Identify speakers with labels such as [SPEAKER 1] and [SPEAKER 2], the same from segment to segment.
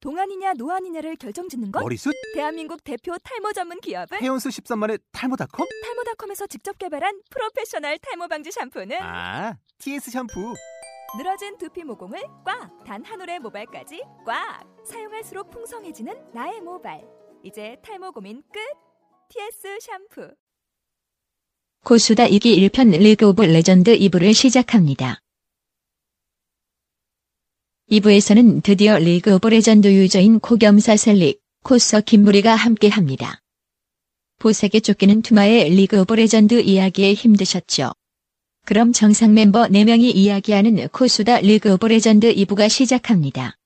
[SPEAKER 1] 동안이냐 노안이냐를 결정짓는 건
[SPEAKER 2] 머리숱?
[SPEAKER 1] 대한민국 대표 탈모 전문 기업은
[SPEAKER 2] 헤어스 13만의 탈모닷컴?
[SPEAKER 1] 탈모닷컴에서 직접 개발한 프로페셔널 탈모 방지 샴푸는
[SPEAKER 2] 아, TS 샴푸.
[SPEAKER 1] 늘어진 두피 모공을 꽉 단 한 올의 모발까지 꽉 사용할수록 풍성해지는 나의 모발 이제 탈모 고민 끝 TS 샴푸
[SPEAKER 3] 고수다 이기 1편 리그 오브 레전드 2부를 시작합니다. 2부에서는 드디어 리그 오브 레전드 유저인 코겸사 셀릭, 코서 김무리가 함께합니다. 보색에 쫓기는 투마의 리그 오브 레전드 이야기에 힘드셨죠? 그럼 정상 멤버 4명이 이야기하는 코수다 리그 오브 레전드 2부가 시작합니다.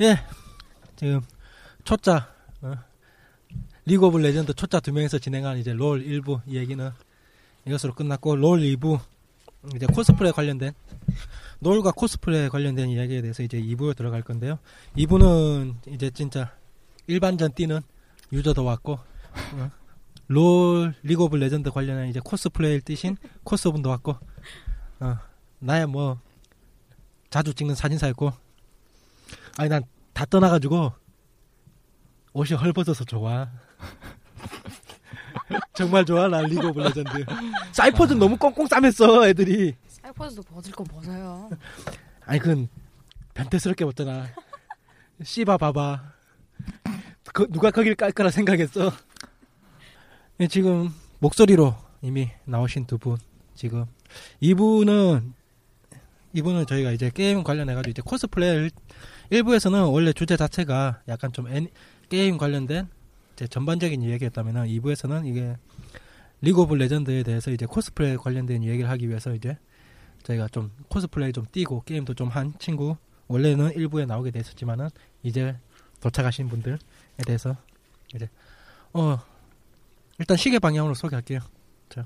[SPEAKER 4] 예, 지금 초짜 어, 리그 오브 레전드 초짜 두 명에서 진행한 이제 롤 1부 이 얘기는 이것으로 끝났고 롤 2부 이제 코스프레 관련된
[SPEAKER 5] 노을과 코스프레 관련된 이야기에 대해서 이제 2부에 들어갈 건데요. 2부는 이제 진짜 일반전 뛰는 유저도 왔고 어, 롤 리그 오브 레전드 관련한 이제 코스프레를 뛰신 코스분도 왔고 어, 나야 뭐 자주 찍는 사진사였고 아니 난 다 떠나가지고 옷이 헐벗어서 좋아. 정말 좋아 난 리그 오브 레전드 사이퍼즈 너무 꽁꽁 싸맸어 애들이
[SPEAKER 6] 사이퍼즈도 벗을 건 벗어요.
[SPEAKER 5] 아니 그건 변태스럽게 먹잖아. 씨바 바바. 그 누가 거길 깔 거라 생각했어. 예, 지금 목소리로 이미 나오신 두 분. 지금 이분은 이분은 저희가 이제 게임 관련해 가지고 이제 코스프레를 일부에서는 원래 주제 자체가 약간 좀 애니- 게임 관련된 이제 전반적인 이야기였다면은 2부에서는 이게 리그 오브 레전드에 대해서 이제 코스프레 관련된 이야기를 하기 위해서 이제 저희가 좀 코스플레이 좀 뛰고 게임도 좀 한 친구 원래는 일부에 나오게 됐었지만은 이제 도착하신 분들에 대해서 이제 어 일단 시계 방향으로 소개할게요. 자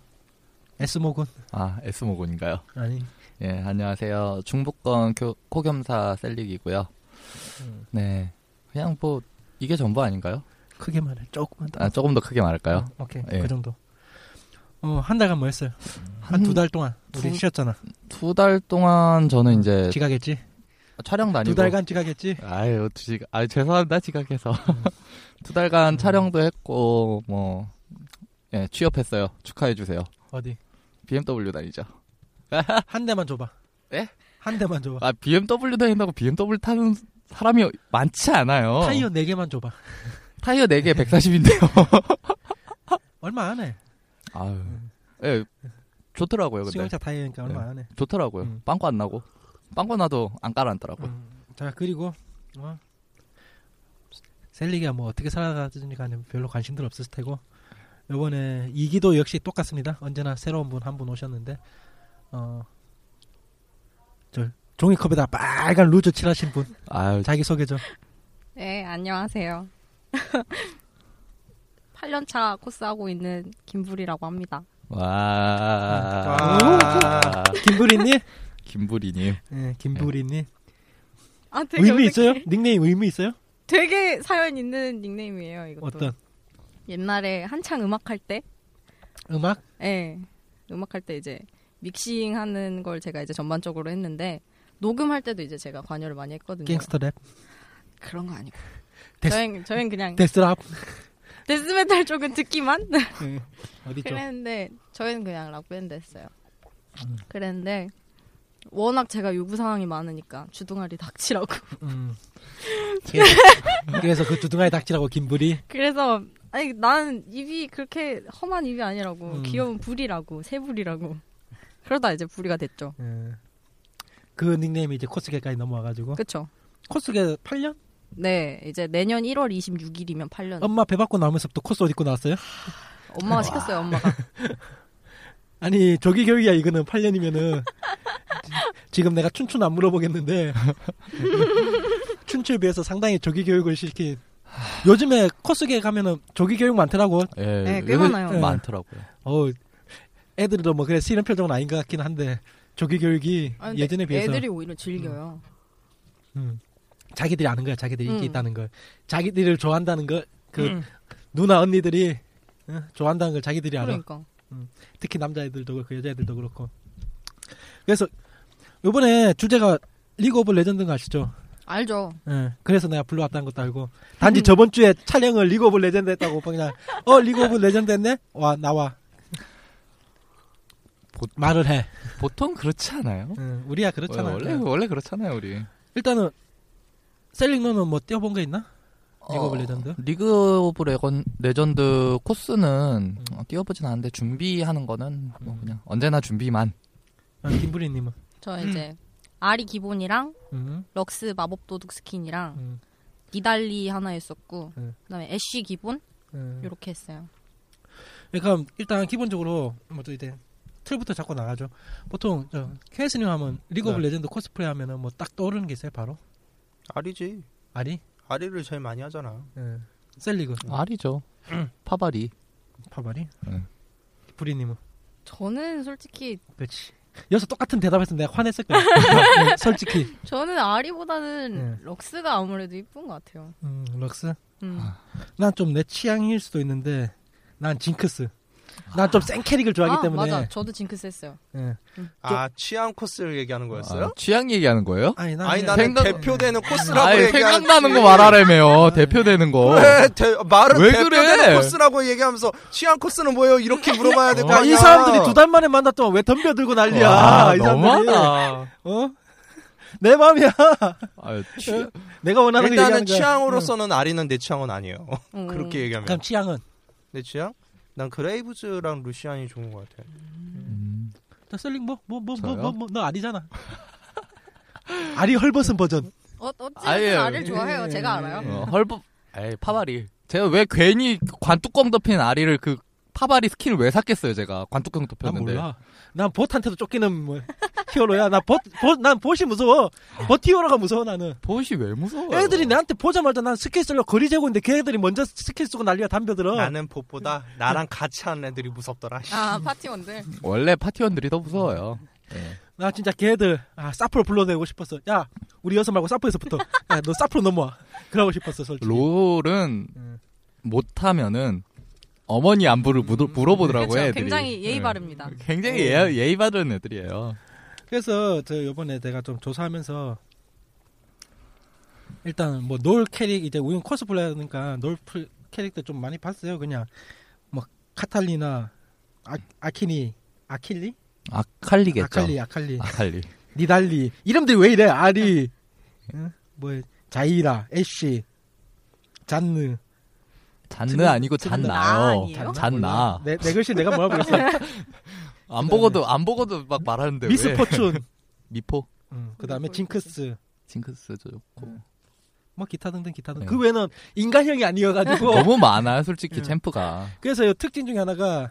[SPEAKER 5] 에스모군
[SPEAKER 7] 아, 에스모곤인가요?
[SPEAKER 5] 아니
[SPEAKER 7] 예, 안녕하세요. 중부권 교- 코겸사 셀릭이고요.
[SPEAKER 5] 음.
[SPEAKER 7] 네, 그냥 뭐 이게 전부 아닌가요?
[SPEAKER 5] 크게 말해 조금만 더
[SPEAKER 7] 아, 조금 더 크게 말할까요?
[SPEAKER 5] 어, 오케이
[SPEAKER 7] 예.
[SPEAKER 5] 그 정도. 어 한 달간 뭐 했어요? 한 두 달 동안 우리
[SPEAKER 7] 두-
[SPEAKER 5] 쉬었잖아.
[SPEAKER 7] 두 달 동안 저는 이제
[SPEAKER 5] 지각했지?
[SPEAKER 7] 촬영 다니고
[SPEAKER 5] 두
[SPEAKER 7] 뭐.
[SPEAKER 5] 달간 지각했지?
[SPEAKER 7] 아유, 지각. 아, 죄송합니다. 지각해서.
[SPEAKER 5] 음.
[SPEAKER 7] 두 달간 촬영도 했고 뭐 예, 취업했어요. 축하해 주세요.
[SPEAKER 5] 어디?
[SPEAKER 7] BMW 다니죠.
[SPEAKER 5] 어. 한 대만 줘봐.
[SPEAKER 7] 예?
[SPEAKER 5] 한 대만 줘봐.
[SPEAKER 7] 아, BMW 다닌다고 BMW 타는 사람이 많지 않아요.
[SPEAKER 5] 타이어 네 개만 줘봐.
[SPEAKER 7] 타이어 4개 140인데요.
[SPEAKER 5] 얼마 안 해.
[SPEAKER 7] 아유.
[SPEAKER 5] 음.
[SPEAKER 7] 예. 좋더라고요, 근데.
[SPEAKER 5] 승용차 타이어니까 얼마
[SPEAKER 7] 예.
[SPEAKER 5] 안 해.
[SPEAKER 7] 좋더라고요.
[SPEAKER 5] 음.
[SPEAKER 7] 빵꾸 안 나고. 빵꾸 나도 안 깔아앉더라고요.
[SPEAKER 5] 음, 자 그리고 어, 셀리가 뭐 어떻게 살아가는지 간에 별로 관심들 없었을 테고 요번에 이기도 역시 똑같습니다 언제나 새로운 분 한 분 오셨는데 어저 종이컵에다 빨간 루즈 칠하신 분
[SPEAKER 7] 아유,
[SPEAKER 5] 자기 소개 좀
[SPEAKER 6] 네, 안녕하세요. 8년차 코스하고 있는 김불이라고 합니다.
[SPEAKER 5] 음. 아.
[SPEAKER 7] 와.
[SPEAKER 5] 김부리님
[SPEAKER 7] 김부리님.
[SPEAKER 5] 예 김부리님
[SPEAKER 6] 아, 되게
[SPEAKER 5] 의미
[SPEAKER 6] 어떡해.
[SPEAKER 5] 있어요 닉네임 의미 있어요
[SPEAKER 6] 되게 사연 있는 닉네임이에요, 이것도.
[SPEAKER 5] 어떤
[SPEAKER 6] 옛날에 한창 음악할 때,
[SPEAKER 5] 음악
[SPEAKER 6] 예. 음악할 때 이제 믹싱 하는 걸 제가 이제 전반적으로 했는데, 녹음할 때도 이제 제가 관여를 많이 했거든요.
[SPEAKER 5] 갱스터 랩
[SPEAKER 6] 그런 거 아니고.
[SPEAKER 5] 데스-
[SPEAKER 6] 저희는, 저희는 그냥
[SPEAKER 5] 데스랍
[SPEAKER 6] 데스메탈 쪽은 듣기만?
[SPEAKER 5] 예, 어디 쪽
[SPEAKER 6] 그랬는데 저희는 그냥 락밴드 했어요.
[SPEAKER 5] 음.
[SPEAKER 6] 그랬는데 워낙 제가 요구 사항이 많으니까 주둥아리 닥치라고.
[SPEAKER 5] 음. 그래서 그 두둥아리 닥치라고 김부리
[SPEAKER 6] 그래서 아니 나는 입이 그렇게 험한 입이 아니라고
[SPEAKER 5] 음.
[SPEAKER 6] 귀여운 불이라고 새불이라고. 그러다 이제 불이가 됐죠.
[SPEAKER 5] 예. 그 닉네임이 이제 코스계까지 넘어와가지고
[SPEAKER 6] 그쵸?
[SPEAKER 5] 코스계 8년?
[SPEAKER 6] 네 이제 내년 1월 26일이면 8년.
[SPEAKER 5] 엄마 배 받고 나오면서부터 코스 옷 입고 나왔어요?
[SPEAKER 6] 엄마가 시켰어요 엄마가.
[SPEAKER 5] 아니 조기 교육이야 이거는 8년이면은 지금 내가 춘추는 안 물어보겠는데 춘추에 비해서 상당히 조기 교육을 시킨 요즘에 코스계 가면은 조기 교육 많더라고
[SPEAKER 7] 예.
[SPEAKER 6] 네, 꽤
[SPEAKER 7] 요새
[SPEAKER 6] 많아요.
[SPEAKER 7] 많더라고요.
[SPEAKER 5] 어 애들도 뭐 그래 싫은 표정은 아닌 것 같긴 한데 조기 교육이
[SPEAKER 6] 아, 근데
[SPEAKER 5] 예전에 비해서
[SPEAKER 6] 애들이 오히려 즐겨요.
[SPEAKER 5] 음, 자기들이 아는 거야 자기들이 인기
[SPEAKER 6] 음.
[SPEAKER 5] 있다는 걸 자기들을 좋아한다는 걸그 누나 언니들이 어, 좋아한다는 걸 자기들이 알아
[SPEAKER 6] 그러니까.
[SPEAKER 5] 특히 남자애들도 그렇고 여자애들도 그렇고 그래서 요번에 주제가 리그 오브 레전드인 거 아시죠?
[SPEAKER 6] 알죠.
[SPEAKER 5] 예, 그래서 내가 불러왔다는 것도 알고
[SPEAKER 7] 음.
[SPEAKER 5] 단지 저번 주에 촬영을 리그 오브 레전드 했다고 오빠 그냥 어 리그 오브 레전드 했네? 와 나와
[SPEAKER 7] 보-
[SPEAKER 5] 말을 해
[SPEAKER 7] 보통 그렇지 않아요?
[SPEAKER 5] 응, 우리야 그렇잖아
[SPEAKER 7] 어, 원래 뭐. 원래 그렇잖아요, 우리.
[SPEAKER 5] 일단은 셀링 너는 뭐 뛰어본 게 있나? 리그 오브
[SPEAKER 7] 어,
[SPEAKER 5] 레전드?
[SPEAKER 7] 리그 오브 레건, 레전드 코스는
[SPEAKER 5] 음.
[SPEAKER 7] 어, 뛰어보진 않는데 준비하는 거는 뭐
[SPEAKER 5] 음.
[SPEAKER 7] 그냥 언제나 준비만.
[SPEAKER 5] 아, 김부리님은
[SPEAKER 6] 저 이제 아리 기본이랑
[SPEAKER 5] 음,
[SPEAKER 6] 럭스 마법 도둑 스킨이랑
[SPEAKER 5] 음,
[SPEAKER 6] 니달리 하나 했었고
[SPEAKER 5] 네.
[SPEAKER 6] 그다음에 애쉬 기본
[SPEAKER 5] 음.
[SPEAKER 6] 이렇게 했어요.
[SPEAKER 5] 그러니까 일단 기본적으로 먼저 이제 틀부터 잡고 나가죠. 보통 저 케이스님 하면 리그 오브
[SPEAKER 8] 네.
[SPEAKER 5] 레전드 코스프레 하면은 뭐 딱 떠오르는 게 있어요, 바로
[SPEAKER 8] 아리지.
[SPEAKER 5] 아리,
[SPEAKER 8] 아리를 제일 많이 하잖아. 음.
[SPEAKER 5] 예. 셀리그,
[SPEAKER 7] 알이죠.
[SPEAKER 5] 음.
[SPEAKER 7] 파바리.
[SPEAKER 5] 파바리,
[SPEAKER 7] 네.
[SPEAKER 5] 브리님은
[SPEAKER 6] 저는 솔직히
[SPEAKER 5] 그렇지. 여기서 똑같은 대답했으면 내가 화냈을 거야. 네, 솔직히.
[SPEAKER 6] 저는 아리보다는
[SPEAKER 5] 네.
[SPEAKER 6] 럭스가 아무래도 이쁜 것 같아요.
[SPEAKER 5] 음, 럭스.
[SPEAKER 6] 음.
[SPEAKER 5] 아, 난 좀 내 취향일 수도 있는데 난 징크스. 난 좀 센 캐릭을 좋아하기
[SPEAKER 6] 아,
[SPEAKER 5] 때문에.
[SPEAKER 6] 맞아. 저도 징크스 했어요.
[SPEAKER 5] 예.
[SPEAKER 8] 아 취향 코스를 얘기하는 거였어요?
[SPEAKER 7] 아, 취향 얘기하는 거예요?
[SPEAKER 5] 아니, 난
[SPEAKER 8] 아니
[SPEAKER 5] 그냥-
[SPEAKER 8] 나는
[SPEAKER 7] 생각-
[SPEAKER 8] 대표되는 코스라고
[SPEAKER 7] 아니
[SPEAKER 8] 얘기하는
[SPEAKER 7] 생각나는 거 말하라며요. 대표되는 거.
[SPEAKER 8] 왜 대, 말은
[SPEAKER 7] 왜
[SPEAKER 8] 대표되는
[SPEAKER 7] 그래?
[SPEAKER 8] 코스라고 얘기하면서 취향 코스는 뭐예요? 이렇게 물어봐야 될 거
[SPEAKER 5] 아,
[SPEAKER 8] 아니야?
[SPEAKER 5] 이 사람들이 두 달 만에 만났더만 왜 덤벼들고 난리야. 아,
[SPEAKER 7] 와,
[SPEAKER 5] 이
[SPEAKER 8] 네.
[SPEAKER 5] 사람들이.
[SPEAKER 7] 너무하다.
[SPEAKER 5] 어? 내 마음이야.
[SPEAKER 7] 아, 취...
[SPEAKER 5] 네. 내가 원하는 거
[SPEAKER 8] 일단은
[SPEAKER 5] 얘기하는 거야.
[SPEAKER 8] 취향으로서는 아리는 내 취향은 아니에요.
[SPEAKER 5] 응.
[SPEAKER 6] 음.
[SPEAKER 8] 그렇게
[SPEAKER 5] 그럼
[SPEAKER 8] 얘기하면
[SPEAKER 5] 취향은
[SPEAKER 8] 내 취향? 난 그레이브즈랑 루시안이 좋은 것 같아.
[SPEAKER 7] 음,
[SPEAKER 5] 나 셀링 뭐 뭐 뭐 뭐
[SPEAKER 7] 저요?
[SPEAKER 5] 뭐 너 아리잖아. 아리 헐벗은 버전.
[SPEAKER 6] 어, 어찌든
[SPEAKER 7] 아예-
[SPEAKER 6] 아리를 좋아해요. 제가 알아요.
[SPEAKER 7] 어, 헐법. 에이 파바리. 제가 왜 괜히 관뚜껑 덮인 아리를 그 파바리 스킬을 왜 샀겠어요? 제가 관뚜껑
[SPEAKER 5] 난
[SPEAKER 7] 덮였는데.
[SPEAKER 5] 몰라. 난 봇한테도 쫓기는 뭐 히어로야. 나봇난 봇이 무서워. 봇 히어로가 무서워 나는.
[SPEAKER 7] 보시 왜 무서워?
[SPEAKER 5] 애들이 나한테 보자마자 난 스킬 쓰려 거리 재고 있는데 걔들이 먼저 스킬 쓰고 난리야 담벼들어.
[SPEAKER 8] 나는 봇보다 나랑 같이 하는 애들이 무섭더라. 씨.
[SPEAKER 6] 아, 파티원들.
[SPEAKER 7] 원래 파티원들이 더 무서워요.
[SPEAKER 5] 나 진짜 걔들 아 사프로 불러내고 싶었어. 야 우리 여섯 말고 사프에서 붙어. 야너 사프로 넘어와. 그러고 싶었어 솔직히.
[SPEAKER 7] 롤은
[SPEAKER 5] 음.
[SPEAKER 7] 못하면은 어머니 안부를 묻어-
[SPEAKER 5] 음.
[SPEAKER 7] 물어보더라고요.
[SPEAKER 6] 그렇죠.
[SPEAKER 7] 애들이.
[SPEAKER 6] 굉장히 예의
[SPEAKER 7] 네.
[SPEAKER 6] 바릅니다.
[SPEAKER 7] 굉장히 예, 예의 바른 애들이에요.
[SPEAKER 5] 그래서 저 이번에 내가 좀 조사하면서 일단 뭐 놀 캐릭 이제 우린 코스플레이니까 놀 풀- 캐릭터 좀 많이 봤어요. 그냥 뭐 카탈리나 아, 아키니 아킬리
[SPEAKER 7] 아칼리겠죠.
[SPEAKER 5] 아칼리 아칼리
[SPEAKER 7] 아칼리.
[SPEAKER 5] 니달리 이름들이 왜 이래 아리 응? 뭐 자이라 애쉬 잔느
[SPEAKER 7] 잔느
[SPEAKER 5] 지금-
[SPEAKER 7] 아니고
[SPEAKER 5] 지금
[SPEAKER 7] 잔나요.
[SPEAKER 6] 아니에요?
[SPEAKER 7] 잔나.
[SPEAKER 5] 내, 내 글씨 내가 뭐라 그랬어
[SPEAKER 7] 안 보고도 안 보고도 막 말하는데
[SPEAKER 5] 미스
[SPEAKER 7] 왜?
[SPEAKER 5] 포춘
[SPEAKER 7] 미포
[SPEAKER 5] 응, 그다음에 징크스
[SPEAKER 7] 징크스도
[SPEAKER 6] 어.
[SPEAKER 7] 좋고
[SPEAKER 5] 뭐 기타 등등 기타 등등
[SPEAKER 7] 네.
[SPEAKER 5] 그 외에는 인간형이 아니어가지고
[SPEAKER 7] 너무 많아요 솔직히
[SPEAKER 6] 예.
[SPEAKER 5] 음.
[SPEAKER 7] 챔프가
[SPEAKER 5] 그래서 이 특징 중에 하나가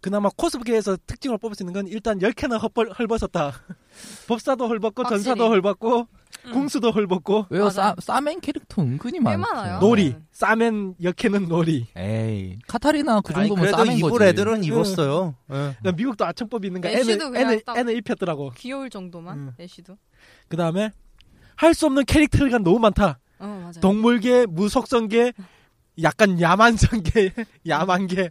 [SPEAKER 5] 그나마 코스프계에서 특징을 뽑을 수 있는 건 일단 10개나 헐벌, 헐벗었다. 법사도 헐벗고
[SPEAKER 6] 확실히. 음.
[SPEAKER 5] 전사도 헐벗고 궁수도 헐벗고
[SPEAKER 7] 왜요 싸
[SPEAKER 6] 맞아.
[SPEAKER 7] 싸맨 캐릭터 은근히
[SPEAKER 6] 꽤
[SPEAKER 7] 많죠.
[SPEAKER 6] 많아요. 노-
[SPEAKER 5] 놀이 싸맨 역해는 놀이
[SPEAKER 7] 에이 카타리나 그 정도면
[SPEAKER 8] 아니, 그래도
[SPEAKER 7] 싸맨
[SPEAKER 8] 입을
[SPEAKER 7] 거지.
[SPEAKER 8] 애들은 입었어요. 예.
[SPEAKER 5] 그러니까 미국도 아청법이 있는 거
[SPEAKER 6] 애쉬도
[SPEAKER 5] 애는,
[SPEAKER 6] 음. 그냥
[SPEAKER 5] 애는,
[SPEAKER 6] 딱-
[SPEAKER 5] 애는 입혔더라고
[SPEAKER 6] 귀여울 정도만
[SPEAKER 5] 음.
[SPEAKER 6] 애쉬도.
[SPEAKER 5] 그 다음에 할 수 없는 캐릭터가 너무 많다
[SPEAKER 6] 어, 맞아요.
[SPEAKER 5] 동물계 무속성계 약간 야만성계 야만계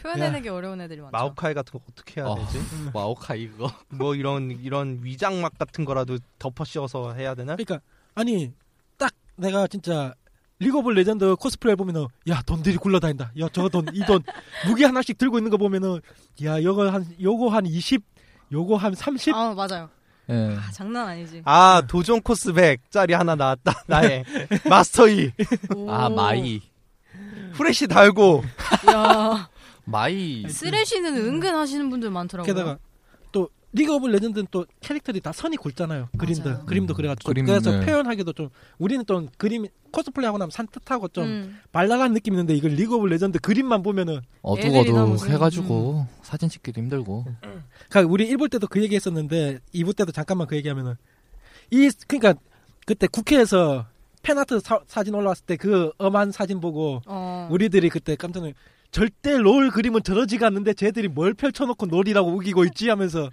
[SPEAKER 6] 표현해내기 어려운 애들이 많죠.
[SPEAKER 8] 마오카이 같은 거 어떻게 해야
[SPEAKER 7] 어.
[SPEAKER 8] 되지?
[SPEAKER 7] 와오카이 그거.
[SPEAKER 8] 뭐 이런 이런 위장막 같은 거라도 덮어 씌워서 해야 되나?
[SPEAKER 5] 그러니까 아니 딱 내가 진짜 리그 오브 레전드 코스프레 보면은 야 돈들이 굴러다닌다. 야 저 돈 이 돈 무기 하나씩 들고 있는 거 보면은 야 요거 한 요거 한 20, 요거 한 30.
[SPEAKER 6] 아, 맞아요.
[SPEAKER 7] 예.
[SPEAKER 6] 아, 장난 아니지.
[SPEAKER 8] 아 도전 코스 100짜리 하나 나왔다 나의 마스터 이
[SPEAKER 6] 오.
[SPEAKER 7] 아 마이
[SPEAKER 8] 후레쉬 달고
[SPEAKER 6] 야,
[SPEAKER 7] 마이
[SPEAKER 6] 쓰레쉬는 은근 하시는 분들 많더라고요.
[SPEAKER 5] 게다가 또 리그 오브 레전드는 또 캐릭터들이 다 선이 굵잖아요. 그림도
[SPEAKER 6] 맞아요.
[SPEAKER 5] 그림도 그래가지고
[SPEAKER 7] 그림,
[SPEAKER 5] 그래서
[SPEAKER 7] 네.
[SPEAKER 5] 표현하기도 좀 우리는 또 그림 코스프레 하고 나면 산뜻하고 좀
[SPEAKER 6] 음.
[SPEAKER 5] 발랄한 느낌 있는데 이걸 리그 오브 레전드 그림만 보면은
[SPEAKER 6] 애들이 다
[SPEAKER 7] 어둑어둑
[SPEAKER 6] 무슨- 음.
[SPEAKER 7] 해가지고 사진 찍기도 힘들고
[SPEAKER 5] 그러니까 우리 1부 때도 그 얘기 했었는데 2부 때도 잠깐만 그 얘기하면은 이 그러니까 그때 국회에서 팬아트 사, 사진 올라왔을 때 그 엄한 사진 보고
[SPEAKER 6] 어.
[SPEAKER 5] 우리들이 그때 깜짝 놀 절대 롤 그림은 저러지가 않는데 쟤들이 뭘 펼쳐놓고 놀이라고 우기고 있지 하면서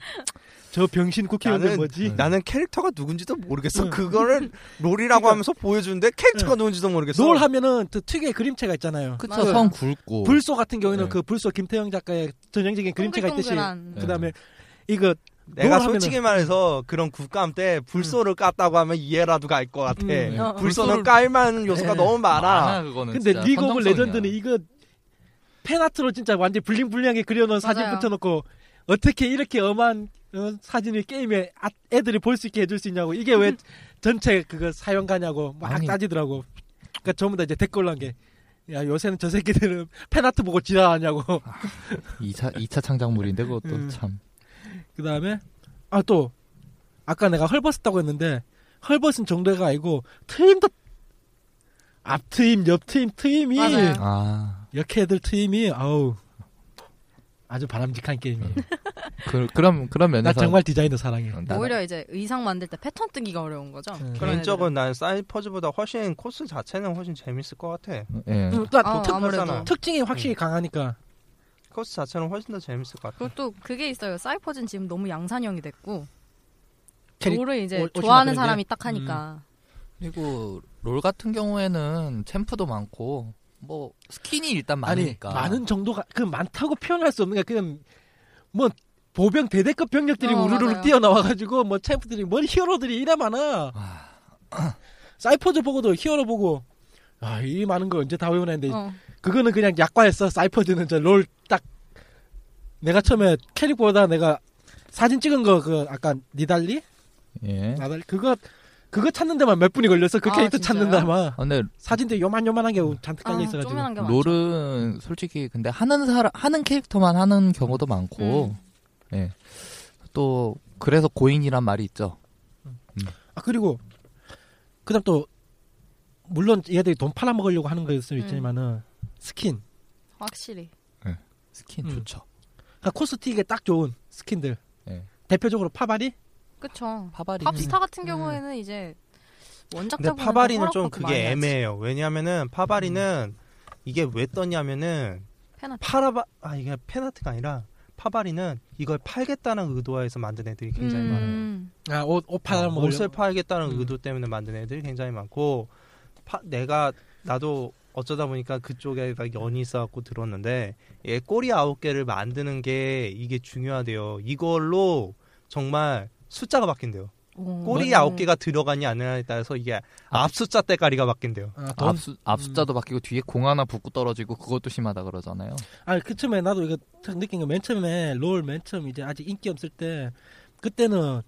[SPEAKER 5] 저 병신 국회의원들
[SPEAKER 8] 나는
[SPEAKER 5] 뭐지
[SPEAKER 8] 나는 캐릭터가 누군지도 모르겠어
[SPEAKER 5] 응.
[SPEAKER 8] 그거를 롤이라고 하면서 보여주는데 캐릭터가 누군지도 모르겠어
[SPEAKER 5] 놀 하면은 그 특유의 그림체가 있잖아요
[SPEAKER 7] 그쵸
[SPEAKER 6] 맞아요.
[SPEAKER 7] 성 굵고
[SPEAKER 8] 뭐.
[SPEAKER 5] 불소 같은 경우에는
[SPEAKER 7] 네.
[SPEAKER 5] 그 불소 김태형 작가의 전형적인 그림체가 있듯이
[SPEAKER 6] 동글동글한.
[SPEAKER 7] 네.
[SPEAKER 5] 그다음에 이거
[SPEAKER 8] 내가
[SPEAKER 5] 놀 하면은-
[SPEAKER 8] 솔직히 말해서 그런 국감 때 불소를 깠다고 하면 이해라도 갈 것 같아
[SPEAKER 5] 음.
[SPEAKER 6] 어.
[SPEAKER 8] 불소는
[SPEAKER 7] 불소를-
[SPEAKER 8] 깔만한 요소가
[SPEAKER 5] 네.
[SPEAKER 8] 너무 많아
[SPEAKER 7] 많아 그거는
[SPEAKER 5] 근데
[SPEAKER 7] 진짜
[SPEAKER 5] 리그 오브
[SPEAKER 7] 선정성이야.
[SPEAKER 5] 레전드는 이거 팬아트로 진짜 완전 불링불링하게 그려놓은 사진
[SPEAKER 6] 맞아요.
[SPEAKER 5] 붙여놓고 어떻게 이렇게 엄한 어, 사진을 게임에 아- 애들이 볼 수 있게 해줄 수 있냐고 이게 왜 전체 그거 사용가냐고 막
[SPEAKER 7] 음. 아니.
[SPEAKER 5] 따지더라고 그러니까 전부 다 이제 댓글 난 게 야, 요새는 저 새끼들은 팬아트 보고 지랄하냐고.
[SPEAKER 7] 아. 이차 2차 창작물인데 그것도
[SPEAKER 5] 음.
[SPEAKER 7] 참
[SPEAKER 5] 그 다음에, 아, 또, 아까 내가 헐벗었다고 했는데, 헐벗은 정도가 아니고, 트임도, 앞트임, 옆트임, 트임이,
[SPEAKER 6] 맞아요.
[SPEAKER 7] 아.
[SPEAKER 5] 역해들 트임이 아우 아주 바람직한 게임이에요.
[SPEAKER 7] 그, 그럼 그런
[SPEAKER 5] 나
[SPEAKER 7] 면에서
[SPEAKER 5] 정말 디자이너 사랑해.
[SPEAKER 7] 어, 나는-
[SPEAKER 6] 오히려 이제 의상 만들 때 패턴 뜨기가 어려운 거죠.
[SPEAKER 5] 음.
[SPEAKER 6] 그런
[SPEAKER 8] 개인적으로
[SPEAKER 6] 애들은.
[SPEAKER 8] 난 사이퍼즈보다 훨씬 코스 자체는 훨씬 재밌을 것 같아
[SPEAKER 7] 예.
[SPEAKER 5] 응, 음, 또
[SPEAKER 8] 어,
[SPEAKER 6] 아,
[SPEAKER 5] 특,
[SPEAKER 6] 아무래도
[SPEAKER 8] 특-
[SPEAKER 7] 음.
[SPEAKER 5] 특징이 확실히 강하니까
[SPEAKER 8] 코스 자체는 훨씬 더 재밌을 것 같아요.
[SPEAKER 6] 그리고 또 그게 있어요. 사이퍼즈는 지금 너무 양산형이 됐고
[SPEAKER 5] 캐릭-
[SPEAKER 6] 롤을 이제
[SPEAKER 5] 올- 올시나
[SPEAKER 6] 좋아하는
[SPEAKER 5] 그런데?
[SPEAKER 6] 사람이 딱 하니까
[SPEAKER 7] 그리고 롤 같은 경우에는 챔프도 많고 뭐 스킨이 일단 많으니까
[SPEAKER 5] 아니 많은 정도가 그 많다고 표현할 수 없는 게 그냥 뭐 보병 대대급 병력들이
[SPEAKER 6] 어,
[SPEAKER 5] 우르르
[SPEAKER 6] 맞아요.
[SPEAKER 5] 뛰어나와가지고 뭐 챔프들이 뭔 히어로들이 이래 많아. 사이퍼즈 보고도 히어로 보고 아 이 많은 거 언제 다 외우는데
[SPEAKER 6] 어.
[SPEAKER 5] 그거는 그냥 약과했어. 사이퍼즈는 저 롤 딱 내가 처음에 캐릭 보다 내가 사진 찍은 거 그 아까 니달리
[SPEAKER 7] 예.
[SPEAKER 5] 나달 그거 그거 찾는 데만 몇 분이 걸렸어. 그
[SPEAKER 6] 아,
[SPEAKER 5] 캐릭터
[SPEAKER 6] 진짜요?
[SPEAKER 5] 찾는 데만
[SPEAKER 7] 아, 근데
[SPEAKER 5] 사진도 요만요만한 게 잔뜩
[SPEAKER 6] 아,
[SPEAKER 5] 깔려 있어가지고
[SPEAKER 6] 쪼면한 게 많죠.
[SPEAKER 7] 롤은 솔직히 근데 하는 사람 하는 캐릭터만 하는 경우도 많고
[SPEAKER 6] 음.
[SPEAKER 7] 또 그래서 고인이란 말이 있죠.
[SPEAKER 5] 아 그리고 그다음 또 물론 얘들이 돈 팔아먹으려고 하는 거일 수
[SPEAKER 6] 음.
[SPEAKER 5] 있지만은 스킨
[SPEAKER 6] 확실히
[SPEAKER 7] 스킨
[SPEAKER 5] 음.
[SPEAKER 7] 좋죠.
[SPEAKER 5] 그러니까 코스틱에 딱 좋은 스킨들
[SPEAKER 7] 예.
[SPEAKER 5] 대표적으로 파바리
[SPEAKER 6] 그쵸.
[SPEAKER 7] 파바리.
[SPEAKER 6] 팝스타 같은 경우에는 이제
[SPEAKER 8] 음. 근데
[SPEAKER 6] 원작자분은
[SPEAKER 8] 파바리는 좀 그게 애매해요. 왜냐하면은 파바리는 이게 왜 떴냐면은
[SPEAKER 6] 페나
[SPEAKER 8] 파라바 아 이게 페나트가 아니라 파바리는 이걸 팔겠다는 의도하에서 만든 애들이
[SPEAKER 6] 음.
[SPEAKER 8] 굉장히 많아요. 어,
[SPEAKER 5] 아옷 어, 옷 팔아먹으려고
[SPEAKER 8] 옷을 팔겠다는
[SPEAKER 5] 음.
[SPEAKER 8] 의도 때문에 만든 애들이 굉장히 많고 파- 내가 나도 어쩌다 보니까 그쪽에 막 연이 있어갖고 들었는데 얘 꼬리 아홉 개를 만드는 게 이게 중요하대요. 이걸로 정말 숫자가 바뀐대요.
[SPEAKER 6] 음.
[SPEAKER 8] 꼬리 아홉 개가 들어가냐 안 들어가냐에 따라서 이게 앞 숫자 때가리가 바뀐대요.
[SPEAKER 5] 아, 돈- 음.
[SPEAKER 7] 앞수, 앞숫자도 바뀌고 뒤에 공 하나 붙고 떨어지고 그것도 심하다 그러잖아요.
[SPEAKER 5] 아, 그 처음에 나도 이거 딱 느낀 거 맨 처음에 롤 맨 처음 이제 아직 인기 없을 때 그때는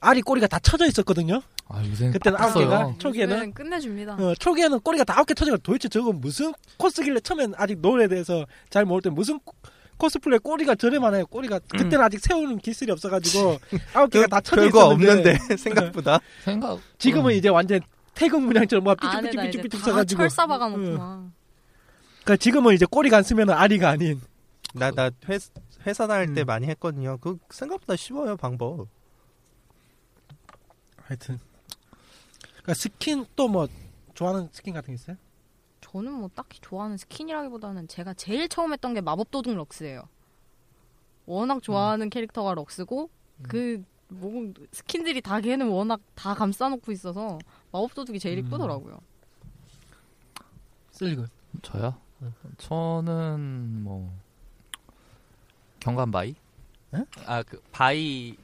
[SPEAKER 5] 알이 꼬리가 다 쳐져 있었거든요.
[SPEAKER 7] 아 요새는
[SPEAKER 5] 그때는 아홉
[SPEAKER 7] 바뀌었어요.
[SPEAKER 5] 개가 초기에는
[SPEAKER 6] 끝내줍니다.
[SPEAKER 5] 어, 초기에는 꼬리가 다 아홉 개 터져가 도대체 저거 무슨 코스길래 처음엔 아직 노래에 대해서 잘 모를 때 무슨 코- 코스플레 꼬리가 저렴하네 요 꼬리가 그때는 아직 세우는 기술이 없어가지고 아홉 개가 다 쳐져
[SPEAKER 8] 음. 그러니까 별거
[SPEAKER 5] 있었는데
[SPEAKER 8] 없는데 음. 생각보다
[SPEAKER 7] 생각 음.
[SPEAKER 5] 지금은 이제 완전 태극 문양처럼 뭐
[SPEAKER 6] 안에다 아, 네, 이제
[SPEAKER 5] 삐쭉삐쭉삐쭉
[SPEAKER 6] 다
[SPEAKER 5] 쳐가지고
[SPEAKER 6] 철사 박아놓구만.
[SPEAKER 5] 그러니까 지금은 이제 꼬리가 안 쓰면 아리가 아닌
[SPEAKER 8] 나 나 회사, 회사 다닐 때
[SPEAKER 5] 음.
[SPEAKER 8] 많이 했거든요. 그 생각보다 쉬워요 방법.
[SPEAKER 5] 하여튼 그러니까 스킨 또 뭐 좋아하는 스킨 같은 게 있어요?
[SPEAKER 6] 저는 뭐 딱히 좋아하는 스킨이라기보다는 제가 제일 처음 했던 게 마법 도둑 럭스예요. 워낙 좋아하는 캐릭터가 럭스고 그 뭐 스킨들이 다 걔는 워낙 다 감싸놓고 있어서 마법 도둑이 제일
[SPEAKER 5] 음.
[SPEAKER 6] 이쁘더라고요.
[SPEAKER 5] 쓸리고
[SPEAKER 7] 저요?
[SPEAKER 5] 응.
[SPEAKER 7] 저는 뭐 경관 바이?
[SPEAKER 5] 에?
[SPEAKER 7] 아그 바이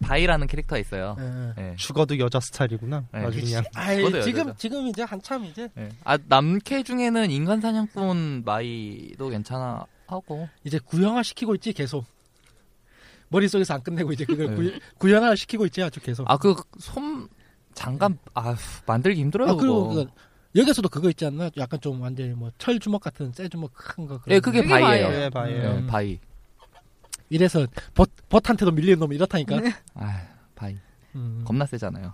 [SPEAKER 7] 바이라는 캐릭터가 있어요. 예.
[SPEAKER 8] 죽어도 여자 스타일이구나.
[SPEAKER 7] 네,
[SPEAKER 8] 아주 그냥
[SPEAKER 5] 아
[SPEAKER 7] 그거도요,
[SPEAKER 5] 지금
[SPEAKER 7] 그거죠.
[SPEAKER 5] 지금 이제 한참 이제
[SPEAKER 7] 예. 아 남캐 중에는 인간 사냥꾼 마이도 괜찮아 하고
[SPEAKER 5] 이제 구형화 시키고 있지 계속 머릿속에서 안 끝내고 이제 그걸
[SPEAKER 7] 네.
[SPEAKER 5] 구, 구형화 시키고 있지 아주 계속
[SPEAKER 7] 아 그 솜 장갑 아 만들기 힘들어요
[SPEAKER 5] 아, 그리고
[SPEAKER 7] 그거.
[SPEAKER 5] 그 여기서도 그거 있지 않나 약간 좀 완전히 뭐 철 주먹 같은 쇠 주먹 큰거
[SPEAKER 7] 예 그게,
[SPEAKER 6] 그게
[SPEAKER 7] 바이예요.
[SPEAKER 6] 바이예요.
[SPEAKER 8] 예, 바이예요.
[SPEAKER 7] 예, 바이.
[SPEAKER 5] 이래서 벗 벗한테도 밀리는 놈 이렇다니까
[SPEAKER 7] 아 바이
[SPEAKER 5] 음.
[SPEAKER 7] 겁나 세잖아요.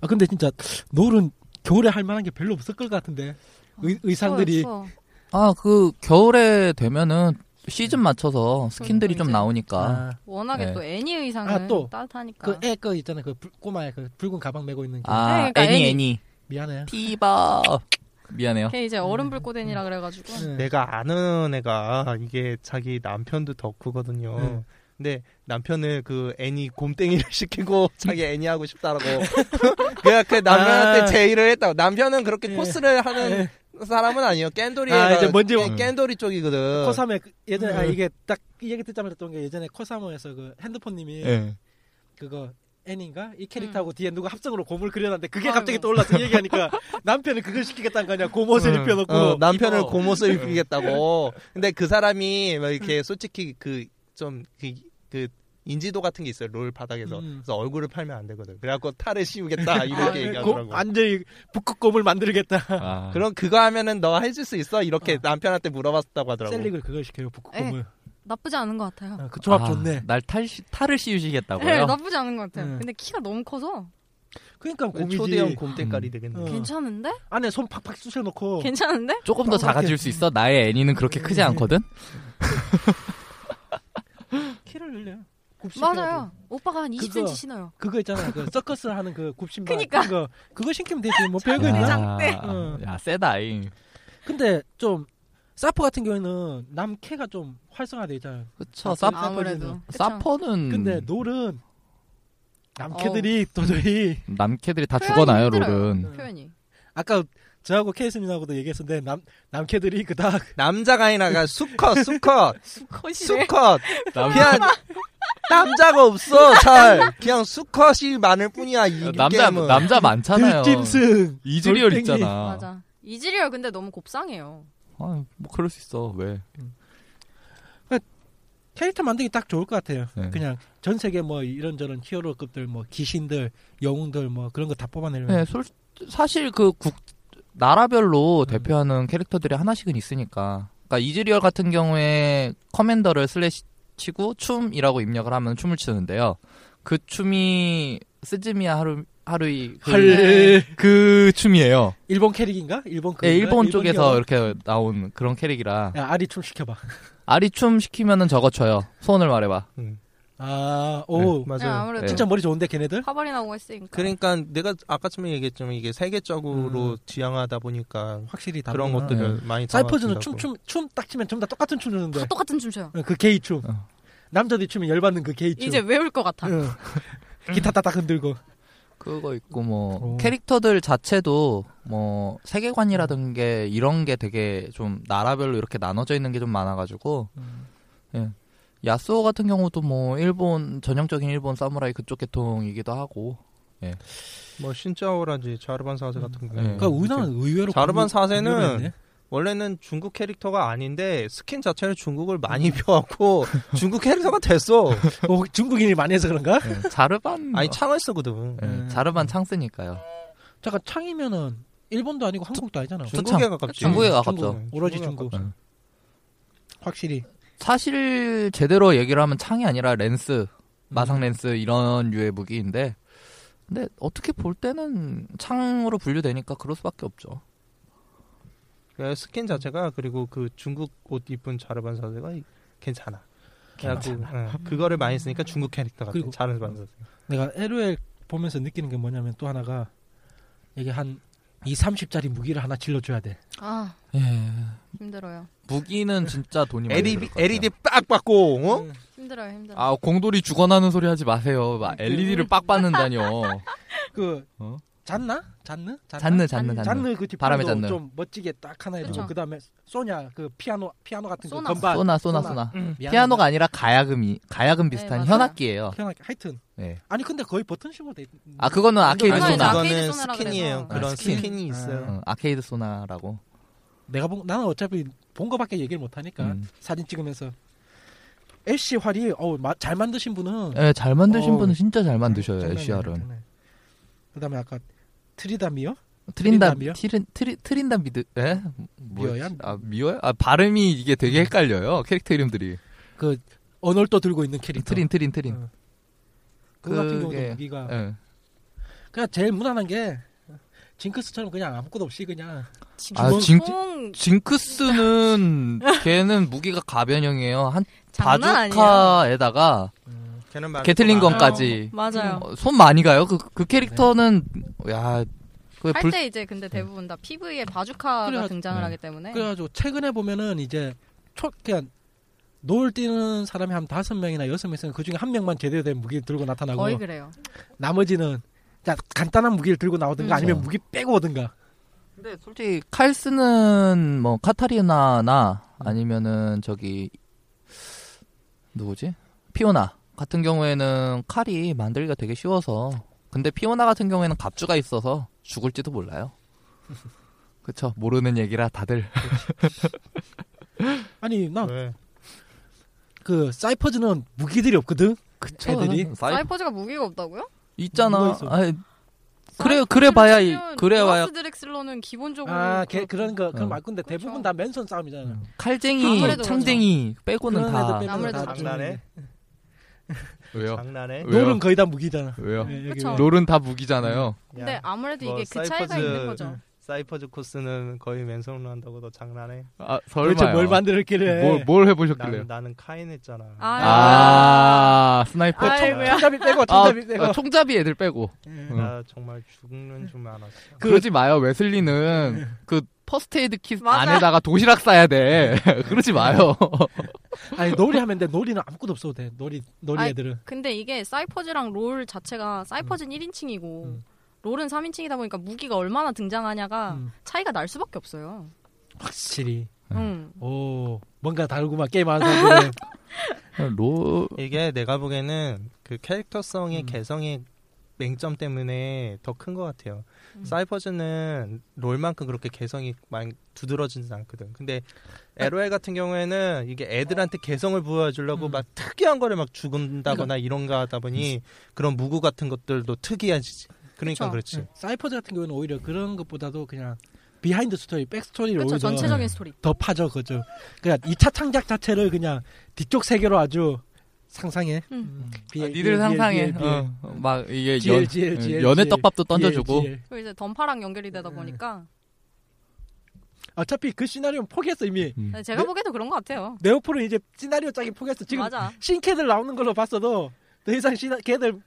[SPEAKER 5] 아 근데 진짜 노을은 겨울에 할 만한 게 별로 없을 것 같은데 의, 의상들이
[SPEAKER 6] 추워요, 추워.
[SPEAKER 7] 아 그 겨울에 되면은 시즌 맞춰서 스킨들이 좀
[SPEAKER 6] 이제-
[SPEAKER 7] 나오니까
[SPEAKER 6] 워낙에
[SPEAKER 7] 네.
[SPEAKER 6] 또 애니 의상은
[SPEAKER 5] 아, 또.
[SPEAKER 6] 따뜻하니까.
[SPEAKER 5] 아. 그 애 거 있잖아 그 불- 꼬마애 그 붉은 가방 메고 있는 게
[SPEAKER 7] 아
[SPEAKER 6] 그러니까
[SPEAKER 7] 애니
[SPEAKER 6] 애니.
[SPEAKER 7] 애니
[SPEAKER 5] 미안해
[SPEAKER 7] 티바 미안해요.
[SPEAKER 6] 걔 이제 얼음 불꽃엔이라 그래가지고
[SPEAKER 5] 음.
[SPEAKER 7] 네.
[SPEAKER 8] 내가 아는 애가 이게 자기 남편도 덕후거든요.
[SPEAKER 5] 네.
[SPEAKER 8] 근데 남편을 그 애니 곰땡이를 시키고 자기 애니 하고 싶다라고 그냥 그 남편한테
[SPEAKER 5] 아.
[SPEAKER 8] 제의를 했다고 남편은 그렇게
[SPEAKER 5] 예.
[SPEAKER 8] 코스를 하는 사람은 아니에요 깬돌이
[SPEAKER 5] 아, 이제 뭔지
[SPEAKER 8] 깬- 깬돌이 쪽이거든
[SPEAKER 5] 코사모에 그- 예전에
[SPEAKER 8] 네.
[SPEAKER 5] 아, 이게 딱 이 얘기 듣자마자 떠온 게 예전에 코사모에서 그 핸드폰님이
[SPEAKER 8] 네.
[SPEAKER 7] 예.
[SPEAKER 5] 그거 애인가 이 캐릭터하고 뒤에 누가 합성으로 곰을 그려놨는데 그게
[SPEAKER 6] 음. 아이고.
[SPEAKER 5] 갑자기 떠올라서 이 얘기하니까 남편은 그걸 시키겠다는 거냐 곰옷을
[SPEAKER 8] 응.
[SPEAKER 5] 입혀놓고
[SPEAKER 8] 어, 남편을
[SPEAKER 5] 입어.
[SPEAKER 8] 고모스 입히겠다고 근데 그 사람이 막 이렇게 솔직히 그 좀그 그 인지도 같은 게 있어요 롤 바닥에서
[SPEAKER 5] 음.
[SPEAKER 8] 그래서 얼굴을 팔면 안 되거든 그래갖고 탈을 씌우겠다
[SPEAKER 6] 아,
[SPEAKER 8] 이렇게
[SPEAKER 6] 네.
[SPEAKER 8] 얘기하더라고
[SPEAKER 5] 곰, 완전히 북극곰을 만들겠다
[SPEAKER 7] 아.
[SPEAKER 8] 그럼 그거 하면은 너 해줄 수 있어 이렇게 남편한테 물어봤다고 하더라고.
[SPEAKER 5] 셀릭을 그걸 시켜요
[SPEAKER 6] 네.
[SPEAKER 5] 북극곰을
[SPEAKER 6] 나쁘지 않은 것 같아요.
[SPEAKER 5] 아, 그 조합
[SPEAKER 7] 아,
[SPEAKER 5] 좋네
[SPEAKER 7] 날 탈, 탈을
[SPEAKER 6] 네,
[SPEAKER 7] 씌우시겠다고요?
[SPEAKER 6] 나쁘지 않은 것 같아요.
[SPEAKER 5] 네.
[SPEAKER 6] 근데 키가 너무 커서
[SPEAKER 5] 그러니까
[SPEAKER 8] 왜
[SPEAKER 5] 곰이지
[SPEAKER 8] 초대형
[SPEAKER 7] 음.
[SPEAKER 8] 곰대가리 되겠네.
[SPEAKER 5] 어.
[SPEAKER 6] 괜찮은데?
[SPEAKER 5] 안에 손 팍팍 쑤셔놓고
[SPEAKER 6] 괜찮은데?
[SPEAKER 7] 조금 더 작아질 수 있어? 나의 애니는 그렇게
[SPEAKER 5] 음.
[SPEAKER 7] 크지 않거든?
[SPEAKER 5] 키를 늘려 굽신해야 돼.
[SPEAKER 6] 맞아요. 오빠가 한 20cm
[SPEAKER 5] 그거.
[SPEAKER 6] 신어요.
[SPEAKER 5] 그거 있잖아 그 서커스 하는 그 굽신발
[SPEAKER 6] 그니까.
[SPEAKER 5] 그거
[SPEAKER 8] 네.
[SPEAKER 5] 그거 신기면 되지 뭐 별거
[SPEAKER 7] 야,
[SPEAKER 5] 있나
[SPEAKER 6] 장대.
[SPEAKER 7] 야, 세다, 잉.
[SPEAKER 5] 근데 좀 사퍼 같은 경우에는 남캐가 좀 활성화돼 있잖아요.
[SPEAKER 7] 그쵸.
[SPEAKER 5] 사-
[SPEAKER 7] 사,
[SPEAKER 6] 아무래도 그쵸.
[SPEAKER 7] 사퍼는
[SPEAKER 5] 근데 놀은 남캐들이 도저히
[SPEAKER 7] 남캐들이 다
[SPEAKER 6] 표현이
[SPEAKER 7] 죽어나요,
[SPEAKER 6] 네, 힘들어요.
[SPEAKER 7] 롤은.
[SPEAKER 6] 표현이
[SPEAKER 5] 아까 저하고 케이스님하고도 얘기했었는데 남 남캐들이 그닥
[SPEAKER 8] 남자가 아니라 수컷 수컷
[SPEAKER 6] 수컷이래.
[SPEAKER 8] 수컷
[SPEAKER 6] 네.
[SPEAKER 8] 그냥 남자가 없어 잘 그냥 수컷이 많을 뿐이야 이
[SPEAKER 7] 남자,
[SPEAKER 8] 게임은
[SPEAKER 7] 남자 많잖아요.
[SPEAKER 5] 들짐승
[SPEAKER 7] 이즈리얼
[SPEAKER 5] 돌멩이.
[SPEAKER 7] 있잖아.
[SPEAKER 6] 맞아. 이즈리얼 근데 너무 곱상해요.
[SPEAKER 7] 아, 뭐 그럴 수 있어. 왜?
[SPEAKER 5] 캐릭터 만들기 딱 좋을 것 같아요.
[SPEAKER 7] 네.
[SPEAKER 5] 그냥 전 세계 뭐 이런저런 히어로급들 뭐 귀신들 영웅들 뭐 그런 거 다 뽑아내면
[SPEAKER 7] 네, 솔, 사실 그 국, 나라별로 대표하는 캐릭터들이 하나씩은 있으니까. 그러니까 이즈리얼 같은 경우에 커맨더를 슬래시 치고 춤이라고 입력을 하면 춤을 추는데요. 그 춤이 스즈미야 하루 하루이 그,
[SPEAKER 5] 할
[SPEAKER 7] 그 춤이에요.
[SPEAKER 5] 일본 캐릭인가? 일본 그
[SPEAKER 7] 예, 일본 쪽에서 이렇게 나온 그런 캐릭이라
[SPEAKER 5] 야, 아리 춤 시켜봐.
[SPEAKER 7] 아리 춤 시키면은 저거 쳐요. 소원을 말해봐.
[SPEAKER 5] 아, 오,
[SPEAKER 6] 그냥
[SPEAKER 8] 맞아요
[SPEAKER 6] 아무래도
[SPEAKER 7] 네.
[SPEAKER 5] 진짜 머리 좋은데 걔네들?
[SPEAKER 6] 화발이 나오고 했으니까.
[SPEAKER 8] 그러니까 내가 아까 처음에 얘기했지만 이게 세계적으로
[SPEAKER 5] 음.
[SPEAKER 8] 지향하다 보니까
[SPEAKER 5] 확실히 다
[SPEAKER 8] 그런 것들을 많이
[SPEAKER 5] 사이퍼즈는
[SPEAKER 8] 담아준다고.
[SPEAKER 5] 춤춤춤딱 치면 전부 다 똑같은 춤 추는데
[SPEAKER 6] 다 똑같은 춤 춰요.
[SPEAKER 5] 그 게이 춤.
[SPEAKER 7] 어.
[SPEAKER 5] 남자들이 추면 열받는 그 게이 춤.
[SPEAKER 6] 이제 외울 것 같아.
[SPEAKER 5] 응. 기타 따닥 흔들고.
[SPEAKER 8] 음.
[SPEAKER 7] 그거 있고 뭐
[SPEAKER 8] 어.
[SPEAKER 5] 오.
[SPEAKER 7] 캐릭터들 자체도 뭐 세계관이라든 게 이런 게 되게 좀 나라별로 이렇게 나눠져 있는 게 좀 많아가지고
[SPEAKER 8] 음.
[SPEAKER 7] 예. 야스오 같은 경우도 뭐 일본 전형적인 일본 사무라이 그쪽 계통이기도 하고
[SPEAKER 8] 뭐 신짜오라든지 자르반 사세 같은 경우
[SPEAKER 7] 네.
[SPEAKER 5] 그러니까 우나는 의외로
[SPEAKER 8] 자르반
[SPEAKER 5] 공유-
[SPEAKER 8] 사세는
[SPEAKER 5] 공유를 했네.
[SPEAKER 8] 원래는 중국 캐릭터가 아닌데 스킨 자체를 중국을 많이 입혀갖고 중국 캐릭터가 됐어
[SPEAKER 5] 어, 중국인이 많이 해서 그런가?
[SPEAKER 7] 예. 자르반
[SPEAKER 8] 아니 창을 쓰거든
[SPEAKER 7] 예,
[SPEAKER 5] 음.
[SPEAKER 7] 자르반 창 쓰니까요
[SPEAKER 5] 잠깐 창이면은 일본도 아니고 한국도 아니잖아.
[SPEAKER 8] 중국에 가깝지
[SPEAKER 7] 예, 중국에 가깝죠.
[SPEAKER 8] 중국은. 네,
[SPEAKER 5] 오로지
[SPEAKER 8] 중국에
[SPEAKER 5] 중국.
[SPEAKER 8] 가깝죠.
[SPEAKER 5] 확실히.
[SPEAKER 7] 사실 제대로 얘기를 하면 창이 아니라
[SPEAKER 8] 음.
[SPEAKER 7] 렌스 마상 렌스 이런 유의 무기인데 근데 어떻게 볼 때는 창으로 분류되니까 그럴 수밖에 없죠
[SPEAKER 8] 그 스킨 자체가 그리고 그 중국 옷 입은 자르반 사세가 괜찮아. 그래갖고 응, 그거를 많이 쓰니까 중국 캐릭터 같아.
[SPEAKER 5] 그리고-
[SPEAKER 8] 자르반 사세.
[SPEAKER 5] 내가 LOL 보면서 느끼는 게 뭐냐면 또 하나가 이게 한 2, 30짜리 무기를 하나 질러줘야 돼.
[SPEAKER 6] 아
[SPEAKER 7] 예.
[SPEAKER 6] 힘들어요.
[SPEAKER 7] 무기는 진짜 돈이 많이 들것
[SPEAKER 8] LED
[SPEAKER 7] 같아요.
[SPEAKER 8] LED 빡 받고 어?
[SPEAKER 6] 힘들어요. 힘들어. 요
[SPEAKER 7] 아 공돌이 죽어나는 소리 하지 마세요. 막 LED를 빡 받는다뇨.
[SPEAKER 5] 그
[SPEAKER 7] 어?
[SPEAKER 5] 잤나? 잤느?
[SPEAKER 7] 잔느 잔느 잔느.
[SPEAKER 5] 잔느 그
[SPEAKER 7] 바람의 잔느.
[SPEAKER 5] 뒷판도 좀 멋지게 딱 하나 해주고
[SPEAKER 6] 그쵸.
[SPEAKER 5] 그 다음에 소냐 그 피아노 피아노 같은 그
[SPEAKER 6] 소나.
[SPEAKER 5] 건반
[SPEAKER 7] 쏘나 음, 쏘나
[SPEAKER 5] 쏘나.
[SPEAKER 7] 쏘나.
[SPEAKER 5] 미안하다.
[SPEAKER 7] 피아노가 아니라 가야금이 가야금
[SPEAKER 6] 네,
[SPEAKER 7] 비슷한
[SPEAKER 6] 맞아요.
[SPEAKER 7] 현악기예요.
[SPEAKER 5] 희한하게 하여튼
[SPEAKER 7] 네.
[SPEAKER 5] 아니 근데 거의 버튼식으로 돼 있는
[SPEAKER 7] 아 그거는 아케이드
[SPEAKER 6] 아니,
[SPEAKER 7] 쏘나.
[SPEAKER 6] 아케이드
[SPEAKER 8] 그거는
[SPEAKER 6] 소나라
[SPEAKER 8] 스킨이에요.
[SPEAKER 6] 그래서.
[SPEAKER 8] 그런
[SPEAKER 7] 아,
[SPEAKER 8] 스킨.
[SPEAKER 7] 스킨.
[SPEAKER 8] 이 있어요.
[SPEAKER 7] 응, 아케이드 쏘나라고.
[SPEAKER 5] 내가 본 나는 어차피 본 거밖에 얘기를 못 하니까
[SPEAKER 7] 음.
[SPEAKER 5] 사진 찍으면서 LC 활이 어우 마- 잘 만드신 분은
[SPEAKER 7] 예, 잘 만드신
[SPEAKER 5] 어.
[SPEAKER 7] 분은 진짜 잘 만드셔요.
[SPEAKER 5] 장난이
[SPEAKER 7] LCR은.
[SPEAKER 5] 아니네. 그다음에 아까 트리다미어
[SPEAKER 7] 트린다
[SPEAKER 5] 트린다미요?
[SPEAKER 7] 트린 트리 트린다 미드. 예? 뭐였지?
[SPEAKER 5] 미어야?
[SPEAKER 7] 아 미어야? 아 발음이 이게 되게 헷갈려요. 캐릭터 이름들이.
[SPEAKER 5] 그 언얼도 들고 있는 캐릭터
[SPEAKER 7] 트린 트린 트린.
[SPEAKER 5] 어. 그거 같은 경우도
[SPEAKER 7] 그게-
[SPEAKER 5] 무기가
[SPEAKER 7] 예.
[SPEAKER 5] 그냥 제일 무난한 게 징크스처럼 그냥 아무것도 없이 그냥
[SPEAKER 7] 아
[SPEAKER 5] 주먹-
[SPEAKER 7] 진
[SPEAKER 6] 총
[SPEAKER 7] 징크스는 걔는 무기가 가변형이에요. 한
[SPEAKER 6] 장난 아니에요.
[SPEAKER 7] 바주카에다가
[SPEAKER 8] 걔는 말-
[SPEAKER 7] 게틀링건까지
[SPEAKER 6] 맞아요.
[SPEAKER 7] 어, 손 많이 가요. 그, 그 캐릭터는 야, 그
[SPEAKER 6] 네. 할
[SPEAKER 7] 불,
[SPEAKER 6] 때 이제 근데 대부분 다 PV에 바주카가
[SPEAKER 5] 그래가-
[SPEAKER 6] 등장을
[SPEAKER 7] 네.
[SPEAKER 6] 하기 때문에
[SPEAKER 5] 그래가지고 최근에 보면은 이제 초 그냥 노을 뛰는 사람이 한 다섯 명이나 여섯 명 있으면 그 중에 한 명만 제대로 된 무기를 들고 나타나고
[SPEAKER 6] 거의 그래요.
[SPEAKER 5] 나머지는 자, 간단한 무기를 들고 나오든가
[SPEAKER 6] 음.
[SPEAKER 5] 아니면
[SPEAKER 7] 그렇죠.
[SPEAKER 5] 무기 빼고 오든가
[SPEAKER 7] 근데 솔직히 칼 쓰는 뭐 카타리나나 아니면은 저기 누구지? 피오나 같은 경우에는 칼이 만들기가 되게 쉬워서 근데 피오나 같은 경우에는 갑주가 있어서 죽을지도 몰라요. 그쵸 모르는 얘기라 다들
[SPEAKER 5] 아니 나 그
[SPEAKER 8] 왜?
[SPEAKER 5] 사이퍼즈는 무기들이 없거든
[SPEAKER 7] 그쵸
[SPEAKER 5] 애들이?
[SPEAKER 7] 사이-
[SPEAKER 6] 사이퍼즈가 무기가 없다고요?
[SPEAKER 7] 있잖아.
[SPEAKER 5] 있어?
[SPEAKER 7] 아니, 그래 그래 봐야 이- 그래 봐야
[SPEAKER 6] 스 드렉슬러는 기본적으로
[SPEAKER 5] 아 걔, 그런 거 그런
[SPEAKER 7] 어.
[SPEAKER 5] 말 건데
[SPEAKER 6] 그렇죠.
[SPEAKER 5] 대부분 다 맨손 싸움이잖아
[SPEAKER 7] 칼쟁이,
[SPEAKER 6] 아무래도 그렇죠.
[SPEAKER 7] 창쟁이 빼고는
[SPEAKER 5] 네. 음. 그런
[SPEAKER 7] 다
[SPEAKER 5] 애들 빼면
[SPEAKER 6] 아무래도
[SPEAKER 5] 다
[SPEAKER 6] 그렇죠.
[SPEAKER 5] 장난해.
[SPEAKER 7] 네. 왜요?
[SPEAKER 8] 장난해.
[SPEAKER 7] 왜요?
[SPEAKER 5] 노는 거의 다 무기잖아
[SPEAKER 7] 왜요?
[SPEAKER 5] 예, 여기
[SPEAKER 6] 그쵸.
[SPEAKER 5] 왜.
[SPEAKER 7] 롤은 다 무기잖아요.
[SPEAKER 6] 근데
[SPEAKER 8] 야,
[SPEAKER 6] 아무래도
[SPEAKER 8] 뭐
[SPEAKER 6] 이게 그 차이가
[SPEAKER 8] 사이퍼즈- 음.
[SPEAKER 6] 있는 거죠.
[SPEAKER 8] 사이퍼즈 코스는 거의 맨손으로 한다고 너 장난해.
[SPEAKER 7] 아
[SPEAKER 5] 도대체
[SPEAKER 7] 설마
[SPEAKER 5] 뭘 만들었길래
[SPEAKER 7] 뭘, 뭘
[SPEAKER 8] 나는
[SPEAKER 7] 해보셨길래요?
[SPEAKER 8] 나는 카인 했잖아.
[SPEAKER 6] 아,
[SPEAKER 7] 아, 스나이퍼.
[SPEAKER 6] 아, 아이고야.
[SPEAKER 5] 총잡이 빼고
[SPEAKER 7] 아,
[SPEAKER 5] 총잡이 빼고
[SPEAKER 7] 아, 총잡이 애들 빼고.
[SPEAKER 5] 예.
[SPEAKER 7] 응.
[SPEAKER 8] 나 정말 죽는 줄 알았어.
[SPEAKER 5] 예.
[SPEAKER 7] 그, 러지 마요. 웨슬리는 그 퍼스트에이드 킷
[SPEAKER 9] 맞아.
[SPEAKER 7] 안에다가 도시락 싸야 돼.
[SPEAKER 5] 예.
[SPEAKER 7] 그러지 마요.
[SPEAKER 5] 아니 놀이 하면 돼. 놀이는 아무것도 없어도 돼. 놀이 놀이
[SPEAKER 6] 아이,
[SPEAKER 5] 애들은.
[SPEAKER 6] 근데 이게 사이퍼즈랑 롤 자체가 사이퍼즈는 1인칭이고
[SPEAKER 5] 음.
[SPEAKER 6] 롤은 3인칭이다 보니까 무기가 얼마나 등장하냐가
[SPEAKER 5] 음. 네.
[SPEAKER 6] 차이가 날 수밖에 없어요.
[SPEAKER 5] 확실히.
[SPEAKER 6] 음.
[SPEAKER 5] 오 뭔가 다르구만 게임하는 사람들은.
[SPEAKER 7] 로
[SPEAKER 8] 이게 내가 보기에는 그 캐릭터성의
[SPEAKER 5] 음.
[SPEAKER 8] 개성의 맹점 때문에 더 큰 것 같아요.
[SPEAKER 6] 음.
[SPEAKER 8] 사이퍼즈는 롤만큼 그렇게 개성이 많이 두드러지진 않거든. 근데 LOL 같은 경우에는 이게 애들한테 개성을 부여해주려고
[SPEAKER 5] 음.
[SPEAKER 8] 막 특이한 거를 막 죽은다거나 이런가 하다 보니 그런 무구 같은 것들도 특이하지.
[SPEAKER 6] 그쵸.
[SPEAKER 8] 그러니까 그렇
[SPEAKER 5] 네.
[SPEAKER 8] 지
[SPEAKER 5] 사이퍼즈 같은 경우는 오히려 그런 것보다도 그냥 비하인드 스토리, 백스토리를
[SPEAKER 6] 그렇죠.
[SPEAKER 5] 오히려
[SPEAKER 6] 전체적인 스토리.
[SPEAKER 5] 더 파죠 그죠. 그러니까 2차 창작 자체를 그냥 뒤쪽 세계로 아주 상상해.
[SPEAKER 6] 음.
[SPEAKER 5] BL,
[SPEAKER 7] 니들 상상해.
[SPEAKER 5] BL,
[SPEAKER 7] 어, 막 이게
[SPEAKER 5] BL,
[SPEAKER 7] 연,
[SPEAKER 5] BL, BL,
[SPEAKER 7] 예, 연애
[SPEAKER 5] BL,
[SPEAKER 7] 떡밥도 던져주고.
[SPEAKER 5] BL.
[SPEAKER 6] 그리고 이제 던파랑 연결이 되다
[SPEAKER 5] 음.
[SPEAKER 6] 보니까
[SPEAKER 5] 어차피 그 시나리오는 포기했어 이미.
[SPEAKER 7] 음.
[SPEAKER 6] 제가
[SPEAKER 5] 네?
[SPEAKER 6] 보기에도 그런 것 같아요.
[SPEAKER 5] 네오폴은 이제 시나리오 짜기 포기했어. 지금
[SPEAKER 6] 맞아.
[SPEAKER 5] 신캐들 나오는 걸로 봤어도 더 이상 시나 걔들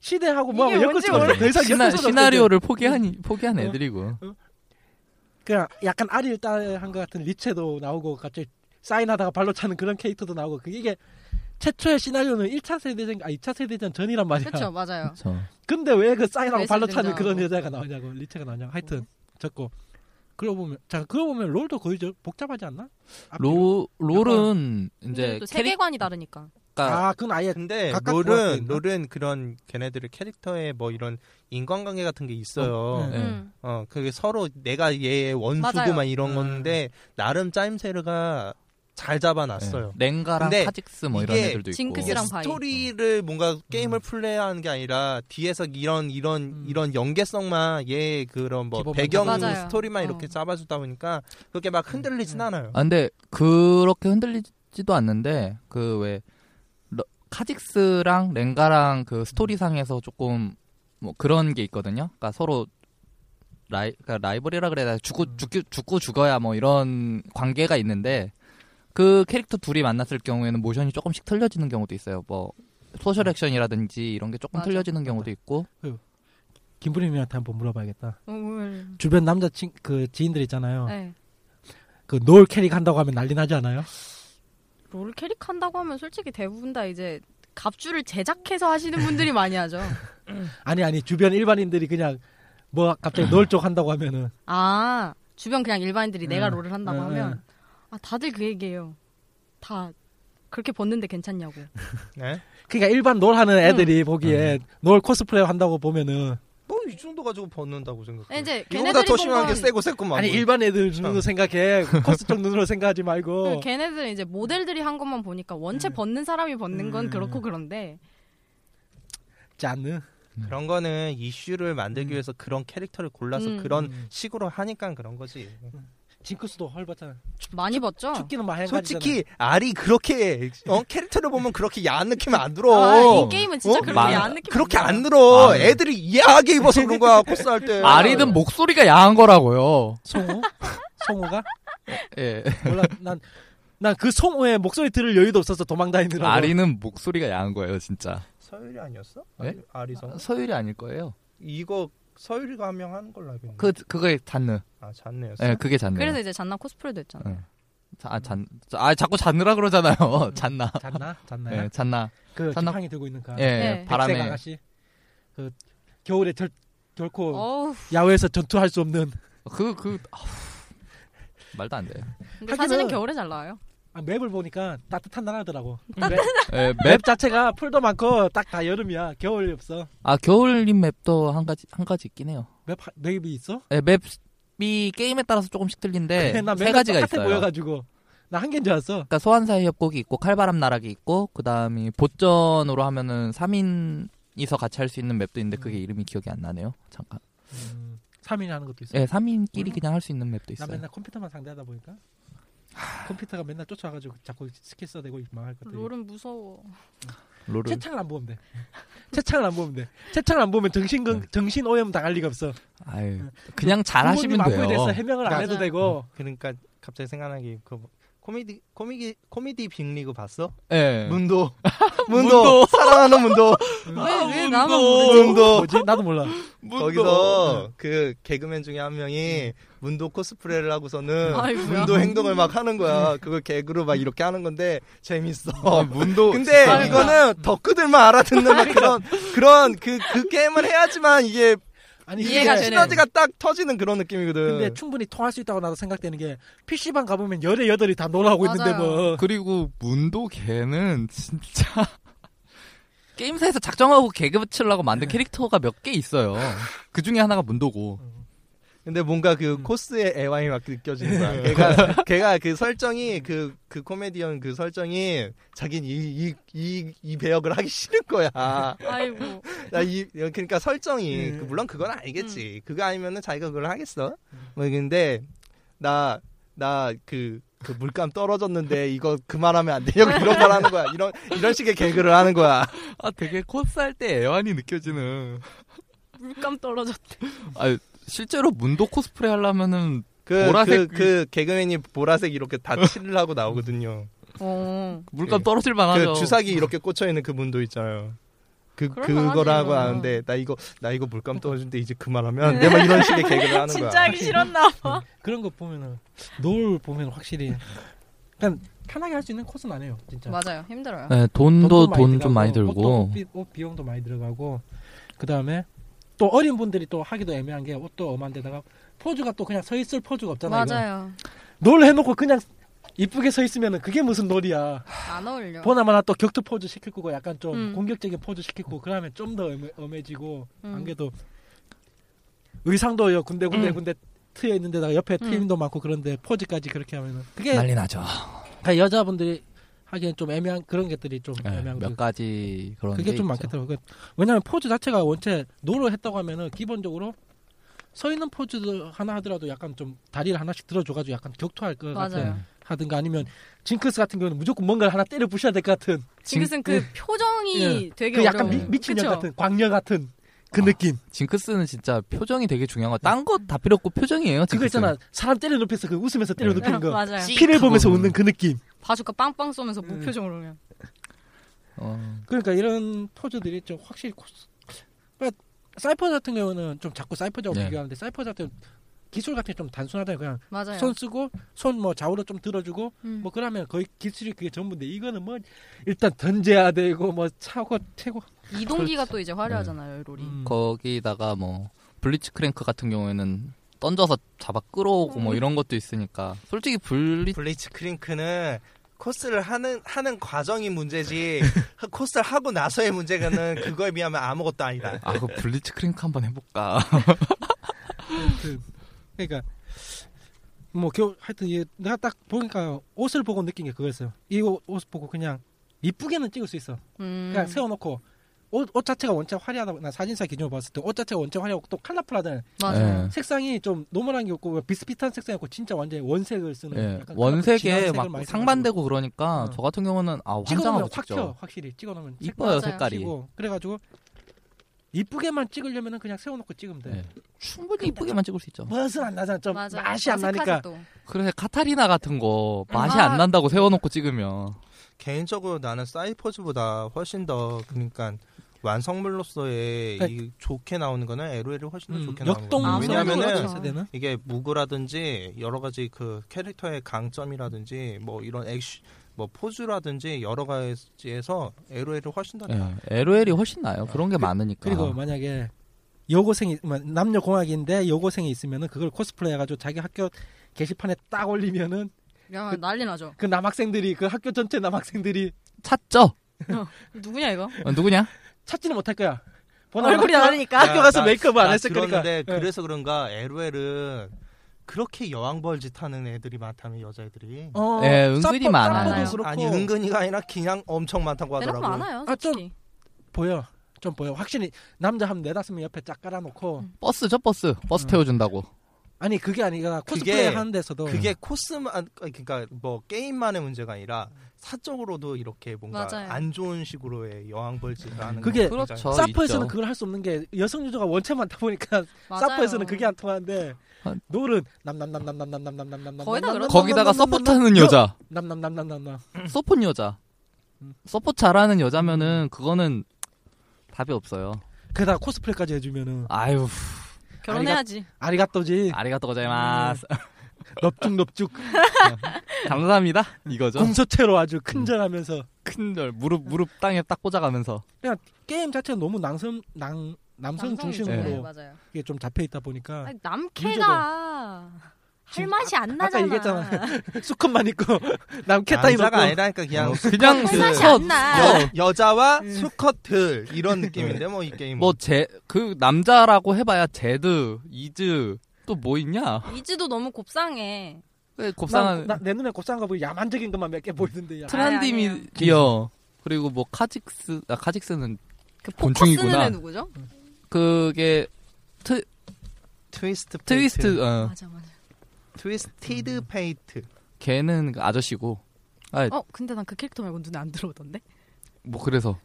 [SPEAKER 5] 시대하고 뭐
[SPEAKER 6] 이게
[SPEAKER 5] 엮을
[SPEAKER 6] 뭔지
[SPEAKER 5] 수가 없어. 더 이상
[SPEAKER 7] 네. 시나,
[SPEAKER 5] 엮을 수가 없어.
[SPEAKER 7] 시나리오를 포기한 포기한
[SPEAKER 5] 어.
[SPEAKER 7] 애들이고.
[SPEAKER 5] 그냥 약간 아리를 딸한 것 같은 리체도 나오고 갑자기 사인하다가 발로 차는 그런 캐릭터도 나오고 그게 이게 최초의 시나리오는 1차 세대전 아 2차 세대전 전이란 말이야.
[SPEAKER 6] 그렇죠. 맞아요.
[SPEAKER 7] 저
[SPEAKER 5] 근데 왜 그 사인하고
[SPEAKER 6] 왜
[SPEAKER 5] 발로
[SPEAKER 6] 사인
[SPEAKER 5] 차는 그런
[SPEAKER 6] 등장하고. 네.
[SPEAKER 5] 여자가 나오냐고 리체가 나오냐고 하여튼 적고 그러고 보면 자 그러고 보면 롤도 거의 좀 복잡하지 않나? 앞뒤로?
[SPEAKER 7] 로, 롤은 이제
[SPEAKER 6] 근데 또
[SPEAKER 7] 네, 캐릭터
[SPEAKER 6] 세계관이 다르니까.
[SPEAKER 5] 아 그건 아예
[SPEAKER 8] 근데
[SPEAKER 5] 각각 뭐가
[SPEAKER 8] 롤은
[SPEAKER 5] 있나?
[SPEAKER 8] 롤은 그런 걔네들의 캐릭터에 뭐 이런 인간관계 같은 게 있어요.
[SPEAKER 5] 어,
[SPEAKER 7] 네.
[SPEAKER 6] 음.
[SPEAKER 8] 어, 그게 서로 내가 얘의 원수고
[SPEAKER 6] 맞아요.
[SPEAKER 8] 막 이런
[SPEAKER 5] 음.
[SPEAKER 8] 건데 나름 짜임새가 잘 잡아놨어요.
[SPEAKER 7] 네, 랭가랑
[SPEAKER 8] 근데
[SPEAKER 7] 카직스 뭐 이런
[SPEAKER 8] 이게
[SPEAKER 7] 애들도 있고.
[SPEAKER 8] 이게
[SPEAKER 6] 징크스랑 네. 바이.
[SPEAKER 8] 스토리를 뭔가 게임을 플레이하는 게 아니라 뒤에서 이런 이런
[SPEAKER 5] 음.
[SPEAKER 8] 이런 연계성만 얘 그런 뭐
[SPEAKER 5] 기본만
[SPEAKER 8] 배경
[SPEAKER 6] 맞아요.
[SPEAKER 8] 스토리만
[SPEAKER 6] 어.
[SPEAKER 8] 이렇게 잡아주다 보니까 그렇게 막 흔들리진 않아요.
[SPEAKER 7] 아, 근데 그렇게 흔들리지도 않는데 그 왜 카직스랑 랭가랑 그 스토리상에서 조금 뭐 그런 게 있거든요. 그러니까 서로 라이 그러니까 라이벌이라 그래야 되나? 죽고 죽고 죽고 죽어야 뭐 이런 관계가 있는데 그 캐릭터 둘이 만났을 경우에는 모션이 조금씩 틀려지는 경우도 있어요. 뭐 소셜 액션이라든지 이런 게 조금
[SPEAKER 6] 맞아.
[SPEAKER 7] 틀려지는 경우도 있고
[SPEAKER 5] 김부림이한테 한번 물어봐야겠다.
[SPEAKER 6] 어, 음.
[SPEAKER 5] 주변 남자친 그 지인들 있잖아요.
[SPEAKER 6] 네.
[SPEAKER 5] 그 놀 캐릭 한다고 하면 난리 나지 않아요?
[SPEAKER 6] 롤 캐릭 한다고 하면 솔직히 대부분 다 이제 갑주를 제작해서 하시는 분들이 많이 하죠.
[SPEAKER 5] 아니 아니 주변 일반인들이 그냥 뭐 갑자기 놀 쪽 한다고 하면은
[SPEAKER 6] 아 주변 그냥 일반인들이 내가 롤을 한다고
[SPEAKER 5] 음,
[SPEAKER 6] 하면 아 다들 그 얘기예요. 다 그렇게 벗는데 괜찮냐고.
[SPEAKER 8] 네?
[SPEAKER 5] 그러니까 일반 놀 하는 애들이
[SPEAKER 6] 음.
[SPEAKER 5] 보기에
[SPEAKER 8] 음.
[SPEAKER 5] 놀 코스프레 한다고 보면은
[SPEAKER 8] 뭐 이 정도 가지고 벗는다고 생각해.
[SPEAKER 6] 이제
[SPEAKER 8] 이거보다
[SPEAKER 6] 걔네들이
[SPEAKER 8] 더 심한 게
[SPEAKER 6] 보면
[SPEAKER 8] 세고 세고만.
[SPEAKER 5] 아니
[SPEAKER 8] 뭐.
[SPEAKER 5] 일반 애들
[SPEAKER 8] 어.
[SPEAKER 5] 눈으로 생각해 코스 쪽 눈으로 생각하지
[SPEAKER 6] 음,
[SPEAKER 5] 말고
[SPEAKER 6] 그러니까 걔네들은 이제 모델들이 한 것만 보니까 원체 벗는 사람이 벗는 건
[SPEAKER 5] 음.
[SPEAKER 6] 그렇고 그런데
[SPEAKER 5] 짜는
[SPEAKER 8] 그런 거는 이슈를 만들기 위해서 그런 캐릭터를 골라서
[SPEAKER 6] 음.
[SPEAKER 8] 그런 식으로 하니까 그런 거지.
[SPEAKER 5] 징크스도 헐벗잖아
[SPEAKER 6] 많이 벗죠.
[SPEAKER 5] 춥기는
[SPEAKER 6] 네,
[SPEAKER 5] 마행
[SPEAKER 8] 솔직히 알이 그렇게 어? 캐릭터를 보면 그렇게 야한 느낌 안 들어.
[SPEAKER 6] 아, 이 게임은 진짜
[SPEAKER 8] 어?
[SPEAKER 6] 그렇게
[SPEAKER 7] 마-
[SPEAKER 6] 안 느끼.
[SPEAKER 8] 그렇게 안 들어.
[SPEAKER 7] 아, 네.
[SPEAKER 8] 애들이 야하게 입어서 그런 거야 코스 할 때.
[SPEAKER 7] 아리든 뭐- 목소리가 야한 거라고요.
[SPEAKER 5] 송호 송호가
[SPEAKER 7] 예.
[SPEAKER 5] 몰라 난 난 그 송호의 목소리 들을 여유도 없어서 도망다니느라고
[SPEAKER 7] 아리는 목소리가 야한 거예요, 진짜.
[SPEAKER 8] 서율이 아니었어?
[SPEAKER 7] 네?
[SPEAKER 8] 아리- 아리성.
[SPEAKER 7] 서율이 아닐 거예요.
[SPEAKER 8] 이거 서율이가 한 명 하는 걸로 알고 있는데.
[SPEAKER 7] 그 그게 잔느.
[SPEAKER 8] 아 잤네요.
[SPEAKER 7] 예, 그게 잔느.
[SPEAKER 6] 그래서 이제 잔나 코스프레도 했잖아.
[SPEAKER 7] 자, 아, 잔, 자, 아, 자꾸 잔느라 그러잖아요. 잔나.
[SPEAKER 5] 잤나 잤나요
[SPEAKER 7] 예, 잔나.
[SPEAKER 5] 그
[SPEAKER 7] 잔나-
[SPEAKER 5] 지팡이 들고 있는 가
[SPEAKER 7] 예,
[SPEAKER 6] 네.
[SPEAKER 5] 바람에
[SPEAKER 7] 바람에.
[SPEAKER 5] 아가씨 그 겨울에 절, 결코
[SPEAKER 6] 어우.
[SPEAKER 5] 야외에서 전투할 수 없는
[SPEAKER 7] 그, 그, 아우, 말도 안 돼.
[SPEAKER 6] 근데
[SPEAKER 5] 하기는-
[SPEAKER 6] 사진은 겨울에 잘 나와요.
[SPEAKER 5] 아, 맵을 보니까 따뜻한 나라더라고.
[SPEAKER 7] 예, 맵,
[SPEAKER 5] 맵 자체가 풀도 많고 딱 다 여름이야. 겨울이 없어.
[SPEAKER 7] 아, 겨울님 맵도 한 가지, 한 가지 있긴 해요.
[SPEAKER 5] 맵 하- 맵이 있어?
[SPEAKER 7] 예, 맵이 게임에 따라서 조금씩 틀린데,
[SPEAKER 5] 나
[SPEAKER 7] 예, 세
[SPEAKER 5] 맨날
[SPEAKER 7] 가지가
[SPEAKER 5] 똑같아
[SPEAKER 7] 있어요.
[SPEAKER 5] 보여가지고 나 한 개인 줄 알았어.
[SPEAKER 7] 그러니까 소환사의 협곡이 있고, 칼바람 나락이 있고, 그 다음이 보전으로 하면은 3인이서 같이 할 수 있는 맵도 있는데,
[SPEAKER 6] 음.
[SPEAKER 7] 그게 이름이 기억이 안 나네요. 잠깐.
[SPEAKER 5] 음, 3인이 하는 것도 있어.
[SPEAKER 7] 예, 3인끼리 그냥 할 수 있는 맵도
[SPEAKER 5] 나
[SPEAKER 7] 있어요.
[SPEAKER 5] 맨날 컴퓨터만 상대하다 보니까 컴퓨터가 맨날 쫓아가지고 자꾸 스킬 써대고 망할 것들.
[SPEAKER 6] 롤은 무서워.
[SPEAKER 7] 롤은.
[SPEAKER 5] 채창을 안 보면 돼. 채창을 안 보면 돼. 채창을 안 보면 정신
[SPEAKER 7] 네.
[SPEAKER 5] 건, 정신 오염 당할 리가 없어.
[SPEAKER 7] 아유,
[SPEAKER 5] 부모님
[SPEAKER 7] 그냥 잘하시면
[SPEAKER 5] 안부에
[SPEAKER 7] 돼요. 어,
[SPEAKER 5] 대해서 해명을 안 해도
[SPEAKER 6] 맞아.
[SPEAKER 5] 되고
[SPEAKER 8] 그러니까 갑자기 생각난 게 그 코미디 코미디 코미디 빅리그 봤어?
[SPEAKER 7] 예.
[SPEAKER 8] 문도
[SPEAKER 7] 문도.
[SPEAKER 8] 문도 사랑하는 문도
[SPEAKER 6] 왜왜 나만 모르지?
[SPEAKER 8] 문도
[SPEAKER 5] 뭐지? 나도 몰라.
[SPEAKER 8] 거기서 그 개그맨 중에 한 명이 문도 코스프레를 하고서는
[SPEAKER 6] 아이고야.
[SPEAKER 8] 문도 행동을 막 하는 거야. 그걸 개그로 막 이렇게 하는 건데 재밌어.
[SPEAKER 7] 문도.
[SPEAKER 8] 근데
[SPEAKER 6] 아이고야.
[SPEAKER 8] 이거는 덕후들만 알아듣는 막 그런 그런 그 그 게임을 해야지만 이게
[SPEAKER 5] 아니
[SPEAKER 6] 이해가
[SPEAKER 5] 근데-
[SPEAKER 6] 되네.
[SPEAKER 8] 시너지가 딱 터지는 그런 느낌이거든.
[SPEAKER 7] 네.
[SPEAKER 5] 근데 충분히 통할 수 있다고 나도 생각되는 게 PC방 가보면 열의 여덟이 다 놀아하고 있는데 뭐.
[SPEAKER 7] 그리고 문도 걔는 진짜 게임사에서 작정하고 개그 치려고
[SPEAKER 5] 예.
[SPEAKER 7] 만든 캐릭터가 몇 개 있어요. 그 중에 하나가 문도고.
[SPEAKER 8] 근데 뭔가 그
[SPEAKER 7] 음.
[SPEAKER 8] 코스의 애완이 막 느껴지는 거야.
[SPEAKER 7] 네.
[SPEAKER 8] 걔가, 걔가 그 설정이, 그, 그 코미디언 그 설정이 자기는 이, 이, 이, 이 배역을 하기 싫은 거야. 나
[SPEAKER 6] 아이고.
[SPEAKER 8] 이, 그러니까 설정이,
[SPEAKER 7] 네.
[SPEAKER 8] 그 물론 그건
[SPEAKER 6] 음.
[SPEAKER 8] 알겠지. 그거 아니면은 자기가 그걸 하겠어.
[SPEAKER 7] 음.
[SPEAKER 8] 뭐, 근데, 나, 나 그, 그 물감 떨어졌는데 이거 그만하면 안 되냐고 이런 말 하는 거야. 이런, 이런 식의 개그를 하는 거야.
[SPEAKER 7] 아 되게 코스 할 때 애환이 느껴지는.
[SPEAKER 6] 물감 떨어졌대.
[SPEAKER 7] 아 실제로 문도 코스프레 하려면은
[SPEAKER 8] 그,
[SPEAKER 7] 보라색-
[SPEAKER 8] 그, 그 개그맨이 보라색 이렇게 다 칠을 하고 나오거든요.
[SPEAKER 6] 어.
[SPEAKER 7] 물감
[SPEAKER 8] 예.
[SPEAKER 7] 떨어질 만하죠.
[SPEAKER 8] 그 주사기 이렇게 꽂혀 있는 그 문도 있잖아요. 그
[SPEAKER 6] 그럴만하지, 이거는. 음.
[SPEAKER 8] 그거라고
[SPEAKER 6] 네.
[SPEAKER 8] 하는데 나 이거 나 이거 물감 떨어진데 이제 그만하면 내가 이런 식의 개그를 하는 거야.
[SPEAKER 6] 진짜 하기 싫었나 봐.
[SPEAKER 5] 그런 거 보면은 노을 보면 확실히 그냥 편하게 할 수 있는 코스는 아니에요 진짜.
[SPEAKER 6] 맞아요. 힘들어요.
[SPEAKER 5] 예,
[SPEAKER 7] 네, 돈도 돈 좀 많이 들고. 뭐
[SPEAKER 5] 옷 비용도 많이 들어가고 그 다음에 또 어린 분들이 또 하기도 애매한 게 옷도 엄한데다가 포즈가 또 그냥 서 있을 포즈가 없잖아요. 이거.
[SPEAKER 6] 맞아요.
[SPEAKER 5] 놀 해놓고 그냥 이쁘게 서 있으면은 그게 무슨 놀이야.
[SPEAKER 6] 안 어울려.
[SPEAKER 5] 보나마나 또 격투 포즈 시킬 거고 약간 좀
[SPEAKER 6] 음.
[SPEAKER 5] 공격적인 포즈 시킬 거고 그러면 좀 더 엄해, 지고
[SPEAKER 6] 음.
[SPEAKER 5] 안 그래도 의상도 요 군데 군데
[SPEAKER 6] 음.
[SPEAKER 5] 군데 트여 있는데다가 옆에
[SPEAKER 6] 음.
[SPEAKER 5] 트임도 많고 그런데 포즈까지 그렇게 하면은 그게
[SPEAKER 7] 난리 나죠.
[SPEAKER 5] 그러니까 여자분들이 하기엔 좀 애매한 그런 것들이 좀
[SPEAKER 7] 예,
[SPEAKER 5] 애매한
[SPEAKER 7] 몇
[SPEAKER 5] 그-
[SPEAKER 7] 가지 그런
[SPEAKER 5] 그게
[SPEAKER 7] 게
[SPEAKER 5] 좀
[SPEAKER 7] 있죠.
[SPEAKER 5] 많겠더라고요. 그- 왜냐하면 포즈 자체가 원체 노를 했다고 하면은 기본적으로 서 있는 포즈 하나 하더라도 약간 좀 다리를 하나씩 들어줘가지고 약간 격투할 것
[SPEAKER 7] 예.
[SPEAKER 5] 같은
[SPEAKER 6] 맞아요.
[SPEAKER 5] 하든가 아니면 징크스 같은 경우는 무조건 뭔가를 하나 때려 부셔야 될 것 같은
[SPEAKER 6] 징크스는 그 표정이 되게
[SPEAKER 5] 예. 그 약간 미,
[SPEAKER 6] 어려워요.
[SPEAKER 5] 미친년
[SPEAKER 6] 그쵸?
[SPEAKER 5] 같은 광녀 같은 그
[SPEAKER 7] 아,
[SPEAKER 5] 느낌
[SPEAKER 7] 징크스는 진짜 표정이 되게 중요한 거. 딴 것 다 필요 없고 표정이에요.
[SPEAKER 5] 그거
[SPEAKER 7] 징크스는.
[SPEAKER 5] 있잖아 사람 때려 눕혀서 그 웃으면서 때려
[SPEAKER 7] 네.
[SPEAKER 5] 눕히는 거
[SPEAKER 6] 맞아요.
[SPEAKER 5] 피를 보면서
[SPEAKER 7] 하고.
[SPEAKER 5] 웃는 그 느낌
[SPEAKER 6] 바주카 빵빵 쏘면서 뭐
[SPEAKER 5] 음.
[SPEAKER 6] 무표정으로 그냥.
[SPEAKER 7] 어,
[SPEAKER 5] 그러니까 이런 포즈들이 좀 확실히 코스. 그러니까 사이퍼 같은 경우는 좀 자꾸 사이퍼하고
[SPEAKER 7] 네.
[SPEAKER 5] 비교하는데 사이퍼 같은 경우는 기술 같은 게 좀 단순하잖아요. 그냥
[SPEAKER 6] 맞아요.
[SPEAKER 5] 손 쓰고 손 뭐 좌우로 좀 들어주고
[SPEAKER 6] 음.
[SPEAKER 5] 뭐 그러면 거의 기술이 그게 전부인데 이거는 뭐 일단 던져야 되고 뭐 차고 태고
[SPEAKER 6] 이동기가 또 이제 화려하잖아요,
[SPEAKER 5] 네.
[SPEAKER 6] 롤이.
[SPEAKER 5] 음.
[SPEAKER 7] 음. 거기다가 뭐 블리츠 크랭크 같은 경우에는 던져서 잡아 끌어오고
[SPEAKER 6] 음.
[SPEAKER 7] 뭐 이런 것도 있으니까 솔직히 블리
[SPEAKER 8] 블리츠 크링크는 코스를 하는 하는 과정이 문제지 코스를 하고 나서의 문제가는 그거에 비하면 아무것도
[SPEAKER 6] 네.
[SPEAKER 8] 아니다.
[SPEAKER 7] 아, 그 블리츠 크랭크 한번 해볼까.
[SPEAKER 5] 그, 그러니까 뭐 겨우 하여튼 얘 내가 딱 보니까 옷을 보고 느낀 게 그거였어요. 이거 옷 보고 그냥 이쁘게는 찍을 수 있어.
[SPEAKER 6] 음.
[SPEAKER 5] 그냥 세워놓고 옷, 옷 자체가 원체 화려하다고 나 사진사 기준으로 봤을 때 옷 자체가 원체 화려하고 또 컬러풀하잖아요.
[SPEAKER 6] 맞아요.
[SPEAKER 5] 네.
[SPEAKER 7] 예.
[SPEAKER 5] 색상이 좀 노멀한 게 없고 비슷비슷한 색상이었고 진짜 완전 히 원색을 쓰는
[SPEAKER 7] 예.
[SPEAKER 5] 약간 진한
[SPEAKER 7] 원색에
[SPEAKER 5] 색을
[SPEAKER 7] 막
[SPEAKER 5] 많이
[SPEAKER 7] 상반되고 그러니까
[SPEAKER 5] 응.
[SPEAKER 7] 저 같은 경우는 아
[SPEAKER 5] 써가지고 찍어놓으면
[SPEAKER 7] 환장하고
[SPEAKER 5] 확
[SPEAKER 7] 찍죠.
[SPEAKER 5] 튀어 확실히 찍어놓으면
[SPEAKER 7] 이뻐요
[SPEAKER 6] 맞아요.
[SPEAKER 7] 색깔이.
[SPEAKER 5] 찍고 그래가지고 이쁘게만 찍으려면 그냥 세워놓고 찍으면 돼.
[SPEAKER 7] 예.
[SPEAKER 8] 네.
[SPEAKER 7] 충분히 이쁘게만 찍을 수 있죠.
[SPEAKER 5] 멋은 안 나잖아. 좀
[SPEAKER 6] 맞아요.
[SPEAKER 5] 맛이 안
[SPEAKER 6] 어색하지
[SPEAKER 5] 나니까
[SPEAKER 6] 또.
[SPEAKER 7] 그래서 카타리나 같은 거 맛이
[SPEAKER 6] 아.
[SPEAKER 7] 안 난다고 세워놓고 찍으면
[SPEAKER 8] 개인적으로 나는 사이퍼즈보다 훨씬 더 그러니까 완성물로서의
[SPEAKER 6] 네.
[SPEAKER 8] 이 좋게 나오는 거는 LOL이 훨씬 더
[SPEAKER 5] 음,
[SPEAKER 8] 좋게 나오는
[SPEAKER 5] 역동
[SPEAKER 8] 거예요.
[SPEAKER 6] 아,
[SPEAKER 8] 왜냐면은
[SPEAKER 6] 그렇죠.
[SPEAKER 5] 되는
[SPEAKER 8] 이게 무그라든지 여러 가지 그 캐릭터의 강점이라든지 뭐 이런 액션 뭐 포즈라든지 여러 가지에서 LOL이 훨씬
[SPEAKER 6] 네.
[SPEAKER 8] 더 나아요.
[SPEAKER 7] 예. LOL이 훨씬 나요. 그런 게 많으니까.
[SPEAKER 8] 아.
[SPEAKER 5] 그리고 뭐 만약에 여고생이 뭐, 남녀 공학인데 여고생이 있으면은 그걸 코스프레 해가지고 자기 학교 게시판에 딱 올리면은
[SPEAKER 6] 야,
[SPEAKER 5] 그-
[SPEAKER 6] 난리 나죠.
[SPEAKER 5] 그 남학생들이 그 학교 전체 남학생들이
[SPEAKER 7] 찾죠.
[SPEAKER 6] 누구냐 이거?
[SPEAKER 7] 어, 누구냐?
[SPEAKER 5] 찾지는 못할 거야. 보나
[SPEAKER 6] 얼굴이
[SPEAKER 5] 학교-
[SPEAKER 6] 다르니까.
[SPEAKER 5] 학교 가서
[SPEAKER 8] 나-
[SPEAKER 5] 메이크업 안
[SPEAKER 8] 나
[SPEAKER 5] 했을 거니까.
[SPEAKER 8] 들었는데
[SPEAKER 5] 예.
[SPEAKER 8] 그래서 그런가 LOL은 그렇게 여왕벌짓 하는 애들이 많다는 여자애들이
[SPEAKER 5] 어,
[SPEAKER 8] 네,
[SPEAKER 7] 예, 은근히
[SPEAKER 5] 쌈법-
[SPEAKER 7] 많아요.
[SPEAKER 5] 쌈법도 그렇고
[SPEAKER 8] 아니 은근히가 아니라 그냥 엄청 많다고
[SPEAKER 6] 대놓고
[SPEAKER 8] 하더라고요.
[SPEAKER 6] 네, 많아요.
[SPEAKER 5] 아, 좀-
[SPEAKER 6] 솔직히.
[SPEAKER 5] 보여. 좀 보여. 확실히 남자 한 네다섯 명 옆에 쫙 깔아놓고
[SPEAKER 7] 버스죠 버스. 버스
[SPEAKER 5] 응.
[SPEAKER 7] 태워준다고.
[SPEAKER 5] 아니 그게 아니라 코스프레
[SPEAKER 8] 그게-
[SPEAKER 5] 하는 데서도
[SPEAKER 8] 그게 코스만 그러니까 뭐 게임만의 문제가 아니라 사적으로도 이렇게 뭔가
[SPEAKER 6] 맞아요.
[SPEAKER 8] 안 좋은 식으로의 여왕벌집을 하는
[SPEAKER 5] 그게-
[SPEAKER 8] 거 굉장히-
[SPEAKER 7] 그렇죠. 어,
[SPEAKER 5] 사퍼에서는
[SPEAKER 7] 있죠.
[SPEAKER 5] 그걸 할 수 없는 게 여성 유저가 원체 많다 보니까
[SPEAKER 6] 맞아요.
[SPEAKER 5] 사퍼에서는 그게 안 통하는데
[SPEAKER 7] 아.
[SPEAKER 5] 노른 남남남남남남남남남남
[SPEAKER 6] 거의 다 그렇죠.
[SPEAKER 7] 거기다가 서포트하는 여자,
[SPEAKER 5] 남남남남남남
[SPEAKER 7] 서포트 여자, 서포트 잘하는 여자면은 그거는 답이 없어요.
[SPEAKER 5] 게다가 코스프레까지 해주면은
[SPEAKER 7] 아유,
[SPEAKER 5] 그러니까
[SPEAKER 6] 결혼해야지.
[SPEAKER 5] 아리가또지
[SPEAKER 7] 아리가또 고자이마스.
[SPEAKER 5] 넙죽넙죽
[SPEAKER 7] 감사합니다. 이거죠.
[SPEAKER 5] 공서체로 아주 큰절하면서
[SPEAKER 7] 큰절 무릎 무릎 땅에 딱 꽂아가면서
[SPEAKER 5] 게임 자체가 너무 남성 남 남성
[SPEAKER 6] 남성이죠. 네,
[SPEAKER 5] 중심으로
[SPEAKER 6] 맞아요.
[SPEAKER 5] 이게 좀 잡혀 있다 보니까
[SPEAKER 6] 아니, 남캐가 할
[SPEAKER 5] 지금
[SPEAKER 6] 맛이 안
[SPEAKER 5] 아까
[SPEAKER 6] 나잖아.
[SPEAKER 5] 얘기했잖아. 수컷만 있고 남캐 따위 없고
[SPEAKER 8] 남자가 아니라니까 그냥
[SPEAKER 7] 어, 음. 그냥
[SPEAKER 6] 할
[SPEAKER 8] 그-
[SPEAKER 6] 맛이
[SPEAKER 7] 서
[SPEAKER 6] 안 나.
[SPEAKER 8] 여, 여자와 수컷들 이런 느낌인데 뭐 이
[SPEAKER 7] 음.
[SPEAKER 8] 게임
[SPEAKER 7] 뭐제 그 남자라고 해봐야 제드 이즈 또 뭐 있냐?
[SPEAKER 6] 이지도 너무 곱상해.
[SPEAKER 7] 그 곱상한
[SPEAKER 5] 나- 나- 내 눈에 곱상한 거 보고 야만적인 것만 몇 개 보이던데 야.
[SPEAKER 7] 트란디미디어 그리고 뭐 카직스 아 카직스는
[SPEAKER 6] 그 포커 쓰는
[SPEAKER 7] 곤충이구나. 어.
[SPEAKER 6] 애 누구죠?
[SPEAKER 7] 그게
[SPEAKER 8] 트위스트 페이트.
[SPEAKER 7] 트위스트 어,
[SPEAKER 6] 맞아 맞아.
[SPEAKER 8] 트위스티드 페이트
[SPEAKER 7] 걔는 그 아저씨고
[SPEAKER 6] 어 근데 난 그 캐릭터 말고 눈에 안 들어오던데.
[SPEAKER 7] 뭐 그래서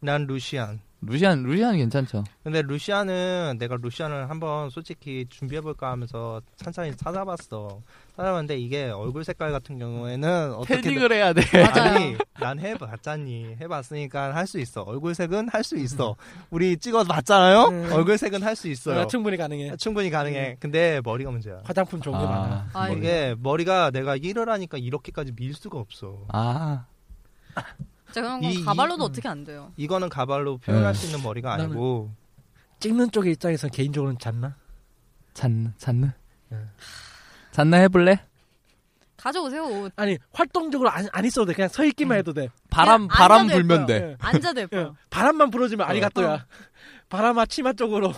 [SPEAKER 8] 난 루시안
[SPEAKER 7] 루시안 루시안 괜찮죠.
[SPEAKER 8] 근데 루시안은 내가 루시안을 한번 솔직히 준비해볼까 하면서 찬찬히 찾아봤어 찾아봤는데 이게 얼굴 색깔 같은 경우에는 어떻게
[SPEAKER 7] 패딩을 해야 돼.
[SPEAKER 8] 아니 난 해봤잖니 해봤으니까 할 수 있어 얼굴색은 할 수 있어 우리 찍어봤잖아요
[SPEAKER 5] 음.
[SPEAKER 8] 얼굴색은 할 수 있어요
[SPEAKER 5] 어, 충분히 가능해.
[SPEAKER 8] 충분히 가능해 근데 머리가 문제야
[SPEAKER 5] 화장품 종류 많아.
[SPEAKER 7] 아,
[SPEAKER 6] 아 이게
[SPEAKER 8] 이게 머리가 내가 일을 하니까 이렇게까지 밀 수가 없어
[SPEAKER 7] 아
[SPEAKER 6] 진짜 그런
[SPEAKER 8] 이-
[SPEAKER 6] 건 가발로도
[SPEAKER 8] 이-
[SPEAKER 6] 어떻게 안 돼요.
[SPEAKER 8] 이거는 가발로 표현할
[SPEAKER 7] 네.
[SPEAKER 8] 수 있는 머리가
[SPEAKER 5] 나는-
[SPEAKER 8] 아니고
[SPEAKER 5] 찍는 쪽의 입장에서 개인적으로는 잤나?
[SPEAKER 7] 잔 잔느
[SPEAKER 5] 음.
[SPEAKER 7] 잔느 해볼래?
[SPEAKER 6] 가져오세요. 옷.
[SPEAKER 5] 아니 활동적으로 안, 안 음. 있어도 돼. 그냥 서 있기만 해도 돼.
[SPEAKER 7] 바람
[SPEAKER 6] 그냥
[SPEAKER 7] 바람
[SPEAKER 6] 앉아도
[SPEAKER 7] 불면
[SPEAKER 6] 예뻐요.
[SPEAKER 7] 돼.
[SPEAKER 5] 예.
[SPEAKER 6] 앉아도
[SPEAKER 5] 예.
[SPEAKER 6] 예뻐요.
[SPEAKER 5] 바람만 불어주면 아리가또야. 바람아 치마 쪽으로.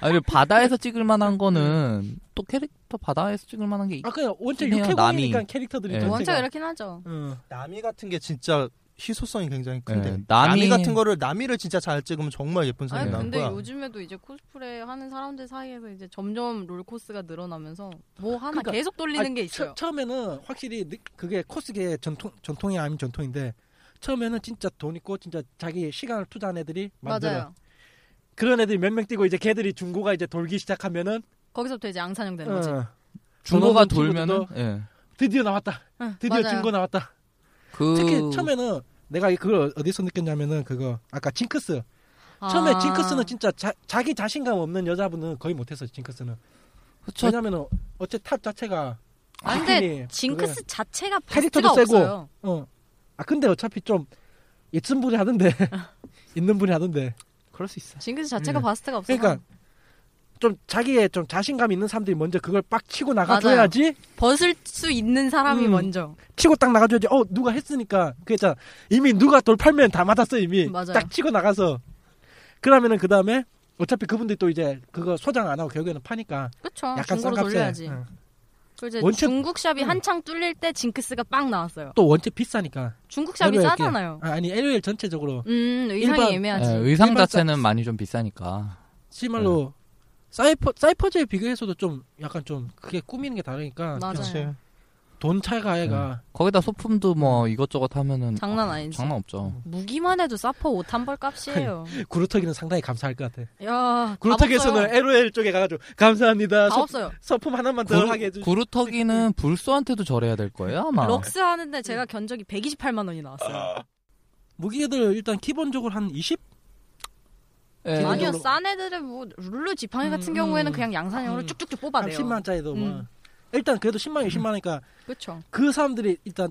[SPEAKER 7] 아니 바다에서 찍을 만한 거는 또 캐릭터 바다에서 찍을 만한 게 있...
[SPEAKER 5] 아 그냥 원체
[SPEAKER 7] 그냥
[SPEAKER 5] 육해공이니까
[SPEAKER 7] 남이.
[SPEAKER 5] 캐릭터들이
[SPEAKER 7] 예.
[SPEAKER 5] 전체가.
[SPEAKER 6] 원체 이렇긴 하죠.
[SPEAKER 5] 어.
[SPEAKER 8] 나미 같은 게 진짜 희소성이 굉장히 큰데
[SPEAKER 7] 네, 나미-
[SPEAKER 8] 나미... 같은 거를 나미를 진짜 잘 찍으면 정말 예쁜
[SPEAKER 6] 아니
[SPEAKER 8] 사람이 나올
[SPEAKER 6] 근데
[SPEAKER 8] 거야
[SPEAKER 6] 요즘에도 이제 코스프레 하는 사람들 사이에서 이제 점점 롤 코스가 늘어나면서 뭐 하나
[SPEAKER 5] 그러니까-
[SPEAKER 6] 계속 돌리는
[SPEAKER 5] 아니,
[SPEAKER 6] 게 있어요.
[SPEAKER 5] 처, 처음에는 확실히 느- 그게 코스계 전통 전통이 아닌 전통인데 처음에는 진짜 돈 있고 진짜 자기 시간을 투자한 애들이 만들어.
[SPEAKER 6] 맞아요.
[SPEAKER 5] 그런 애들이 몇 명 뛰고 이제 걔들이 중고가 이제 돌기 시작하면은
[SPEAKER 6] 거기서부터 이제 양산형 되는 거지.
[SPEAKER 5] 어,
[SPEAKER 7] 중고가
[SPEAKER 5] 돈 없는
[SPEAKER 7] 돌면은 예.
[SPEAKER 5] 드디어 나왔다.
[SPEAKER 6] 응,
[SPEAKER 5] 드디어
[SPEAKER 6] 맞아요.
[SPEAKER 5] 중고 나왔다.
[SPEAKER 7] 그
[SPEAKER 5] 특히 처음에는 내가 그걸 어디서 느꼈냐면은 그거 아까 징크스. 처음에
[SPEAKER 6] 아.
[SPEAKER 5] 징크스는 진짜 자, 자기 자신감 없는 여자분은 거의 못했어 징크스는.
[SPEAKER 7] 그쵸.
[SPEAKER 5] 왜냐면은 어째 탑 자체가
[SPEAKER 6] 아,
[SPEAKER 5] 스킨이
[SPEAKER 6] 근데 징크스
[SPEAKER 5] 그거야.
[SPEAKER 6] 자체가
[SPEAKER 5] 캐릭터도
[SPEAKER 6] 베스트가
[SPEAKER 5] 세고.
[SPEAKER 6] 없어요.
[SPEAKER 5] 어. 아 근데 어차피 좀 있은 분이 하던데 있는 분이 하던데.
[SPEAKER 7] 그럴 수 있어.
[SPEAKER 6] 징크스 자체가
[SPEAKER 5] 음.
[SPEAKER 6] 바스트가 없어요.
[SPEAKER 5] 그러니까 좀 자기의 좀 자신감 있는 사람들이 먼저 그걸 빡 치고 나가줘야지.
[SPEAKER 6] 벗을 수 있는 사람이
[SPEAKER 5] 음.
[SPEAKER 6] 먼저.
[SPEAKER 5] 치고 딱 나가줘야지. 어 누가 했으니까 그 있잖아. 이미 누가 돌 팔면 다 맞았어 이미.
[SPEAKER 6] 맞아요.
[SPEAKER 5] 딱 치고 나가서 그러면은 그 다음에 어차피 그분들이 또 이제 그거 소장 안 하고 결국에는 파니까
[SPEAKER 6] 그쵸.
[SPEAKER 5] 약간
[SPEAKER 6] 어, 중고로
[SPEAKER 5] 싼값에
[SPEAKER 6] 돌려야지.
[SPEAKER 5] 응.
[SPEAKER 6] 그리고 이제
[SPEAKER 5] 원체- 음.
[SPEAKER 6] 중국 샵이
[SPEAKER 5] 응.
[SPEAKER 6] 한창 뚫릴 때 징크스가 빵 나왔어요.
[SPEAKER 5] 또 원체 비싸니까.
[SPEAKER 6] 중국 샵이
[SPEAKER 5] LOL
[SPEAKER 6] 싸잖아요.
[SPEAKER 5] 아, 아니 LOL 전체적으로
[SPEAKER 6] 음 의상이
[SPEAKER 5] 일반- 네.
[SPEAKER 6] 애매하지.
[SPEAKER 7] 예, 의상
[SPEAKER 5] 일반
[SPEAKER 7] 자체는 많이 좀 비싸니까.
[SPEAKER 5] 실말로 사이퍼 사이퍼즈에 비교해서도 좀 약간 좀 그게 꾸미는 게 다르니까
[SPEAKER 6] 맞아요.
[SPEAKER 8] 그치.
[SPEAKER 5] 돈 차이가 얘가
[SPEAKER 7] 거기다 소품도 뭐 이것저것 하면은 어,
[SPEAKER 6] 장난 아니지.
[SPEAKER 7] 장난 없죠.
[SPEAKER 6] 무기만 해도 사퍼 옷 한 벌 값이에요.
[SPEAKER 5] 네. 구루터기는 상당히 감사할 것 같아.
[SPEAKER 6] 야.
[SPEAKER 5] 구루터기에서는 LOL 쪽에 가가지고 감사합니다.
[SPEAKER 6] 다
[SPEAKER 5] 서,
[SPEAKER 6] 없어요.
[SPEAKER 5] 서품 하나만 더
[SPEAKER 7] 구루-
[SPEAKER 5] 하게 해주.
[SPEAKER 7] 구루터기는 불쏘한테도 절해야 될 거예요 아마.
[SPEAKER 6] 럭스 하는데 제가 견적이 128만 원이
[SPEAKER 5] 아.
[SPEAKER 6] 나왔어요.
[SPEAKER 5] 무기들 일단 기본적으로 한 20?
[SPEAKER 7] 예.
[SPEAKER 5] 기본적으로-
[SPEAKER 6] 아니요, 싼 애들은 뭐 룰루 지팡이
[SPEAKER 5] 음,
[SPEAKER 6] 같은 경우에는
[SPEAKER 5] 음.
[SPEAKER 6] 그냥 양산형으로
[SPEAKER 5] 음.
[SPEAKER 6] 쭉쭉쭉
[SPEAKER 5] 한
[SPEAKER 6] 뽑아내요.
[SPEAKER 5] 10만짜리도 뭐.
[SPEAKER 6] 음.
[SPEAKER 5] 일단 그래도 10만 20만이니까
[SPEAKER 6] 그렇죠.
[SPEAKER 5] 그 사람들이 일단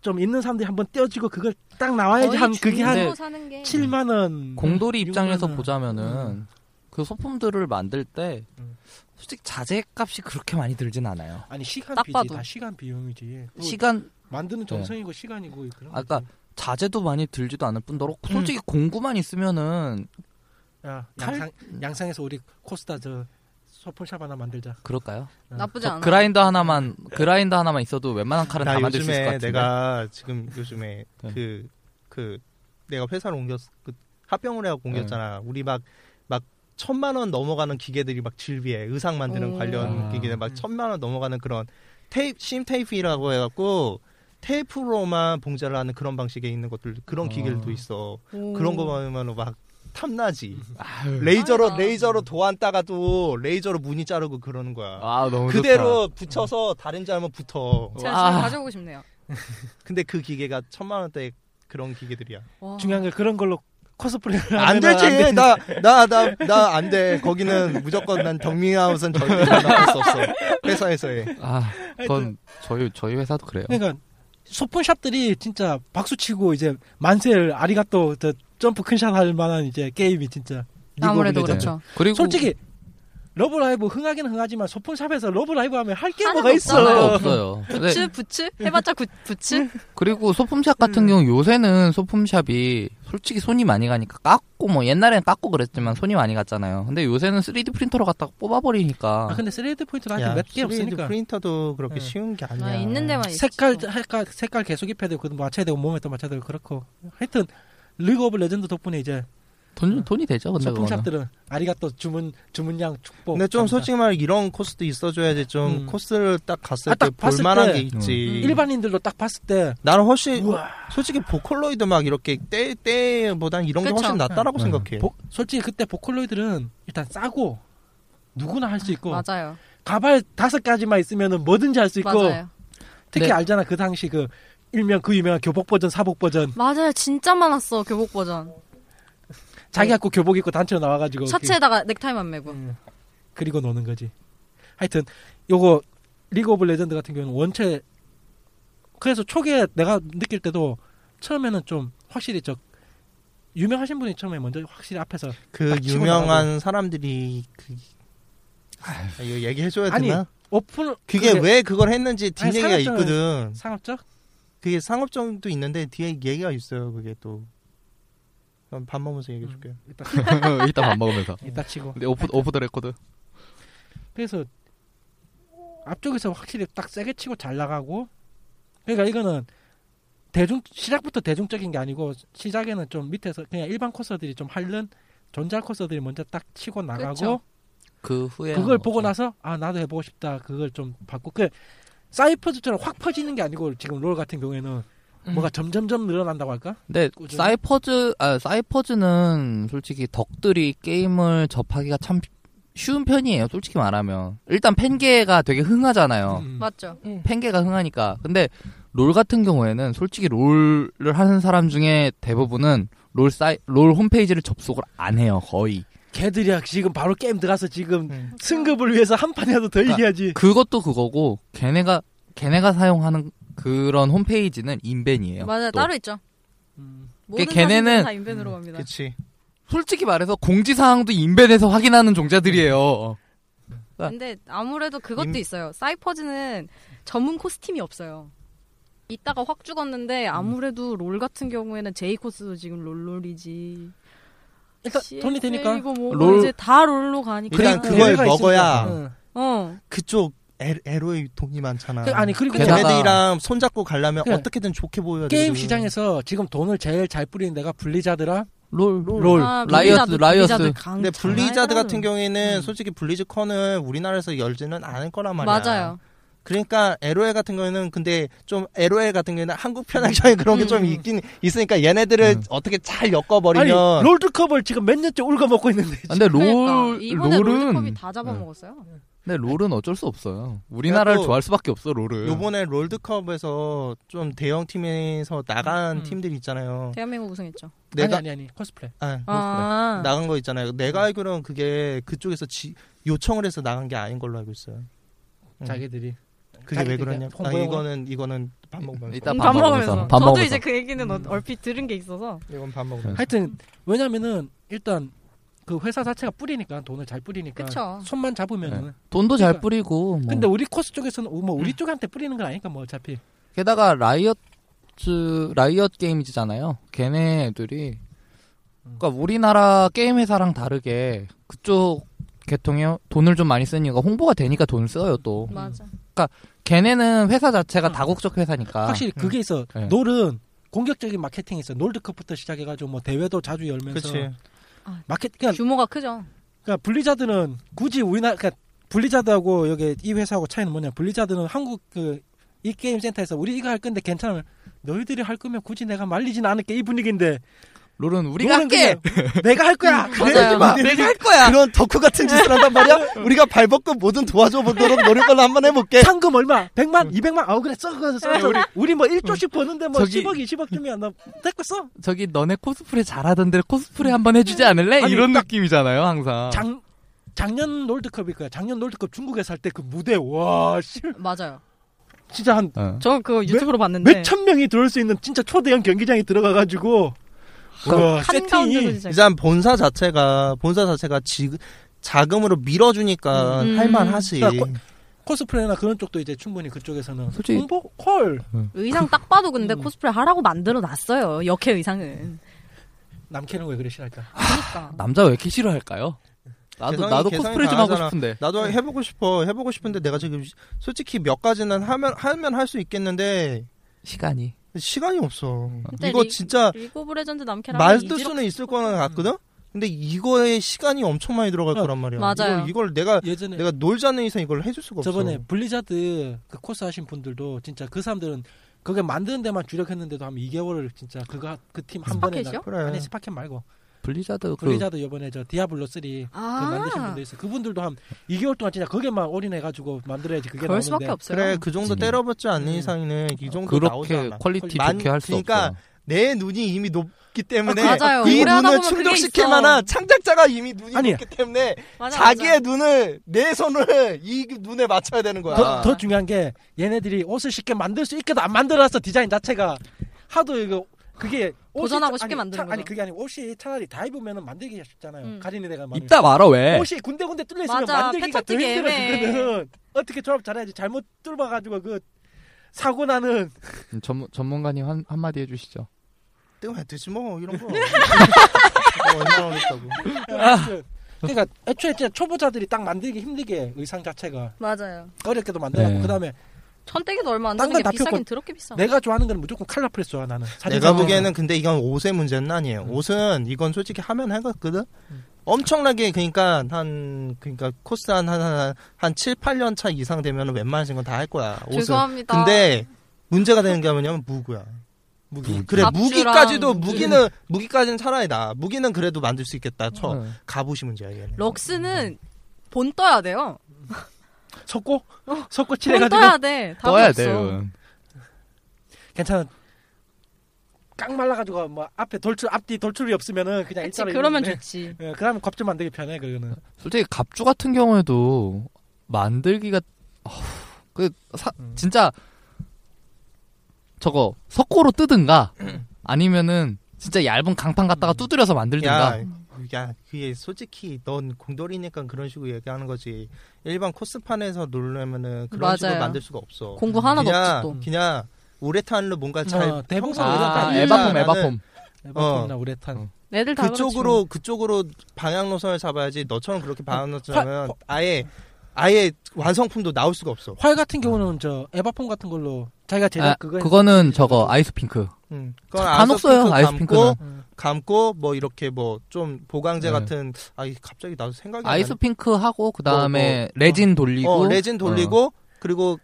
[SPEAKER 5] 좀 있는 사람들이 한번 떼어지고 그걸 딱 나와야지 한 그게 한
[SPEAKER 7] 네.
[SPEAKER 6] 사는 게
[SPEAKER 5] 7만 원.
[SPEAKER 7] 공돌이 입장에서
[SPEAKER 5] 육만 원.
[SPEAKER 7] 보자면은 그 소품들을 만들 때
[SPEAKER 5] 음.
[SPEAKER 7] 솔직히 자재값이 그렇게 많이 들진 않아요.
[SPEAKER 5] 아니 시간
[SPEAKER 6] 딱
[SPEAKER 5] 비지
[SPEAKER 6] 봐도.
[SPEAKER 5] 다 시간 비용이지. 또
[SPEAKER 7] 시간
[SPEAKER 5] 만드는 정성이고 시간이고 그런.
[SPEAKER 7] 네. 아까
[SPEAKER 5] 거지.
[SPEAKER 7] 자재도 많이 들지도 않을 뿐더러 솔직히 공구만 있으면은
[SPEAKER 5] 야,
[SPEAKER 7] 탈-
[SPEAKER 5] 양상 양상에서 우리 코스타 저 소품샵 하나 만들자.
[SPEAKER 6] 어.
[SPEAKER 7] 그럴까요?
[SPEAKER 6] 나쁘지
[SPEAKER 7] 저
[SPEAKER 6] 않아.
[SPEAKER 7] 그라인더 하나만 그라인더 하나만 있어도 웬만한 칼은
[SPEAKER 8] 나
[SPEAKER 7] 다 만들 수 있을 것
[SPEAKER 8] 요즘에
[SPEAKER 7] 같은데.
[SPEAKER 8] 내가 지금 요즘에
[SPEAKER 7] 네.
[SPEAKER 8] 그
[SPEAKER 7] 네.
[SPEAKER 8] 그 내가 회사를 옮겼 그 합병을 해갖고 옮겼잖아. 우리 막 막 천만 원 넘어가는 기계들이 막 질비해 의상 만드는
[SPEAKER 6] 오.
[SPEAKER 8] 관련
[SPEAKER 5] 아.
[SPEAKER 8] 기계들 막
[SPEAKER 7] 음.
[SPEAKER 8] 천만 원 넘어가는 그런 테이프 심 테이프라고 해갖고 테이프로만 봉제를 하는 그런 방식에 있는 것들 그런
[SPEAKER 7] 아.
[SPEAKER 5] 어.
[SPEAKER 8] 기계들도 있어
[SPEAKER 6] 오.
[SPEAKER 8] 그런 거 보면 막 탐나지
[SPEAKER 5] 아유.
[SPEAKER 8] 레이저로
[SPEAKER 6] 음. 아이고.
[SPEAKER 8] 레이저로 도안 따가도 레이저로 무늬 자르고 그러는 거야
[SPEAKER 7] 아 너무
[SPEAKER 8] 그대로
[SPEAKER 5] 어.
[SPEAKER 8] 붙여서 다른 자르면 붙어
[SPEAKER 6] 제가
[SPEAKER 7] 와.
[SPEAKER 5] 아.
[SPEAKER 6] 지금 가져오고 싶네요.
[SPEAKER 8] 근데 그 기계가 천만 원대 그런 기계들이야
[SPEAKER 6] 와.
[SPEAKER 5] 중요한 게 그런 걸로 코스프레를
[SPEAKER 8] 안
[SPEAKER 5] 하면은
[SPEAKER 8] 되지.
[SPEAKER 5] 되는-
[SPEAKER 8] 나 나 나 나 안 돼. 거기는 무조건 난 덕민아웃은 절대 나갈 수 없어. 회사에서의
[SPEAKER 7] 좋다. 아 그건 저희 저희 회사도 그래요. 네.
[SPEAKER 5] 그러니까 소품샵들이 진짜 박수치고 이제 만세를 아리가또 저 점프 큰샷 할 만한 이제 게임이 진짜 리그 오브
[SPEAKER 6] 아무래도
[SPEAKER 5] 레전드.
[SPEAKER 6] 그렇죠.
[SPEAKER 7] 그리고
[SPEAKER 5] 솔직히 러브라이브 흥하긴 흥하지만 소품샵에서 러브라이브 하면 할 게
[SPEAKER 6] 하나도
[SPEAKER 5] 뭐가
[SPEAKER 7] 하나도
[SPEAKER 5] 있어
[SPEAKER 7] 없어요. 근데
[SPEAKER 5] 네.
[SPEAKER 6] 부츠 부츠 해봤자 굿 부츠.
[SPEAKER 7] 그리고 소품샵 같은 경우 요새는 소품샵이 솔직히 손이 많이 가니까 깎고 뭐 옛날엔 깎고 그랬지만 손이 많이 갔잖아요. 근데 요새는 3D 프린터로 갖다가 뽑아버리니까 그
[SPEAKER 5] 아 근데 3D 포인트는 아직 몇 개
[SPEAKER 8] 3D
[SPEAKER 5] 없으니까
[SPEAKER 8] 프린터도 그렇게
[SPEAKER 5] 예.
[SPEAKER 8] 쉬운 게 아니야.
[SPEAKER 6] 아, 있는 데만 있지.
[SPEAKER 5] 색깔 색깔 색깔 계속 입혀야 되고 그거 맞춰야 되고 몸에 또 맞춰야 되고 그렇고 하여튼 리그 오브 레전드 덕분에 이제
[SPEAKER 7] 돈 돈이 되죠. 근데 그거는.
[SPEAKER 5] 소품샵들은 아리가또 주문 주문량 축복
[SPEAKER 8] 근데 좀
[SPEAKER 6] 뭐
[SPEAKER 5] 감사.
[SPEAKER 8] 솔직히 말 이런 코스도 있어줘야지 좀
[SPEAKER 5] 음.
[SPEAKER 8] 코스를 딱 갔을
[SPEAKER 5] 아,
[SPEAKER 8] 때
[SPEAKER 5] 딱 봤을
[SPEAKER 8] 볼만한
[SPEAKER 5] 때.
[SPEAKER 8] 게 있지.
[SPEAKER 6] 음.
[SPEAKER 5] 일반인들도 딱 봤을 때
[SPEAKER 8] 나는 훨씬
[SPEAKER 5] 우와.
[SPEAKER 8] 솔직히 보컬로이드 막 이렇게 때 때보단 이런 게
[SPEAKER 6] 그쵸.
[SPEAKER 8] 훨씬 낫다라고
[SPEAKER 7] 네.
[SPEAKER 8] 생각해.
[SPEAKER 5] 보- 솔직히 그때 보컬로이드는 일단 싸고 누구나 할 수 있고
[SPEAKER 6] 맞아요.
[SPEAKER 5] 가발 다섯 가지만 있으면은 뭐든지 할 수 있고
[SPEAKER 6] 맞아요.
[SPEAKER 5] 특히
[SPEAKER 7] 네.
[SPEAKER 5] 알잖아 그 당시 그 일명 그 유명한 교복 버전 사복 버전
[SPEAKER 6] 맞아요. 진짜 많았어 교복 버전.
[SPEAKER 5] 자기 갖고 교복 입고 단체로 나와가지고
[SPEAKER 6] 네. 셔츠에다가 넥타이만
[SPEAKER 5] 그,
[SPEAKER 6] 메고.
[SPEAKER 5] 리고 노는 거지 하여튼 요거 리그 오브 레전드 같은 경우는 원체 그래서 초기에 내가 느낄 때도 처음에는 좀 확실히 저 유명하신 분이 처음에 먼저 확실히 앞에서
[SPEAKER 8] 그
[SPEAKER 5] 딱 치고
[SPEAKER 8] 유명한 사람들이 그 아, 이거 얘기해줘야
[SPEAKER 5] 아니,
[SPEAKER 8] 되나?
[SPEAKER 5] 오픈
[SPEAKER 8] 그게 왜 그걸 했는지 뒷
[SPEAKER 5] 아니,
[SPEAKER 8] 얘기가
[SPEAKER 5] 상업적인-
[SPEAKER 8] 있거든.
[SPEAKER 5] 상업적
[SPEAKER 8] 그게 상업적도 있는데 뒤에 얘기가 있어요. 그게 또. 그럼 밥 먹으면서 얘기해 줄게요.
[SPEAKER 5] 음, 이따,
[SPEAKER 7] 이따 밥 먹으면서.
[SPEAKER 5] 이따 치고
[SPEAKER 7] 근데 오프 오프 더 레코드.
[SPEAKER 5] 그래서 앞쪽에서 확실히 딱 세게 치고 잘 나가고 그러니까 이거는 대중 시작부터 대중적인 게 아니고 시작에는 좀 밑에서 그냥 일반 코스들이 좀 핥는 존잘 코스들이 먼저 딱 치고 나가고
[SPEAKER 6] 그쵸.
[SPEAKER 7] 그 후에
[SPEAKER 5] 그걸 보고 나서 아 나도 해보고 싶다 그걸 좀 받고 그 사이퍼즈처럼 확 퍼지는 게 아니고 지금 롤 같은 경우에는 뭐가 점점점 늘어난다고 할까
[SPEAKER 7] 근데
[SPEAKER 5] 꾸준히?
[SPEAKER 7] 사이퍼즈 아 사이퍼즈는 솔직히 덕들이 게임을 접하기가 참 쉬운 편이에요. 솔직히 말하면 일단 팬계가 되게 흥하잖아요.
[SPEAKER 5] 음.
[SPEAKER 6] 맞죠.
[SPEAKER 7] 팬계가 흥하니까. 근데 롤 같은 경우에는 솔직히 롤을 하는 사람 중에 대부분은 롤 사이 롤 홈페이지를 접속을 안 해요. 거의.
[SPEAKER 5] 걔들이야 지금 바로 게임 들어가서 지금
[SPEAKER 8] 음.
[SPEAKER 5] 승급을 위해서 한 판이라도
[SPEAKER 7] 그러니까
[SPEAKER 5] 더 이겨야지
[SPEAKER 7] 그것도 그거고 걔네가 걔네가 사용하는 그런 홈페이지는 인벤이에요.
[SPEAKER 6] 맞아요.
[SPEAKER 7] 또.
[SPEAKER 6] 따로 있죠.
[SPEAKER 5] 음.
[SPEAKER 6] 모든
[SPEAKER 7] 걔네는-
[SPEAKER 6] 사진들은 다 인벤으로 갑니다.
[SPEAKER 8] 음, 그치.
[SPEAKER 7] 솔직히 말해서 공지 사항도 인벤에서 확인하는 종자들이에요.
[SPEAKER 6] 근데 아무래도 그것도
[SPEAKER 8] 임-
[SPEAKER 6] 있어요. 사이퍼즈는 전문 코스팀이 없어요. 이따가 확 죽었는데 아무래도 롤 같은 경우에는 제이 코스도 지금 롤롤이지.
[SPEAKER 5] 일단 돈이 되니까
[SPEAKER 6] 이거 뭐
[SPEAKER 7] 롤-
[SPEAKER 6] 이제 다 롤로 가니까.
[SPEAKER 8] 일단
[SPEAKER 5] 그
[SPEAKER 8] 그걸
[SPEAKER 5] 애가
[SPEAKER 8] 먹어야
[SPEAKER 5] 있으니까. 응.
[SPEAKER 6] 어.
[SPEAKER 8] 그쪽 에- 에로의 돈이 많잖아.
[SPEAKER 5] 그- 아니 그리고
[SPEAKER 7] 음. 게다가-
[SPEAKER 8] 걔네들이랑 손잡고 가려면
[SPEAKER 5] 그래.
[SPEAKER 8] 어떻게든 좋게 보여야 돼.
[SPEAKER 5] 게임 시장에서 지금 돈을 제일 잘 뿌리는 데가 블리자드라
[SPEAKER 7] 롤.
[SPEAKER 5] 롤.
[SPEAKER 6] 아,
[SPEAKER 7] 라이어스,
[SPEAKER 6] 블리자드,
[SPEAKER 7] 라이어스.
[SPEAKER 6] 블리자드 강
[SPEAKER 8] 근데
[SPEAKER 6] 장난
[SPEAKER 8] 블리자드
[SPEAKER 6] 아니야.
[SPEAKER 8] 같은 경우에는
[SPEAKER 5] 음.
[SPEAKER 8] 솔직히 블리즈컨은 우리나라에서 열지는 않을 거란 말이야.
[SPEAKER 6] 맞아요.
[SPEAKER 8] 그러니까 LOL 같은 경우에는 근데 좀 LOL 같은 경우에는 한국 편향적인 그런 게 좀
[SPEAKER 6] 음.
[SPEAKER 8] 있긴 있으니까 얘네들을
[SPEAKER 7] 음.
[SPEAKER 8] 어떻게 잘 엮어버리면
[SPEAKER 5] 아니 롤드컵을 지금 몇 년째 울거먹고 있는데
[SPEAKER 7] 근데 롤
[SPEAKER 6] 그러니까 이번에
[SPEAKER 7] 롤은
[SPEAKER 6] 롤드컵이 다 잡아먹었어요.
[SPEAKER 7] 근데 롤은 어쩔 수 없어요. 우리나라를
[SPEAKER 8] 또
[SPEAKER 7] 좋아할 수밖에 없어 롤은.
[SPEAKER 8] 요번에
[SPEAKER 5] 음.
[SPEAKER 8] 롤드컵에서 좀 대형 팀에서 나간
[SPEAKER 5] 음.
[SPEAKER 8] 팀들 있잖아요.
[SPEAKER 6] 대한민국 우승했죠.
[SPEAKER 8] 내가
[SPEAKER 5] 아니 어. 음. 아니 아니 코스프레
[SPEAKER 8] 아,
[SPEAKER 6] 아,
[SPEAKER 8] 나간 거 있잖아요. 내가 알기로는 그게 그쪽에서 지- 요청을 해서 나간 게 아닌 걸로 알고 있어요. 음.
[SPEAKER 5] 자기들이
[SPEAKER 8] 그게 왜
[SPEAKER 5] 자기들이
[SPEAKER 8] 그러냐? 아,
[SPEAKER 5] 홍보용으로?
[SPEAKER 8] 이거는 이거는 밥 먹으면서.
[SPEAKER 7] 이따
[SPEAKER 6] 밥 먹으면서.
[SPEAKER 7] 밥
[SPEAKER 6] 저도
[SPEAKER 7] 먹으면서.
[SPEAKER 6] 이제 그 얘기는
[SPEAKER 5] 음.
[SPEAKER 6] 얼핏 들은 게 있어서.
[SPEAKER 8] 이건 밥 먹으면서.
[SPEAKER 5] 하여튼 왜냐면은 일단 그 회사 자체가 뿌리니까 돈을 잘 뿌리니까
[SPEAKER 6] 그쵸.
[SPEAKER 5] 손만 잡으면은
[SPEAKER 8] 네.
[SPEAKER 7] 돈도 잘
[SPEAKER 5] 그러니까.
[SPEAKER 7] 뿌리고. 뭐.
[SPEAKER 5] 근데 우리 코스 쪽에서는 뭐
[SPEAKER 8] 음.
[SPEAKER 5] 우리 쪽한테 뿌리는 건 아니니까 뭐 어차피
[SPEAKER 7] 게다가 라이엇즈 라이엇 게임즈잖아요. 걔네들이 그러니까 우리나라 게임 회사랑 다르게 그쪽 계통에 돈을 좀 많이 쓰니까 홍보가 되니까 돈을 써요 또.
[SPEAKER 6] 맞아.
[SPEAKER 7] 걔네는 회사 자체가
[SPEAKER 5] 음.
[SPEAKER 7] 다국적
[SPEAKER 8] 아,
[SPEAKER 7] 회사니까.
[SPEAKER 5] 확실히
[SPEAKER 8] 음.
[SPEAKER 5] 그게 있어
[SPEAKER 7] 네.
[SPEAKER 5] 놀은 공격적인 마케팅이 있어 롤드컵부터 시작해가지고 뭐 대회도 자주 열면서
[SPEAKER 8] 그렇지.
[SPEAKER 6] 음.
[SPEAKER 5] 마케팅 그러니까
[SPEAKER 6] 규모가 크죠.
[SPEAKER 5] 그러니까 블리자드는 굳이 우리나라 그러니까 블리자드하고 여기 이 회사하고 차이는 뭐냐? 블리자드는 한국 그 이 게임 센터에서 우리 이거 할 건데 괜찮으면 너희들이 할 거면 굳이 내가 말리진 않을게 이 분위기인데
[SPEAKER 7] 롤은 우리가
[SPEAKER 5] 너는
[SPEAKER 7] 할게.
[SPEAKER 5] 그냥 내가 할 거야. 그래야지
[SPEAKER 6] 맞아요.
[SPEAKER 5] 마.
[SPEAKER 7] 내가 할 거야.
[SPEAKER 9] 그런 덕후 같은 짓을 한단 말이야? 우리가 발벗고 뭐든 도와줘 보도록 노력을 한번 해볼게.
[SPEAKER 5] 상금 얼마? 100만, 200만. 아우 그래 써 그래서 써. 우리 우리 뭐 1조씩 버는데 뭐
[SPEAKER 7] 저기-
[SPEAKER 5] 10억, 20억 주면 나 됐고 써.
[SPEAKER 7] 저기 너네 코스프레 잘하던데 코스프레 한번 해주지 않을래?
[SPEAKER 5] 아니,
[SPEAKER 7] 이런 느낌이잖아요 항상.
[SPEAKER 5] 작 작년 롤드컵일 거야. 작년 롤드컵 중국에서 할 때 그 무대 와 씨,
[SPEAKER 6] 맞아요.
[SPEAKER 5] 진짜 한
[SPEAKER 7] 어.
[SPEAKER 6] 저는 그거 유튜브로 봤는데
[SPEAKER 5] 몇 천 명이 들어올 수 있는 진짜 초대형 경기장에 들어가가지고 와,
[SPEAKER 6] 한가운데서
[SPEAKER 5] 세팅이
[SPEAKER 6] 진짜
[SPEAKER 8] 일단 본사 자체가 본사 자체가 지 자금으로 밀어주니까
[SPEAKER 6] 음.
[SPEAKER 8] 할만하지.
[SPEAKER 5] 그러니까 코스프레나 그런 쪽도 이제 충분히 그쪽에서는
[SPEAKER 7] 솔직히-
[SPEAKER 5] 홍보 콜
[SPEAKER 6] 의상 딱 봐도 근데
[SPEAKER 5] 음.
[SPEAKER 6] 코스프레 하라고 만들어 놨어요. 역해 의상은.
[SPEAKER 5] 남캐는 왜 그래 싫어할까?
[SPEAKER 6] 그러니까.
[SPEAKER 7] 남자 왜 이렇게 싫어할까요? 나도
[SPEAKER 8] 개성이-
[SPEAKER 7] 나도
[SPEAKER 8] 개성이
[SPEAKER 7] 코스프레 좀 하고
[SPEAKER 8] 강하잖아.
[SPEAKER 7] 싶은데.
[SPEAKER 8] 나도
[SPEAKER 6] 네.
[SPEAKER 8] 해보고 싶어. 해보고 싶은데 내가 지금 솔직히 몇 가지는 하면 하면 할 수 있겠는데
[SPEAKER 7] 시간이.
[SPEAKER 8] 시간이 없어.
[SPEAKER 6] 근데
[SPEAKER 8] 이거
[SPEAKER 6] 리-
[SPEAKER 8] 진짜
[SPEAKER 6] 리그 오브 레전드 남캐랑
[SPEAKER 8] 말뜰
[SPEAKER 6] 이지로- 음.
[SPEAKER 8] 수는 있을 거는 같거든. 근데 이거에 시간이 엄청 많이 들어갈
[SPEAKER 5] 어,
[SPEAKER 8] 거란 말이야.
[SPEAKER 6] 맞아요.
[SPEAKER 8] 이걸, 이걸 내가
[SPEAKER 5] 예전에
[SPEAKER 8] 내가 놀지 않는 이상 이걸 해줄 수가 없어.
[SPEAKER 5] 저번에 블리자드 그 코스 하신 분들도 진짜 그 사람들은 그게 만드는 데만 주력했는데도 한 2개월을 진짜 그거 그 팀 한 번에
[SPEAKER 6] 스파켓이요?
[SPEAKER 8] 그래.
[SPEAKER 5] 아니 스파켓 말고
[SPEAKER 7] 블리자드 그
[SPEAKER 5] 블리자드 요번에 저 디아블로 3그 만드신
[SPEAKER 6] 아,
[SPEAKER 5] 분들 있어. 그분들도 한 2개월 동안 진짜 거기만 올인해가지고 만들어야지 그게
[SPEAKER 6] 그럴 수밖에
[SPEAKER 5] 나오는데
[SPEAKER 6] 없어요.
[SPEAKER 8] 그래 그 정도
[SPEAKER 7] 음.
[SPEAKER 8] 때려붙지 않는
[SPEAKER 5] 음.
[SPEAKER 8] 이상에는 이 정도 나오지
[SPEAKER 7] 그렇게
[SPEAKER 8] 않아.
[SPEAKER 7] 퀄리티
[SPEAKER 8] 만-
[SPEAKER 7] 좋게 할 수
[SPEAKER 8] 그러니까
[SPEAKER 7] 없어.
[SPEAKER 8] 내 눈이 이미 높기 때문에
[SPEAKER 6] 아, 맞아요.
[SPEAKER 8] 이
[SPEAKER 6] 오래 하다
[SPEAKER 8] 눈을
[SPEAKER 6] 보면 그게
[SPEAKER 8] 충족시킬
[SPEAKER 6] 있어.
[SPEAKER 8] 만한 창작자가 이미 눈이
[SPEAKER 5] 아니.
[SPEAKER 8] 높기 때문에
[SPEAKER 6] 맞아,
[SPEAKER 8] 자기의 눈을 내 손을 이 눈에 맞춰야 되는 거야. 아.
[SPEAKER 5] 더, 더 중요한 게 얘네들이 옷을 쉽게 만들 수 있게도 안 만들어놨어 디자인 자체가 하도 이거 그게 옷이
[SPEAKER 6] 도전하고
[SPEAKER 5] 차-
[SPEAKER 6] 쉽게
[SPEAKER 5] 아니,
[SPEAKER 6] 만드는
[SPEAKER 5] 차- 아니
[SPEAKER 6] 거죠.
[SPEAKER 5] 그게 아니 옷이 차라리 다 입으면 만들기 쉽잖아요
[SPEAKER 6] 음.
[SPEAKER 5] 가리는 애가 많으니까
[SPEAKER 7] 입다 말아
[SPEAKER 8] 네.
[SPEAKER 7] 왜?
[SPEAKER 5] 옷이 군데군데 뚫려 있으면
[SPEAKER 6] 맞아,
[SPEAKER 5] 만들기가
[SPEAKER 6] 패턴
[SPEAKER 5] 더
[SPEAKER 6] 뜨기
[SPEAKER 5] 힘들어
[SPEAKER 6] 애매해.
[SPEAKER 5] 그거는 어떻게 조합 잘해야지 잘못 뚫어가지고 그 사고 나는
[SPEAKER 7] 음, 전문 전문가님 한 한마디 해주시죠.
[SPEAKER 8] 뜨면 되지 뭐 이런 거. 뭐 얼마나 어렵다고. 아.
[SPEAKER 5] 그러니까 애초에 진짜 초보자들이 딱 만들기 힘들게 의상 자체가
[SPEAKER 6] 맞아요.
[SPEAKER 5] 어렵게도 만들어갖고
[SPEAKER 7] 네.
[SPEAKER 5] 그다음에
[SPEAKER 6] 천대기도 얼마 안
[SPEAKER 5] 딴
[SPEAKER 6] 되는 게
[SPEAKER 5] 건다 네.
[SPEAKER 6] 비싸긴
[SPEAKER 5] 펴고-
[SPEAKER 6] 더럽게 비싸.
[SPEAKER 5] 내가 좋아하는 건 무조건 칼라 프레스 좋아 나는 사진
[SPEAKER 8] 내가
[SPEAKER 5] 찍는
[SPEAKER 8] 보기에는 근데 이건 옷의 문제는 아니에요.
[SPEAKER 5] 음.
[SPEAKER 8] 옷은 이건 솔직히 하면 해갔거든. 엄청나게 그러니까 한 그러니까 코스 한한한 한 7, 8년 차 이상 되면은 웬만한 건 다 할 거야. 옷은.
[SPEAKER 6] 죄송합니다.
[SPEAKER 8] 근데 문제가 되는 게 뭐냐면 무구야. 무기. 그래
[SPEAKER 6] 갑주랑
[SPEAKER 8] 무기까지도
[SPEAKER 6] 무기.
[SPEAKER 8] 무기는 무기까지는 차라리 나. 무기는 그래도 만들 수 있겠다. 쳐.
[SPEAKER 6] 어.
[SPEAKER 7] 네.
[SPEAKER 8] 갑옷이 문제야 얘는.
[SPEAKER 6] 럭스는 본 떠야 돼요.
[SPEAKER 5] 석고
[SPEAKER 6] 어.
[SPEAKER 5] 석고
[SPEAKER 6] 본
[SPEAKER 5] 칠해가지고
[SPEAKER 6] 떠야 돼. 답이
[SPEAKER 7] 떠야
[SPEAKER 6] 없어.
[SPEAKER 7] 돼요.
[SPEAKER 5] 괜찮아. 깡 말라가지고 뭐 앞에 돌출 앞뒤 돌출이 없으면은 그냥
[SPEAKER 6] 그치, 네.
[SPEAKER 5] 일자로
[SPEAKER 6] 그러면
[SPEAKER 5] 입는데.
[SPEAKER 6] 좋지.
[SPEAKER 5] 예, 그러면 겁좀 만들기 편해 그거는.
[SPEAKER 7] 솔직히 갑주 같은 경우에도 만들기가 어후, 그 사-
[SPEAKER 5] 음.
[SPEAKER 7] 진짜 저거 석고로 뜨든가 아니면은 진짜 얇은 강판 갖다가 두드려서 만들든가
[SPEAKER 8] 야, 야, 그게 솔직히 넌 공돌이니까 그런 식으로 얘기하는 거지. 일반 코스판에서 놀려면은 그런 식으로
[SPEAKER 6] 맞아요.
[SPEAKER 8] 만들 수가 없어.
[SPEAKER 6] 공부 하나도
[SPEAKER 8] 그냥,
[SPEAKER 6] 없지 또.
[SPEAKER 8] 그냥 우레탄으로 뭔가 잘
[SPEAKER 5] 어, 대부분
[SPEAKER 8] 평소에
[SPEAKER 7] 아,
[SPEAKER 8] 그냥
[SPEAKER 7] 에바폼
[SPEAKER 8] 나는
[SPEAKER 7] 에바폼
[SPEAKER 5] 에바폼이나 우레탄.
[SPEAKER 6] 애들 다
[SPEAKER 8] 그쪽으로 그쪽으로 방향 노선을 잡아야지. 너처럼 그렇게 방향
[SPEAKER 5] 화-
[SPEAKER 8] 노선은 아예 아예 완성품도 나올 수가 없어.
[SPEAKER 5] 활 같은 경우는 저 에바폼 같은 걸로 자기가 제작
[SPEAKER 7] 아,
[SPEAKER 5] 그거
[SPEAKER 7] 그거는 저거 아이스핑크
[SPEAKER 8] 응. 음. 그건
[SPEAKER 7] 간혹 써요
[SPEAKER 8] 아이스핑크
[SPEAKER 7] 아이스핑크는
[SPEAKER 8] 감고
[SPEAKER 5] 어.
[SPEAKER 8] 감고 뭐 이렇게 뭐 좀 보강제
[SPEAKER 7] 네.
[SPEAKER 8] 같은 아 이- 갑자기 나도 생각이 안 나네.
[SPEAKER 7] 아이스핑크 하고 그
[SPEAKER 8] 뭐,
[SPEAKER 7] 다음에
[SPEAKER 8] 뭐.
[SPEAKER 7] 레진 돌리고
[SPEAKER 8] 어, 레진 돌리고 그리고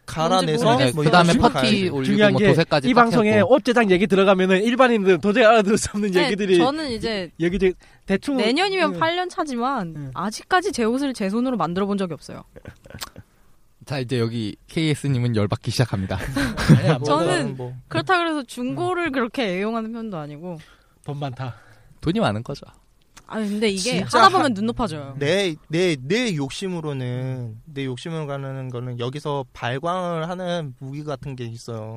[SPEAKER 6] 뭔지
[SPEAKER 8] 갈아내서
[SPEAKER 6] 모르겠어.
[SPEAKER 8] 뭐
[SPEAKER 7] 그 다음에
[SPEAKER 8] 이런
[SPEAKER 7] 퍼티
[SPEAKER 8] 식으로 가야지.
[SPEAKER 7] 올리고
[SPEAKER 5] 중요한
[SPEAKER 7] 뭐
[SPEAKER 5] 게
[SPEAKER 7] 도색까지
[SPEAKER 5] 이
[SPEAKER 7] 딱
[SPEAKER 5] 방송에
[SPEAKER 7] 해갖고.
[SPEAKER 5] 옷 제작 얘기 들어가면은 일반인들은 도저히 알아들을 수 없는
[SPEAKER 6] 네,
[SPEAKER 5] 얘기들이
[SPEAKER 6] 저는 이제
[SPEAKER 5] 여기 이제 대충
[SPEAKER 6] 내년이면
[SPEAKER 5] 예.
[SPEAKER 6] 8년 차지만
[SPEAKER 5] 네.
[SPEAKER 6] 아직까지 제 옷을 제 손으로 만들어 본 적이 없어요.
[SPEAKER 7] 자 이제 여기 KS님은 열받기 시작합니다
[SPEAKER 5] 아니야, 뭐
[SPEAKER 6] 저는
[SPEAKER 8] 뭐.
[SPEAKER 6] 그렇다 그래서 중고를 그렇게 애용하는 편도 아니고.
[SPEAKER 5] 돈 많다.
[SPEAKER 7] 돈이 많은 거죠
[SPEAKER 6] 아 근데 이게
[SPEAKER 8] 진짜 네.
[SPEAKER 6] 하다 보면 눈 높아져요.
[SPEAKER 8] 내, 내, 내 욕심으로는, 내 욕심으로 가는 거는 여기서 발광을 하는 무기 같은 게 있어요.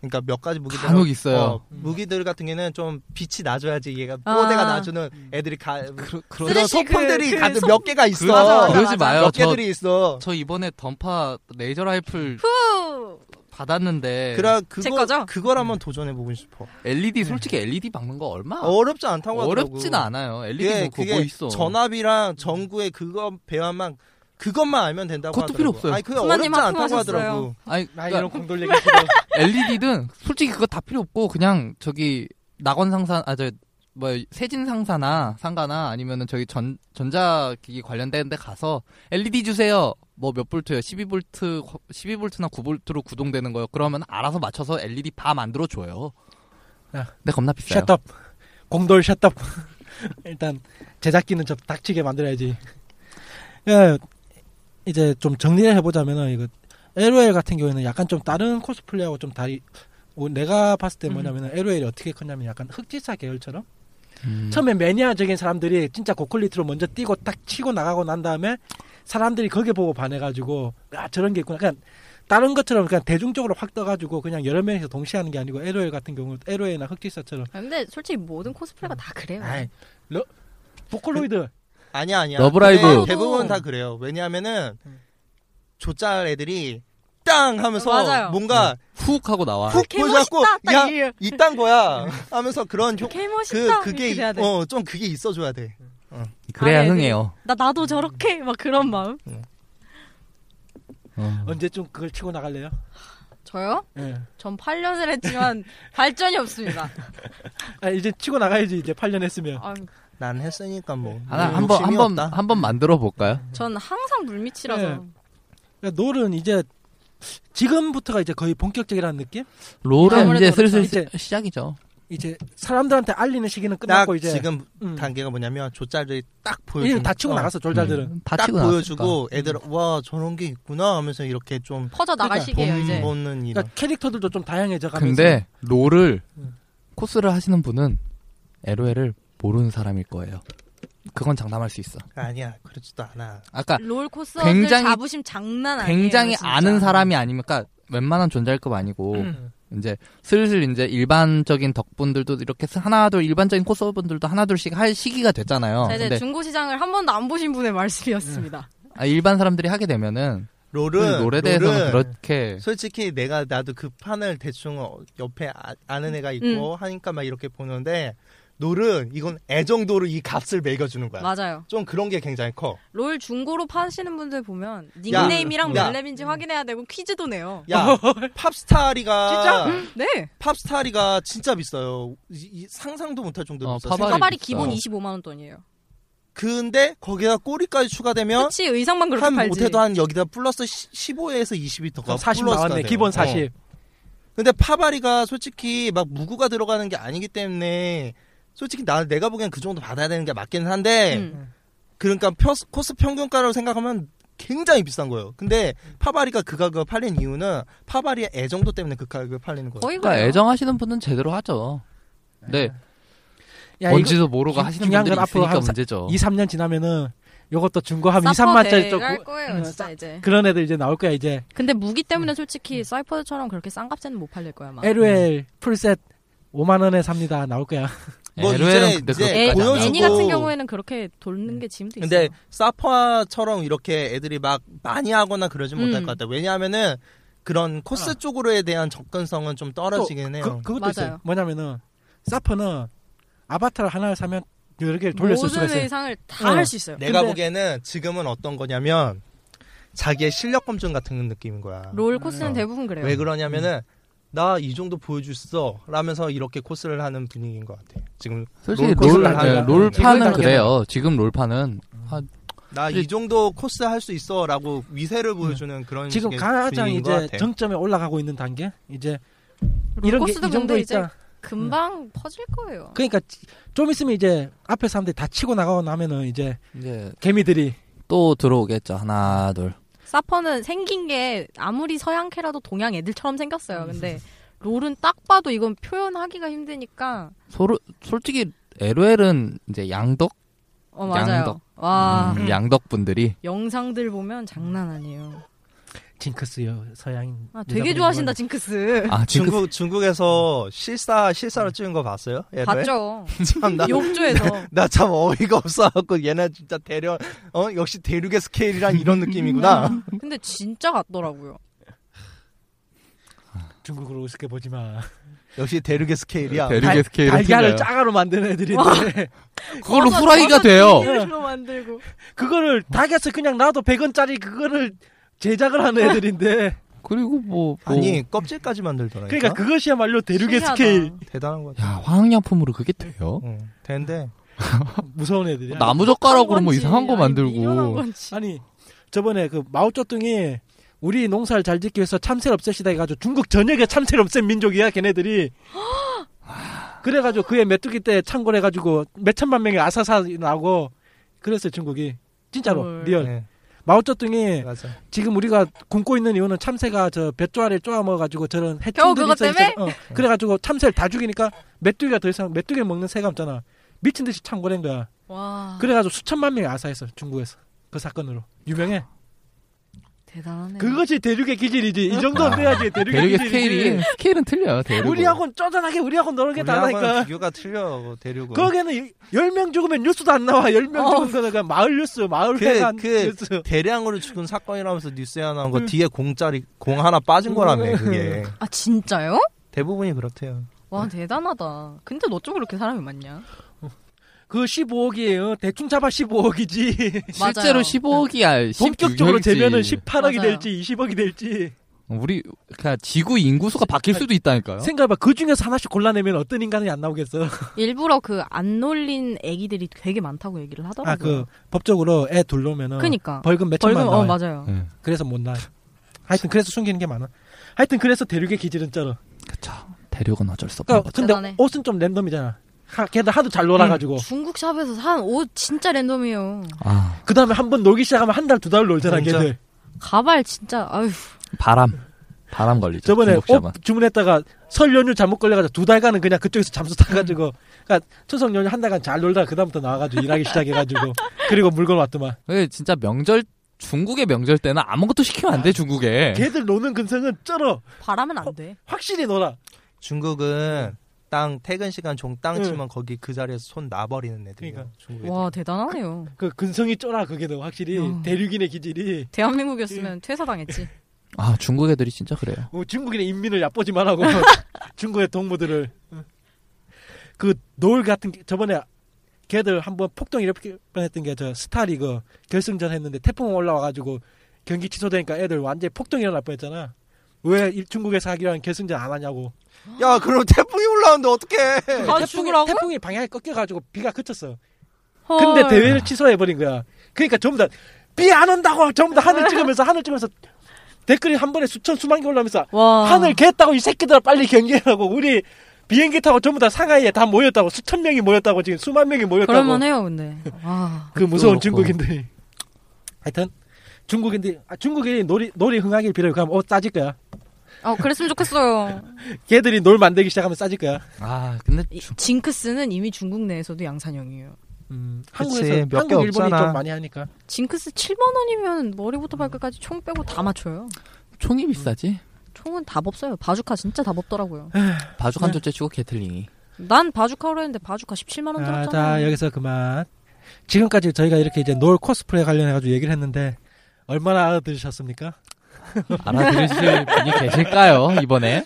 [SPEAKER 8] 그러니까 몇 가지 무기들.
[SPEAKER 7] 간혹 있어요
[SPEAKER 8] 무기들 같은 경우는 좀 빛이 나줘야지 얘가
[SPEAKER 6] 아.
[SPEAKER 8] 뽀대가 나주는 애들이 가,
[SPEAKER 7] 그,
[SPEAKER 8] 그런
[SPEAKER 6] 쓰레쉬
[SPEAKER 8] 소품들이
[SPEAKER 6] 그- 그
[SPEAKER 8] 가,
[SPEAKER 6] 소-
[SPEAKER 8] 몇 개가 있어.
[SPEAKER 6] 맞아, 맞아,
[SPEAKER 7] 그러지
[SPEAKER 6] 맞아.
[SPEAKER 7] 마요
[SPEAKER 8] 몇
[SPEAKER 7] 저,
[SPEAKER 8] 개들이 있어.
[SPEAKER 7] 저 이번에 던파 레이저 라이플
[SPEAKER 6] 후!
[SPEAKER 7] 받았는데
[SPEAKER 8] 그라,
[SPEAKER 6] 제
[SPEAKER 8] 그거,
[SPEAKER 6] 거죠?
[SPEAKER 8] 그걸 한번 도전해보고 싶어.
[SPEAKER 7] LED 솔직히 LED 박는 거 얼마
[SPEAKER 8] 어렵지 않다고 하더라고.
[SPEAKER 7] 아. 어렵진 않아요 LED
[SPEAKER 8] 그게,
[SPEAKER 7] 뭐 그거 뭐
[SPEAKER 8] 그게
[SPEAKER 7] 있어
[SPEAKER 8] 전압이랑 전구의 그거 배합만, 그것만 알면 된다고
[SPEAKER 7] 그것도
[SPEAKER 8] 하더라고.
[SPEAKER 7] 필요 없어요.
[SPEAKER 8] 아니, 그게
[SPEAKER 6] 수만님
[SPEAKER 8] 어렵지 않다고
[SPEAKER 6] 하품하셨어요.
[SPEAKER 8] 하더라고.
[SPEAKER 7] 아니
[SPEAKER 5] 나
[SPEAKER 7] 그러니까
[SPEAKER 5] 이런 공돌 얘기 싫어.
[SPEAKER 7] LED든 솔직히 그거 다 필요 없고 그냥 저기 낙원 상산 아 저 뭐 세진 상사나 상가나 아니면은 저기 전 전자기기 관련된 데 가서 LED 주세요. 뭐 몇 볼트요? 12볼트 12볼트나 9볼트로 구동되는 거요. 그러면 알아서 맞춰서 LED 다 만들어 줘요.
[SPEAKER 8] 아.
[SPEAKER 5] 야.
[SPEAKER 7] 근데 겁나 비싸요.
[SPEAKER 5] 샷업 공돌 샷업 일단 제작기는 좀 닥치게 만들어야지 야, 이제 좀 정리를 해보자면은 이거 LOL 같은 경우에는 약간 좀 다른 코스플레이하고 좀 다리 어, 내가 봤을 때 뭐냐면은 LOL이 어떻게 컸냐면 약간 흑지사 계열처럼
[SPEAKER 7] 음.
[SPEAKER 5] 처음에 매니아적인 사람들이 진짜 고퀄리티로 먼저 뛰고 딱 치고 나가고 난 다음에 사람들이 거기에 보고 반해가지고 아 저런 게 있구나 그냥 다른 것처럼 그냥 대중적으로 확 떠가지고 그냥 여러 명이서 동시에 하는 게 아니고 LOL 같은 경우 LOL이나 흑지사처럼
[SPEAKER 6] 아, 근데 솔직히 모든 코스프레가 다 그래요.
[SPEAKER 5] 아이, 러, 보컬로이드
[SPEAKER 8] 아니야 아니야.
[SPEAKER 7] 러브라이브.
[SPEAKER 8] 근데 대부분 다 그래요. 왜냐하면은 조짤 애들이 땅 하면서
[SPEAKER 6] 어, 맞아요.
[SPEAKER 8] 뭔가
[SPEAKER 7] 훅 하고 나와.
[SPEAKER 8] 훅
[SPEAKER 6] 개
[SPEAKER 8] 보여갖고
[SPEAKER 6] 멋있다, 딱
[SPEAKER 8] 야
[SPEAKER 6] 이래요.
[SPEAKER 8] 이딴 거야 하면서 그런 효,
[SPEAKER 6] 개
[SPEAKER 8] 그
[SPEAKER 6] 멋있다.
[SPEAKER 8] 그게
[SPEAKER 6] 이렇게 돼야 돼.
[SPEAKER 8] 어 좀 그게 있어줘야 돼. 예,
[SPEAKER 7] 그래야
[SPEAKER 6] 아니,
[SPEAKER 7] 흥해요.
[SPEAKER 6] 나 나도 저렇게 막 그런 마음.
[SPEAKER 7] 어.
[SPEAKER 5] 언제쯤 그걸 치고 나갈래요?
[SPEAKER 6] 저요?
[SPEAKER 5] 예.
[SPEAKER 6] 전 8년을 했지만 발전이 없습니다.
[SPEAKER 5] 아 이제 치고 나가야지 이제 8년 했으면
[SPEAKER 6] 아,
[SPEAKER 8] 난 했으니까 뭐
[SPEAKER 7] 하나
[SPEAKER 8] 욕심이
[SPEAKER 7] 아, 한번 한 번
[SPEAKER 8] 없다.
[SPEAKER 7] 한 번 만들어 볼까요?
[SPEAKER 6] 전 항상 물밑이라서
[SPEAKER 5] 네. 그러니까 놀은 이제 지금부터가 이제 거의 본격적이라는 느낌?
[SPEAKER 7] 롤은
[SPEAKER 6] 아무래도
[SPEAKER 7] 이제 슬슬
[SPEAKER 5] 그렇죠.
[SPEAKER 7] 시- 시작이죠.
[SPEAKER 5] 이제 사람들한테 알리는 시기는
[SPEAKER 8] 딱
[SPEAKER 5] 끝났고 이제
[SPEAKER 8] 지금
[SPEAKER 5] 음.
[SPEAKER 8] 단계가 뭐냐면 조짤들이 딱 보여주고
[SPEAKER 7] 예,
[SPEAKER 5] 이제 다 치고 나갔어 졸자들은
[SPEAKER 7] 음, 다
[SPEAKER 8] 딱
[SPEAKER 7] 치고 나왔으니까.
[SPEAKER 8] 보여주고 애들 와 저런 게 있구나 하면서 이렇게 좀
[SPEAKER 6] 퍼져 나갈
[SPEAKER 5] 그러니까
[SPEAKER 6] 시기예요 이제.
[SPEAKER 8] 보는 이런
[SPEAKER 5] 그러니까 캐릭터들도 좀 다양해져가면서
[SPEAKER 7] 근데 롤을
[SPEAKER 5] 음.
[SPEAKER 7] 코스를 하시는 분은 LOL을 모르는 사람일 거예요. 그건 장담할 수 있어.
[SPEAKER 8] 아니야 그렇지도 않아
[SPEAKER 7] 아까
[SPEAKER 6] 롤 코스
[SPEAKER 7] 음. 굉장히-
[SPEAKER 6] 자부심 장난 아니에요.
[SPEAKER 7] 굉장히
[SPEAKER 6] 진짜. 음.
[SPEAKER 7] 아는 사람이 아니면 그러니까 웬만한
[SPEAKER 5] 음.
[SPEAKER 7] 존잘급 아니고
[SPEAKER 5] 뭐
[SPEAKER 7] 이제 슬슬 이제 일반적인 덕분들도 이렇게 하나둘 일반적인 코스분들도 하나둘씩 할 시기가 됐잖아요.
[SPEAKER 5] 어,
[SPEAKER 6] 자, 이제
[SPEAKER 7] 근데
[SPEAKER 6] 네, 중고 시장을 한 번도 안 보신 분의 말씀이었습니다.
[SPEAKER 8] 음.
[SPEAKER 7] 아, 일반 사람들이 하게 되면은
[SPEAKER 8] 롤은
[SPEAKER 7] 노래 그 대해서는
[SPEAKER 8] 롤은
[SPEAKER 7] 그렇게
[SPEAKER 8] 솔직히 내가 나도 그 판을 대충 어- 옆에 아, 아는 애가
[SPEAKER 6] 음.
[SPEAKER 8] 있고 하니까 막 이렇게 보는데 롤은 이건 애정도로 이 값을 매겨주는 거야
[SPEAKER 6] 맞아요.
[SPEAKER 8] 좀 그런 게 굉장히 커
[SPEAKER 6] 롤 중고로 파시는 분들 보면 닉네임이랑
[SPEAKER 8] 야.
[SPEAKER 6] 원래인지 확인해야 되고 퀴즈도 내요.
[SPEAKER 8] 야, 팝스타리가
[SPEAKER 6] 네.
[SPEAKER 8] 팝스타리가 진짜 비싸요. 이- 이 상상도 못할 정도로
[SPEAKER 7] 어,
[SPEAKER 8] 비싸요.
[SPEAKER 7] 파바리.
[SPEAKER 6] 사발이
[SPEAKER 7] 비싸요.
[SPEAKER 6] 기본 25만 원 돈이에요.
[SPEAKER 8] 근데 거기다 꼬리까지 추가되면
[SPEAKER 6] 그치 의상만 그렇게
[SPEAKER 8] 어? 한
[SPEAKER 6] 팔지.
[SPEAKER 8] 못해도 한 여기다 플러스 15에서 20이 더가 어.
[SPEAKER 5] 그럼 40 나왔네 기본 40
[SPEAKER 8] 근데 파바리가 솔직히 막 무구가 들어가는 게 아니기 때문에 솔직히 나 내가 보기엔 그 정도 받아야 되는 게 맞기는 한데
[SPEAKER 6] 음.
[SPEAKER 8] 그러니까 펴스- 코스 평균가로 생각하면 굉장히 비싼 거예요. 근데 파바리가 그 가격 팔린 이유는 파바리의 애정도 때문에 그 가격을 팔리는 거예요.
[SPEAKER 6] 거의
[SPEAKER 7] 그러니까
[SPEAKER 6] 그래요.
[SPEAKER 7] 애정하시는 분은 제대로 하죠. 네,
[SPEAKER 5] 야,
[SPEAKER 7] 뭔지도 모르고
[SPEAKER 5] 중-
[SPEAKER 7] 하시는
[SPEAKER 5] 중요한
[SPEAKER 7] 분들이
[SPEAKER 5] 건 앞으로
[SPEAKER 7] 있으니까
[SPEAKER 5] 한 사- 이거
[SPEAKER 7] 문제죠.
[SPEAKER 5] 2, 3년 지나면은 요것도 중고하면 2,
[SPEAKER 6] 사퍼
[SPEAKER 5] 3만짜리 좀
[SPEAKER 6] 대갈
[SPEAKER 5] 우-
[SPEAKER 6] 거예요
[SPEAKER 5] 음,
[SPEAKER 6] 진짜
[SPEAKER 5] 사-
[SPEAKER 6] 이제.
[SPEAKER 5] 그런 애들 이제 나올 거야 이제
[SPEAKER 6] 근데 무기 때문에
[SPEAKER 5] 음.
[SPEAKER 6] 솔직히 사이퍼드처럼 그렇게 싼 값에는 못 팔릴 거야 아마.
[SPEAKER 5] LOL 풀셋 5만 원에 삽니다 나올 거야
[SPEAKER 8] 뭐
[SPEAKER 7] 네, LOL은
[SPEAKER 8] 이제-
[SPEAKER 7] 근데
[SPEAKER 8] 이제
[SPEAKER 7] 그렇게까지 안
[SPEAKER 8] 보여주고-
[SPEAKER 7] 하고.
[SPEAKER 6] 애니 같은 경우에는 그렇게
[SPEAKER 5] 음.
[SPEAKER 6] 돌는 게 지금도 있어요.
[SPEAKER 8] 근데 사파처럼 이렇게 애들이 막 많이 하거나 그러진 못할
[SPEAKER 6] 음.
[SPEAKER 8] 것 같아요. 왜냐하면은 그런 코스 쪽으로에 대한 접근성은 좀 떨어지긴 해요.
[SPEAKER 5] 어. 그, 그것도
[SPEAKER 6] 맞아요.
[SPEAKER 5] 있어요 뭐냐면은 사퍼는 아바타를 하나를 사면 여러 개를 돌려 쓸 수가
[SPEAKER 6] 모든
[SPEAKER 5] 있어요
[SPEAKER 6] 의상을 다
[SPEAKER 5] 어.
[SPEAKER 6] 할 수 있어요.
[SPEAKER 8] 내가
[SPEAKER 5] 근데-
[SPEAKER 8] 보기에는 지금은 어떤 거냐면 자기의 실력 검증 같은 느낌인 거야.
[SPEAKER 6] 롤 코스는
[SPEAKER 8] 어.
[SPEAKER 6] 대부분 그래요.
[SPEAKER 5] 음.
[SPEAKER 8] 왜 그러냐면은 나 이 정도 보여줄 수 라면서 이렇게 코스를 하는 분위기인 것 같아. 지금
[SPEAKER 7] 솔직히
[SPEAKER 8] 롤코스를
[SPEAKER 7] 롤,
[SPEAKER 8] 하는
[SPEAKER 7] 네,
[SPEAKER 8] 거예요.
[SPEAKER 7] 롤판은
[SPEAKER 5] 지금
[SPEAKER 7] 그래요. 지금 롤판은
[SPEAKER 8] 나 이
[SPEAKER 7] 그래.
[SPEAKER 8] 정도 코스 할 수 있어라고 위세를 보여주는 그런
[SPEAKER 5] 지금
[SPEAKER 8] 식의
[SPEAKER 5] 가장
[SPEAKER 8] 분위기인 것
[SPEAKER 5] 이제
[SPEAKER 8] 같아.
[SPEAKER 5] 정점에 올라가고 있는 단계 이제
[SPEAKER 6] 롤
[SPEAKER 5] 이런 게
[SPEAKER 6] 코스도
[SPEAKER 5] 이 정도
[SPEAKER 6] 근데 이제
[SPEAKER 5] 있다
[SPEAKER 6] 금방 퍼질 거예요.
[SPEAKER 5] 그러니까 지- 좀 있으면 이제 앞에 사람들이 다 치고 나가고 나면은 이제
[SPEAKER 7] 이제
[SPEAKER 5] 개미들이
[SPEAKER 7] 또 들어오겠죠. 하나, 둘.
[SPEAKER 6] 사퍼는 생긴 게 아무리 서양캐라도 동양 애들처럼 생겼어요. 근데 롤은 딱 봐도 이건 표현하기가 힘드니까.
[SPEAKER 7] 소르, 솔직히 LOL은 이제 양덕,
[SPEAKER 6] 어 맞아요.
[SPEAKER 7] 양덕.
[SPEAKER 6] 와
[SPEAKER 7] 음, 양덕 분들이
[SPEAKER 6] 영상들 보면 장난 아니에요.
[SPEAKER 5] 징크스요 서양인
[SPEAKER 6] 아 되게 좋아하신다 징크스.
[SPEAKER 7] 아 지금
[SPEAKER 8] 중국 중국에서 실사 실사로 찍은 거 봤어요? 얘를?
[SPEAKER 6] 봤죠.
[SPEAKER 8] 참나
[SPEAKER 6] 욕조에서.
[SPEAKER 7] 네.
[SPEAKER 8] 나 참 어이가 없어갖고 얘네 진짜 대륙 어 역시 대륙의 스케일이란 이런
[SPEAKER 5] 음.
[SPEAKER 8] 느낌이구나.
[SPEAKER 6] 근데 진짜 같더라고요.
[SPEAKER 5] 뭐 중국으로 우습게 보지 마
[SPEAKER 8] 역시 대륙의 스케일이야.
[SPEAKER 7] 네, 대륙의 스케일을
[SPEAKER 5] 달걀을
[SPEAKER 7] 틀려요.
[SPEAKER 5] 짜가로 만드는 애들인데
[SPEAKER 7] 그걸로
[SPEAKER 6] 버섯,
[SPEAKER 7] 후라이가
[SPEAKER 6] 버섯
[SPEAKER 7] 돼요.
[SPEAKER 6] 튀김으로 만들고.
[SPEAKER 5] 그거를 닭에서 그냥 놔도 100원짜리 그거를 제작을 하는 애들인데
[SPEAKER 7] 그리고 뭐, 뭐
[SPEAKER 9] 아니 껍질까지 만들더라니까.
[SPEAKER 5] 그러니까 그것이야말로 대륙의
[SPEAKER 6] 신기하다.
[SPEAKER 5] 스케일
[SPEAKER 9] 대단한 거
[SPEAKER 7] 야
[SPEAKER 9] 같아.
[SPEAKER 7] 화학약품으로 그게 돼요?
[SPEAKER 9] 응. 된데
[SPEAKER 5] 무서운 애들이야.
[SPEAKER 7] 나무 젓가락으로
[SPEAKER 6] 한
[SPEAKER 7] 뭐
[SPEAKER 6] 건지,
[SPEAKER 7] 이상한 거
[SPEAKER 6] 아니, 미련한
[SPEAKER 7] 만들고
[SPEAKER 6] 건지.
[SPEAKER 5] 아니 저번에 그 마오쩌둥이 우리 농사를 잘 짓기 위해서 참새를 없애시다 해가지고 중국 전역에 참새를 없앤 민족이야 걔네들이 그래가지고 그해 메뚜기 때 창궐해가지고 몇천만 명의 아사사 나고 그랬어요 중국이 진짜로
[SPEAKER 6] 헐.
[SPEAKER 5] 리얼
[SPEAKER 9] 네,
[SPEAKER 8] 네.
[SPEAKER 5] 마오쩌둥이
[SPEAKER 9] 맞아.
[SPEAKER 5] 지금 우리가 굶고 있는 이유는 참새가 저 뱃조알에 쪼아 먹어가지고 저런 해충들이
[SPEAKER 6] 겨우 그것
[SPEAKER 5] 있어요.
[SPEAKER 6] 때문에?
[SPEAKER 5] 어, 그래가지고 참새를 다 죽이니까 메뚜기가 더 이상 메뚜기 먹는 새가 없잖아 미친 듯이 창궐한 거야
[SPEAKER 6] 와
[SPEAKER 5] 그래가지고 수천만 명이 아사했어 중국에서 그 사건으로 유명해
[SPEAKER 6] 대단하네.
[SPEAKER 5] 그것이 대륙의 기질이지 이 정도 돼야지 대륙의,
[SPEAKER 7] 대륙의
[SPEAKER 5] 기질이지
[SPEAKER 7] 스케일이 스케일은 틀려요 대륙
[SPEAKER 5] 우리하고는 쪼잔하게 우리하고 너는 게
[SPEAKER 9] 우리하고는
[SPEAKER 5] 다르니까
[SPEAKER 9] 비교가 틀려 대륙은.
[SPEAKER 5] 거기는 10명 죽으면 뉴스도 안 나와 10명
[SPEAKER 6] 어.
[SPEAKER 5] 죽은 거는 그냥 마을 뉴스 마을
[SPEAKER 9] 그-
[SPEAKER 5] 회관
[SPEAKER 9] 그-
[SPEAKER 5] 뉴스
[SPEAKER 9] 대량으로 죽은 사건이라면서 뉴스에 나온 거
[SPEAKER 5] 음.
[SPEAKER 9] 뒤에 공짜리 공 하나 빠진 거라며 그게
[SPEAKER 6] 아 진짜요?
[SPEAKER 9] 대부분이 그렇대요.
[SPEAKER 6] 와
[SPEAKER 7] 네.
[SPEAKER 6] 대단하다. 근데 너쪽 그렇게 사람이 많냐?
[SPEAKER 5] 그 15억이에요 대충 잡아 15억이지
[SPEAKER 7] 실제로
[SPEAKER 6] 맞아요.
[SPEAKER 7] 15억이야
[SPEAKER 5] 본격적으로 재면은
[SPEAKER 7] 10
[SPEAKER 5] 18억이
[SPEAKER 6] 맞아요.
[SPEAKER 5] 될지 20억이 될지
[SPEAKER 7] 우리 그냥 지구 인구수가 바뀔 수도 있다니까요
[SPEAKER 5] 아, 생각해봐 그 중에서 하나씩 골라내면 어떤 인간이 안 나오겠어
[SPEAKER 6] 일부러 그 안 놀린 애기들이 되게 많다고 얘기를 하더라고요.
[SPEAKER 5] 아 그 법적으로 애 둘러면은
[SPEAKER 6] 그니까
[SPEAKER 5] 벌금 몇 천만
[SPEAKER 6] 벌금
[SPEAKER 5] 나와요 네.
[SPEAKER 6] 어 맞아요.
[SPEAKER 7] 예.
[SPEAKER 5] 그래서 못 나. 하여튼 그래서 숨기는 게 많아. 하여튼 그래서 대륙의 기질은 쩔어.
[SPEAKER 7] 그쵸 대륙은 어쩔 수 없는
[SPEAKER 5] 그러니까
[SPEAKER 7] 거죠
[SPEAKER 5] 근데
[SPEAKER 6] 음, 대단해. 음.
[SPEAKER 5] 옷은 좀 랜덤이잖아. 하, 걔들 하도 잘 놀아가지고
[SPEAKER 6] 중국 샵에서 산 옷 진짜 랜덤이에요.
[SPEAKER 7] 아
[SPEAKER 5] 그 다음에 한 번 놀기 시작하면 한 달 두 달 놀잖아
[SPEAKER 9] 진짜.
[SPEAKER 5] 걔들.
[SPEAKER 6] 가발 진짜 아유
[SPEAKER 7] 바람 바람 걸리죠
[SPEAKER 5] 저번에
[SPEAKER 7] 중국 샵은.
[SPEAKER 5] 옷 주문했다가 설 연휴 잘못 걸려가지고 두 달간은 그냥 그쪽에서 잠수
[SPEAKER 6] 음.
[SPEAKER 5] 타가지고 그러니까 추석 연휴 한 달간 잘 놀다가 그 다음부터 나와가지고 일하기 시작해가지고 그리고 물건 왔더만.
[SPEAKER 7] 왜 예, 진짜 명절 중국의 명절 때는 아무것도 시키면 안 돼 중국에
[SPEAKER 5] 걔들 노는 근성은 쩔어.
[SPEAKER 6] 바라면 안 돼.
[SPEAKER 5] 확실히 놀아.
[SPEAKER 9] 중국은 땅 퇴근 시간 종 땅
[SPEAKER 5] 응.
[SPEAKER 9] 치면 거기 그 자리에서 손 놔버리는 애들이야.
[SPEAKER 5] 음. 그러니까.
[SPEAKER 9] 중국에.
[SPEAKER 6] 와 대단하네요.
[SPEAKER 5] 그 근성이 쩔아 그게 더 확실히
[SPEAKER 6] 어.
[SPEAKER 5] 대륙인의 기질이. 예.
[SPEAKER 6] 대한민국이었으면 퇴사당했지.
[SPEAKER 7] 아 중국 애들이 진짜 그래요
[SPEAKER 5] 어, 중국인의 인민을 얕보지 말라고 중국의 동무들을 그 노을 같은 게- 저번에 걔들 한번 폭동 이렇게 뻔했던 게 저 스타리그 결승전 했는데 태풍 올라와가지고 경기 취소되니까 애들 완전히 폭동 일어날 뻔했잖아 왜 이- 중국에서 하기로 결승전 안 하냐고
[SPEAKER 9] 야 그럼 태풍이 올라오는데 어떡해?
[SPEAKER 6] 아 죽으라고?
[SPEAKER 5] 예. 태풍이 방향이 꺾여가지고 비가 그쳤어 근데 대회를 취소해버린 거야 그러니까 전부 다 비 안 온다고 전부 다 하늘 찍으면서 하늘 찍으면서 댓글이 한 번에 수천 수만 개 올라오면서
[SPEAKER 6] 와
[SPEAKER 5] 하늘 겠다고 이 새끼들아 빨리 경기하라고 우리 비행기 타고 전부 다 상하이에 다 모였다고 수천 명이 모였다고 지금 수만 명이 모였다고
[SPEAKER 6] 그럴만 해요 근데. 아, 와
[SPEAKER 5] 그 무서운
[SPEAKER 7] 그것도
[SPEAKER 5] 중국인들이 하여튼 중국인들이 아, 중국인이 놀이 놀이 흥하길 빌어요 그럼 어 싸질 거야
[SPEAKER 6] 어, 그랬으면 좋겠어요.
[SPEAKER 5] 걔들이 놀 만들기 시작하면 싸질 거야
[SPEAKER 7] 아 근데
[SPEAKER 6] 이-
[SPEAKER 7] 중-
[SPEAKER 6] 징크스는 이미 중국 내에서도 양산형이에요.
[SPEAKER 5] 한국에서
[SPEAKER 9] 그치, 음, 몇개
[SPEAKER 5] 한국 일본이
[SPEAKER 9] 없잖아.
[SPEAKER 5] 좀 많이 하니까
[SPEAKER 6] 징크스 7만 원이면 머리부터 발끝까지 총 빼고 다 맞춰요.
[SPEAKER 7] 총이 비싸지
[SPEAKER 6] 총은 답 없어요. 바주카 진짜 답 없더라고요.
[SPEAKER 7] 바둑
[SPEAKER 5] 네.
[SPEAKER 7] 한 조째 치고 게틀링이
[SPEAKER 6] 난 바주카로 했는데 바주카 17만
[SPEAKER 5] 아,
[SPEAKER 6] 원 들었잖아요.
[SPEAKER 5] 자 여기서 그만 지금까지 저희가 이렇게 이제 놀 코스프레 관련해 가지고 얘기를 했는데 얼마나 알아들으셨습니까?
[SPEAKER 7] 알아들으실 분이 계실까요 이번에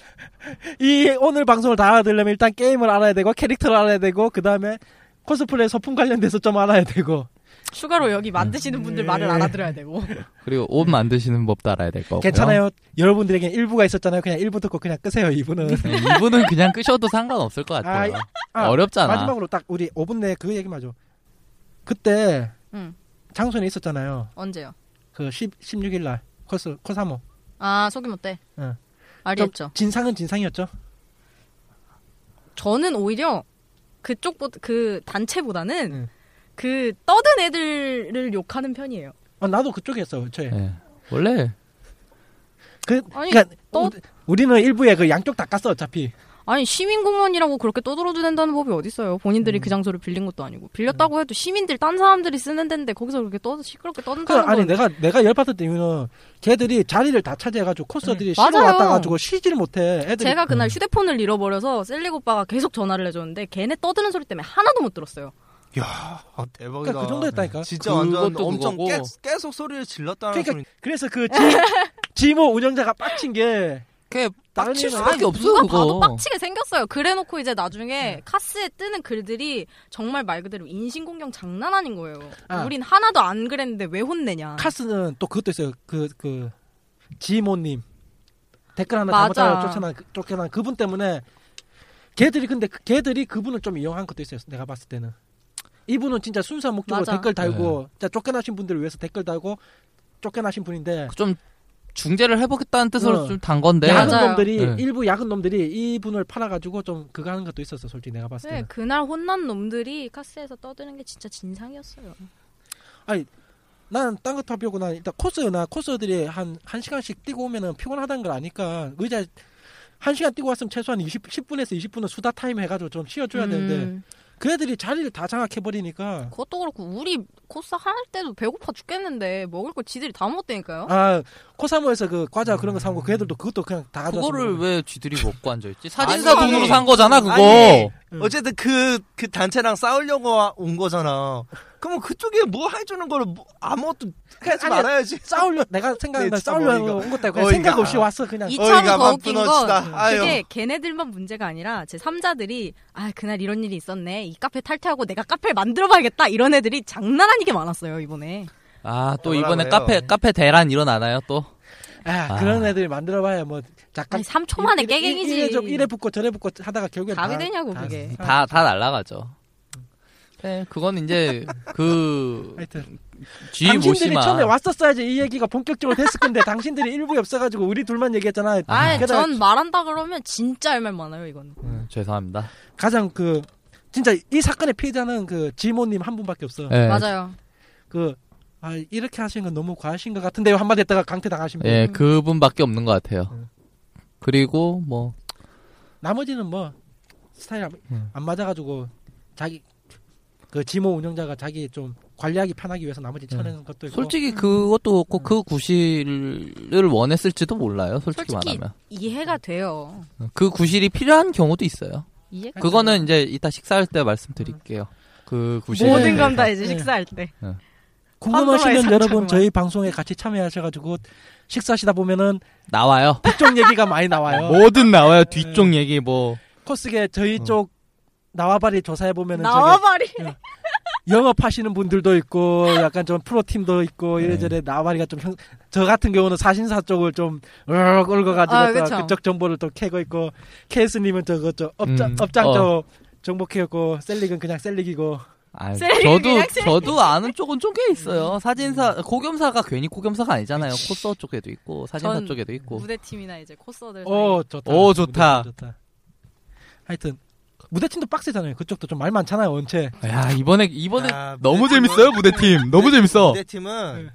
[SPEAKER 5] 이 오늘 방송을 다 알아들려면 일단 게임을 알아야 되고 캐릭터를 알아야 되고 그 다음에 코스프레 소품 관련돼서 좀 알아야 되고 음.
[SPEAKER 6] 추가로 여기 만드시는 분들 말을 알아들어야 되고.
[SPEAKER 7] 그리고 옷 만드시는 법도 알아야 될 거고
[SPEAKER 5] 네. 괜찮아요 여러분들에게 일부가 있었잖아요 그냥 일부 듣고 그냥 끄세요 이분은
[SPEAKER 7] 네, 이분은 그냥 끄셔도 상관없을 것 같아요.
[SPEAKER 5] 아,
[SPEAKER 7] 어렵잖아.
[SPEAKER 5] 마지막으로 딱 우리 5분 내에 그 얘기만 하죠 그때
[SPEAKER 6] 응.
[SPEAKER 5] 장소에 있었잖아요
[SPEAKER 6] 언제요?
[SPEAKER 5] 그 10, 16일날 코스 코사모
[SPEAKER 6] 아 소규모 때.
[SPEAKER 5] 응.
[SPEAKER 6] 알겠죠.
[SPEAKER 5] 진상은 진상이었죠
[SPEAKER 6] 저는 오히려 그쪽 그 단체보다는
[SPEAKER 5] 응.
[SPEAKER 6] 그 떠든 애들을 욕하는 편이에요.
[SPEAKER 5] 어, 나도 그쪽이었어 저에
[SPEAKER 7] 예. 원래
[SPEAKER 5] 그,
[SPEAKER 6] 아니,
[SPEAKER 5] 그러니까
[SPEAKER 6] 또-
[SPEAKER 5] 우리- 우리는 일부에 그 양쪽 다 깠어 어차피
[SPEAKER 6] 아니 시민공원이라고 그렇게 떠들어도 된다는 법이 어딨어요.
[SPEAKER 5] 음.
[SPEAKER 6] 본인들이 그 장소를 빌린 것도 아니고 빌렸다고 해도 시민들 딴 사람들이 쓰는 데인데 거기서 그렇게 떠 시끄럽게
[SPEAKER 5] 그,
[SPEAKER 6] 떠든다는
[SPEAKER 5] 아니
[SPEAKER 6] 건
[SPEAKER 5] 내가 내가 열받았던 이유는 걔들이 자리를 다 차지해가지고 코스들이
[SPEAKER 6] 네. 맞아요.
[SPEAKER 5] 쉬러 왔다가지고 쉬질 못해. 애들이 음.
[SPEAKER 6] 제가 그날 휴대폰을 잃어버려서 셀릭 오빠가 계속 전화를 해줬는데 걔네 떠드는 소리 때문에 하나도 못 들었어요.
[SPEAKER 9] 아, 대박이다.
[SPEAKER 5] 그러니까 그 정도였다니까.
[SPEAKER 9] 진짜
[SPEAKER 7] 그것도
[SPEAKER 9] 완전 엄청
[SPEAKER 7] 그거고.
[SPEAKER 9] 깨, 계속 소리를 질렀다는
[SPEAKER 5] 그러니까
[SPEAKER 9] 소리.
[SPEAKER 5] 그래서 그 지, 모 운영자가 빡친 게
[SPEAKER 7] 그게
[SPEAKER 5] 다른
[SPEAKER 7] 빡칠
[SPEAKER 5] 일은
[SPEAKER 7] 수밖에 없어요
[SPEAKER 6] 누가
[SPEAKER 7] 그거.
[SPEAKER 6] 봐도 빡치게 생겼어요. 그래놓고 이제 나중에 카스에 뜨는 글들이 정말 말 그대로 인신공격 장난 아닌 거예요.
[SPEAKER 5] 아.
[SPEAKER 6] 우린 하나도 안 그랬는데 왜 혼내냐.
[SPEAKER 5] 카스는 또 그것도 있어요. 그 그 지모님 댓글 하나
[SPEAKER 6] 맞아.
[SPEAKER 5] 잘못하고 쫓아난 그- 쫓겨난 그분 때문에 걔들이 근데 그- 걔들이 그분을 좀 이용한 것도 있어요. 내가 봤을 때는 이분은 진짜 순수한 목적으로
[SPEAKER 6] 맞아.
[SPEAKER 5] 댓글 달고 진짜 쫓겨나신 분들을 위해서 댓글 달고 쫓겨나신 분인데
[SPEAKER 7] 좀 중재를 해보겠다는 뜻으로
[SPEAKER 5] 어.
[SPEAKER 7] 좀 단 건데
[SPEAKER 5] 야근
[SPEAKER 6] 맞아요.
[SPEAKER 5] 놈들이
[SPEAKER 7] 네.
[SPEAKER 5] 일부 야근 놈들이 이분을 팔아가지고 좀 그거 하는 것도 있었어. 솔직히 내가 봤을
[SPEAKER 6] 네,
[SPEAKER 5] 때는
[SPEAKER 6] 그날 혼난 놈들이 카스에서 떠드는 게 진짜 진상이었어요.
[SPEAKER 5] 난딴거 타려고 난 일단 코스나 코스들이 한 한 시간씩 뛰고 오면은 피곤하다는 걸 아니까 의자 한 시간 뛰고 왔으면 최소한 20, 10분에서 20분은 수다 타임 해가지고 좀 쉬어줘야 되는데
[SPEAKER 6] 음,
[SPEAKER 5] 그 애들이 자리를 다 장악해버리니까
[SPEAKER 6] 그것도 그렇고 우리 코스 할 때도 배고파 죽겠는데 먹을 걸 지들이 다 먹었다니까요.
[SPEAKER 5] 아 코사모에서 그 과자 그런 거 사고 그 애들도 그것도 그냥 다 가져와서
[SPEAKER 7] 그거를
[SPEAKER 5] 먹는
[SPEAKER 7] 왜 쥐들이 먹고 앉아있지? 사진사
[SPEAKER 8] 아니.
[SPEAKER 7] 돈으로 산 거잖아 그거
[SPEAKER 8] 아니.
[SPEAKER 5] 음.
[SPEAKER 8] 어쨌든 그, 그 단체랑 싸우려고 와- 온 거잖아. 그러면 그쪽에 뭐 해주는 걸 뭐, 아무것도 하지
[SPEAKER 5] 그러니까 아니,
[SPEAKER 8] 말아야지.
[SPEAKER 5] 싸우려 내가 생각한 건
[SPEAKER 8] 네, 진짜
[SPEAKER 5] 싸우려고
[SPEAKER 8] 어이가-
[SPEAKER 5] 온 것도 아니고 그냥
[SPEAKER 8] 어이가.
[SPEAKER 5] 생각 없이 왔어 그냥
[SPEAKER 6] 이
[SPEAKER 8] 어이가
[SPEAKER 6] 차로 더
[SPEAKER 8] 막
[SPEAKER 6] 웃긴
[SPEAKER 8] 끊어지다.
[SPEAKER 6] 건
[SPEAKER 8] 아유.
[SPEAKER 6] 그게 걔네들만 문제가 아니라 제 3자들이 아 그날 이런 일이 있었네 이 카페 탈퇴하고 내가 카페를 만들어봐야겠다 이런 애들이 장난 아니게 많았어요 이번에
[SPEAKER 7] 아 또
[SPEAKER 8] 뭐라
[SPEAKER 7] 이번에
[SPEAKER 8] 그래요? 네.
[SPEAKER 7] 카페 카페 대란 일어나나요 또?
[SPEAKER 5] 아,
[SPEAKER 7] 아.
[SPEAKER 5] 그런 애들이 만들어봐야 뭐 잠깐
[SPEAKER 6] 아니 3초 만에
[SPEAKER 5] 이래- 이래-
[SPEAKER 6] 깨갱이지
[SPEAKER 5] 이래 좀 이래 붙고 저래 붙고 하다가 결국에
[SPEAKER 6] 가게 되냐고 그게
[SPEAKER 5] 아.
[SPEAKER 7] 다 다 날라가죠. 네, 그건 이제 그
[SPEAKER 5] 하여튼
[SPEAKER 7] 쥐
[SPEAKER 5] 당신들이
[SPEAKER 7] 모시마.
[SPEAKER 5] 처음에 왔었어야지 이 얘기가 본격적으로 됐을 건데 당신들이 일부에 없어가지고 우리 둘만 얘기했잖아.
[SPEAKER 6] 아이
[SPEAKER 5] 게다가
[SPEAKER 6] 전 말한다 그러면 진짜 할 말 많아요 이건
[SPEAKER 7] 음, 죄송합니다.
[SPEAKER 5] 가장 그 진짜 이 사건의 피해자는 그 지모님 한 분밖에 없어.
[SPEAKER 7] 예,
[SPEAKER 6] 맞아요
[SPEAKER 5] 그 아, 이렇게 하시는 건 너무 과하신 것 같은데요 한마디 했다가 강퇴 당하신 분.
[SPEAKER 7] 예, 그분밖에 없는 것 같아요.
[SPEAKER 5] 음.
[SPEAKER 7] 그리고 뭐
[SPEAKER 5] 나머지는 뭐 스타일 안,
[SPEAKER 7] 음.
[SPEAKER 5] 안 맞아가지고 자기 그 지모 운영자가 자기 좀 관리하기 편하기 위해서 나머지 쳐내는 것도 있고.
[SPEAKER 7] 예. 솔직히 그것도 그렇고 그 구실을 원했을지도 몰라요. 솔직히,
[SPEAKER 6] 솔직히
[SPEAKER 7] 말하면
[SPEAKER 6] 이해가 돼요
[SPEAKER 7] 그 구실이 필요한 경우도 있어요.
[SPEAKER 6] 이해
[SPEAKER 5] 하여튼
[SPEAKER 7] 그거는 이제 이따 식사할 때 말씀드릴게요. 그 구실.
[SPEAKER 6] 모든 건 다 이제
[SPEAKER 5] 네.
[SPEAKER 6] 식사할 때
[SPEAKER 5] 궁금하시면
[SPEAKER 6] 판도라의
[SPEAKER 5] 여러분
[SPEAKER 6] 상처구만.
[SPEAKER 5] 저희 방송에 같이 참여하셔가지고 식사하시다 보면은
[SPEAKER 7] 나와요.
[SPEAKER 5] 북쪽 얘기가 많이 나와요.
[SPEAKER 7] 뭐든 나와요. 뒤쪽 얘기 뭐.
[SPEAKER 5] 코스게 저희
[SPEAKER 7] 어.
[SPEAKER 5] 쪽 나와바리 조사해 보면은
[SPEAKER 6] 나와버리
[SPEAKER 5] 영업하시는 분들도 있고 약간 좀 프로팀도 있고
[SPEAKER 7] 네.
[SPEAKER 5] 이래저래 나와바리가 좀 저 같은 경우는 사신사 쪽을 좀 으르륵 끌어가지고
[SPEAKER 6] 아,
[SPEAKER 5] 또
[SPEAKER 6] 그쵸.
[SPEAKER 5] 그쪽 정보를 또 캐고 있고 케이스님은 저거 저 업장
[SPEAKER 7] 음,
[SPEAKER 5] 업장
[SPEAKER 7] 어.
[SPEAKER 5] 저 정보 캐고 셀릭은 그냥 셀릭이고
[SPEAKER 7] 아,
[SPEAKER 6] 셀-
[SPEAKER 7] 저도
[SPEAKER 6] 그냥 셀-
[SPEAKER 7] 저도 아는 쪽은 좀 꽤 있어요. 사진사 고겸사가 괜히 고겸사가 아니잖아요. 코스어 쪽에도 있고 사진사
[SPEAKER 6] 전
[SPEAKER 7] 쪽에도 있고.
[SPEAKER 6] 무대팀이나 이제 코스어들 사이
[SPEAKER 5] 오 좋다
[SPEAKER 7] 오, 좋다.
[SPEAKER 5] 무대팀 좋다. 하여튼 무대팀도 빡세잖아요 그쪽도 좀 말 많잖아요 원체
[SPEAKER 7] 야 이번에 이번에
[SPEAKER 9] 아,
[SPEAKER 7] 너무
[SPEAKER 9] 무대팀은-
[SPEAKER 7] 재밌어요 무대팀. 너무 재밌어.
[SPEAKER 9] 내 팀은
[SPEAKER 5] 네.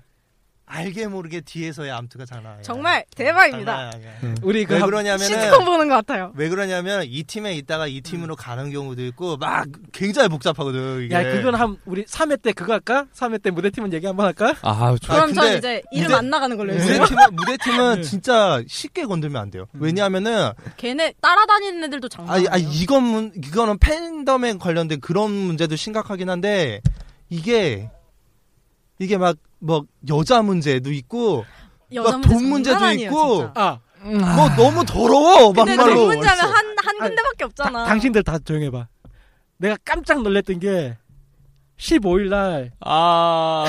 [SPEAKER 9] 알게 모르게 뒤에서의 암투가 장난 아니야.
[SPEAKER 6] 정말 대박입니다
[SPEAKER 9] 장난 아니야.
[SPEAKER 7] 음.
[SPEAKER 5] 우리 그
[SPEAKER 9] 왜
[SPEAKER 5] 함-
[SPEAKER 9] 그러냐면은
[SPEAKER 6] 시트콤 보는 것 같아요
[SPEAKER 9] 왜 그러냐면 이 팀에 있다가 이 팀으로 가는 경우도 있고 막 굉장히 복잡하거든. 이게.
[SPEAKER 5] 음.
[SPEAKER 9] 아,
[SPEAKER 5] 야, 그건 한 우리 3회 때 그거 할까? 3회 때 무대팀은 얘기 한번 할까?
[SPEAKER 7] 아 저-
[SPEAKER 6] 그럼
[SPEAKER 9] 근데
[SPEAKER 6] 전 이제 이름
[SPEAKER 9] 무대-
[SPEAKER 6] 안 나가는 걸로 해주세요
[SPEAKER 9] 무대팀은 무대팀은
[SPEAKER 6] 네.
[SPEAKER 9] 진짜 쉽게 건들면 안 돼요.
[SPEAKER 6] 음. 아,
[SPEAKER 9] 왜냐하면은
[SPEAKER 6] 걔네 따라다니는 애들도 장난
[SPEAKER 9] 아니
[SPEAKER 6] 아니에요
[SPEAKER 9] 아 이건 문- 이거는 팬덤에 관련된 그런 문제도 심각하긴 한데 이게 이게 막 뭐 여자 문제도 있고
[SPEAKER 6] 여자
[SPEAKER 9] 막
[SPEAKER 6] 문제
[SPEAKER 9] 돈 문제도
[SPEAKER 6] 장난 아니에요,
[SPEAKER 9] 있고.
[SPEAKER 6] 진짜.
[SPEAKER 5] 아,
[SPEAKER 9] 뭐 너무 더러워
[SPEAKER 6] 근데
[SPEAKER 9] 막말로.
[SPEAKER 6] 돈 문제면 한, 한
[SPEAKER 5] 아니,
[SPEAKER 6] 군데밖에 없잖아
[SPEAKER 5] 다- 당신들 다 조용해 봐. 내가 깜짝 놀랐던 게 15일 날
[SPEAKER 7] 아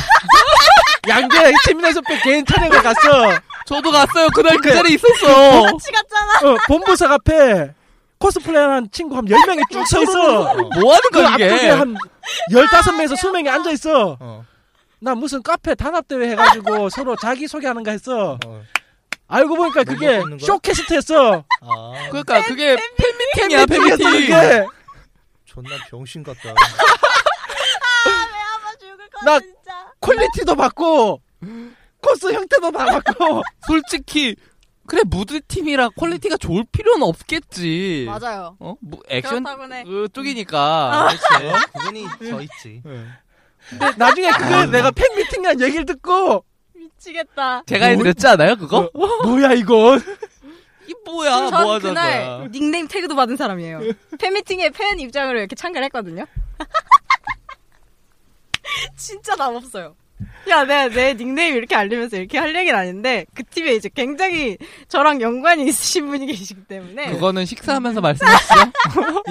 [SPEAKER 5] 양재 시민연습회 개인 촬영을 갔어.
[SPEAKER 7] 저도 갔어요 그날 그
[SPEAKER 5] 그-
[SPEAKER 7] 자리 있었어.
[SPEAKER 6] 같이 갔잖아
[SPEAKER 5] 어, 본부석 앞에 코스프레한 친구 한 10명이 쭉 서
[SPEAKER 9] 그렇죠.
[SPEAKER 5] 있어.
[SPEAKER 7] 뭐 하는
[SPEAKER 5] 그
[SPEAKER 7] 거야
[SPEAKER 5] 앞쪽에
[SPEAKER 7] 이게?
[SPEAKER 5] 한 15명에서 20명이 앉아 있어.
[SPEAKER 9] 어,
[SPEAKER 5] 나 무슨 카페 단합 대회 해 가지고 서로 자기 소개하는가 했어.
[SPEAKER 9] 어.
[SPEAKER 5] 알고 보니까 그게
[SPEAKER 9] 뽑는 거야?
[SPEAKER 5] 쇼캐스트였어.
[SPEAKER 9] 아
[SPEAKER 7] 그러니까 그게 팬미팅이야 팬미팅.
[SPEAKER 5] 그게
[SPEAKER 9] 존나 병신 같다.
[SPEAKER 6] 아마 죽을 거
[SPEAKER 5] 나-
[SPEAKER 6] 진짜
[SPEAKER 5] 퀄리티도 받고 코스 형태도 다 받고
[SPEAKER 7] 솔직히 그래 무드팀이라 퀄리티가 좋을 필요는 없겠지.
[SPEAKER 6] 맞아요
[SPEAKER 7] 어? 무, 액션
[SPEAKER 6] 그렇다고네
[SPEAKER 7] 그
[SPEAKER 6] 아,
[SPEAKER 7] 쪽이니까.
[SPEAKER 9] 그렇지. 그분이 저 있지.
[SPEAKER 6] 네.
[SPEAKER 5] 근데 나중에
[SPEAKER 8] 아.
[SPEAKER 5] 그거 내가 팬미팅한 얘기를 듣고
[SPEAKER 6] 미치겠다
[SPEAKER 7] 제가 해드렸지 않아요 그거?
[SPEAKER 5] 뭐야 이건
[SPEAKER 7] 이 뭐야
[SPEAKER 6] 전
[SPEAKER 7] 뭐 하자는 거야.
[SPEAKER 6] 그날 닉네임 태그도 받은 사람이에요 팬미팅에 팬 입장으로 이렇게 참가를 했거든요 진짜 남 없어요 야, 내가 내 닉네임 이렇게 알리면서 이렇게 할 얘기는 아닌데 그 팀에 이제 굉장히 저랑 연관이 있으신 분이 계시기 때문에
[SPEAKER 7] 그거는
[SPEAKER 6] 음.
[SPEAKER 7] 식사하면서 말씀하시죠.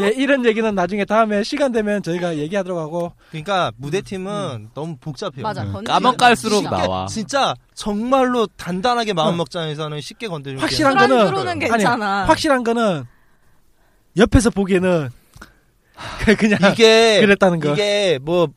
[SPEAKER 5] 예, 이런 얘기는 나중에 다음에 시간 되면 저희가 얘기하도록 하고
[SPEAKER 8] 그러니까 무대팀은 너무 복잡해요.
[SPEAKER 6] 맞아.
[SPEAKER 7] 음.
[SPEAKER 6] 건드리는
[SPEAKER 7] 까면 깔수록
[SPEAKER 6] 거.
[SPEAKER 7] 나와.
[SPEAKER 8] 진짜 정말로 단단하게 마음 먹자는 회사는 쉽게 건드리는
[SPEAKER 5] 확실한
[SPEAKER 8] 게
[SPEAKER 5] 거는
[SPEAKER 6] 술안주로는 괜찮아.
[SPEAKER 5] 아니, 확실한 거는 옆에서 보기에는 그냥
[SPEAKER 8] 이게
[SPEAKER 5] 그랬다는 거.
[SPEAKER 8] 이게 뭐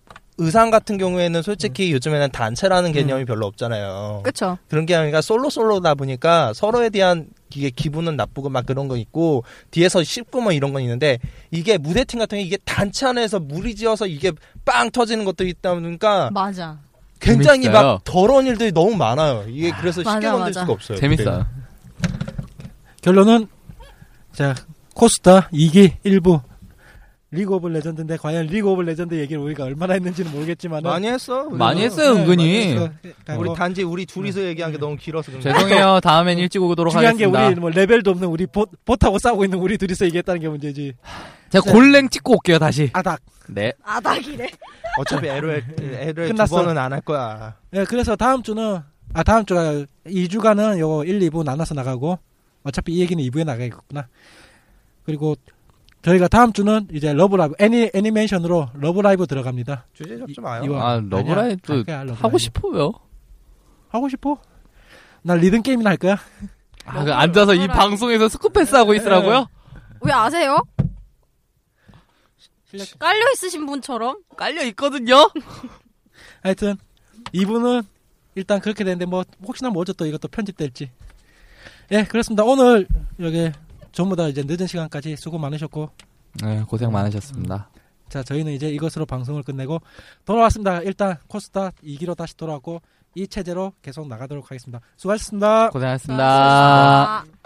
[SPEAKER 8] 의상 같은 경우에는
[SPEAKER 7] 음.
[SPEAKER 8] 솔직히 요즘에는 단체라는 개념이 별로 없잖아요.
[SPEAKER 6] 그쵸.
[SPEAKER 8] 그런 게 아니라 솔로 솔로다 보니까 서로에 대한 이게 기분은 나쁘고 막 그런 거 있고 뒤에서 씹고 뭐 이런 건 있는데 이게 무대팀 같은 게 이게 단체 안에서 무리지어서 이게 빵 터지는 것도 있다 보니까
[SPEAKER 6] 맞아.
[SPEAKER 8] 굉장히
[SPEAKER 7] 재밌어요.
[SPEAKER 8] 막 더러운 일들이 너무 많아요. 이게 그래서 쉽게
[SPEAKER 6] 맞아,
[SPEAKER 8] 건들
[SPEAKER 6] 맞아.
[SPEAKER 8] 수가
[SPEAKER 7] 네,
[SPEAKER 8] 없어요.
[SPEAKER 7] 재밌어요.
[SPEAKER 5] 결론은 자 코스타 2기 1부 리그 오브 레전드인데 과연 리그 오브 레전드 얘기를 우리가 얼마나 했는지는 모르겠지만
[SPEAKER 8] 많이 했어. 우리는.
[SPEAKER 7] 많이 했어요,
[SPEAKER 5] 네, 뭐
[SPEAKER 7] 은근히.
[SPEAKER 8] 우리 단지 우리 둘이서 얘기한 게 너무 길어서 그런 거야.
[SPEAKER 7] 음. 죄송해요. 다음엔 일찍 오도록
[SPEAKER 5] 중요한 게
[SPEAKER 7] 하겠습니다.
[SPEAKER 5] 우리 뭐 레벨도 없는 우리 봇, 봇하고 싸우고 있는 우리 둘이서 얘기했다는 게 문제지
[SPEAKER 7] 제가 골랭 찍고 올게요, 다시.
[SPEAKER 5] 아닥
[SPEAKER 7] 네.
[SPEAKER 6] 아닥이래.
[SPEAKER 8] 어차피 LOL, LOL
[SPEAKER 5] 끝났어.
[SPEAKER 8] 두 번은 안 할 거야.
[SPEAKER 5] 예, 그래서 다음 주는 아 다음 주가 2주간은 요거 1, 2부 나눠서 나가고 어차피 이 얘기는 2부에 나가겠구나. 그리고 저희가 다음 주는 이제 러브라이브 애니 애니메이션으로 러브라이브 들어갑니다.
[SPEAKER 8] 주제 잡지 마요.
[SPEAKER 5] 이거-
[SPEAKER 7] 아,
[SPEAKER 5] 아니야, 갈
[SPEAKER 7] 러브라이브
[SPEAKER 5] 거야, 러브라이브.
[SPEAKER 7] 하고 싶어요.
[SPEAKER 5] 하고 싶어? 나 리듬 게임이나 할 거야.
[SPEAKER 7] 아, 그 앉아서 이
[SPEAKER 6] 러브라이브.
[SPEAKER 7] 방송에서 스쿠패스 하고 있으라고요?
[SPEAKER 6] 왜 아세요? 깔려 있으신 분처럼
[SPEAKER 7] 깔려 있거든요.
[SPEAKER 5] 하여튼 이분은 일단 그렇게 되는데 뭐 혹시나 뭐죠 또 이것도 편집될지. 예, 그렇습니다. 오늘 여기 전부 다 이제 늦은 시간까지 수고 많으셨고
[SPEAKER 7] 네, 고생 많으셨습니다.
[SPEAKER 5] 자, 저희는 이제 이것으로 방송을 끝내고 돌아왔습니다. 일단 코스타 2기로 다시 돌아왔고 이 체제로 계속 나가도록 하겠습니다. 수고하셨습니다.
[SPEAKER 7] 고생하셨습니다.
[SPEAKER 6] 아.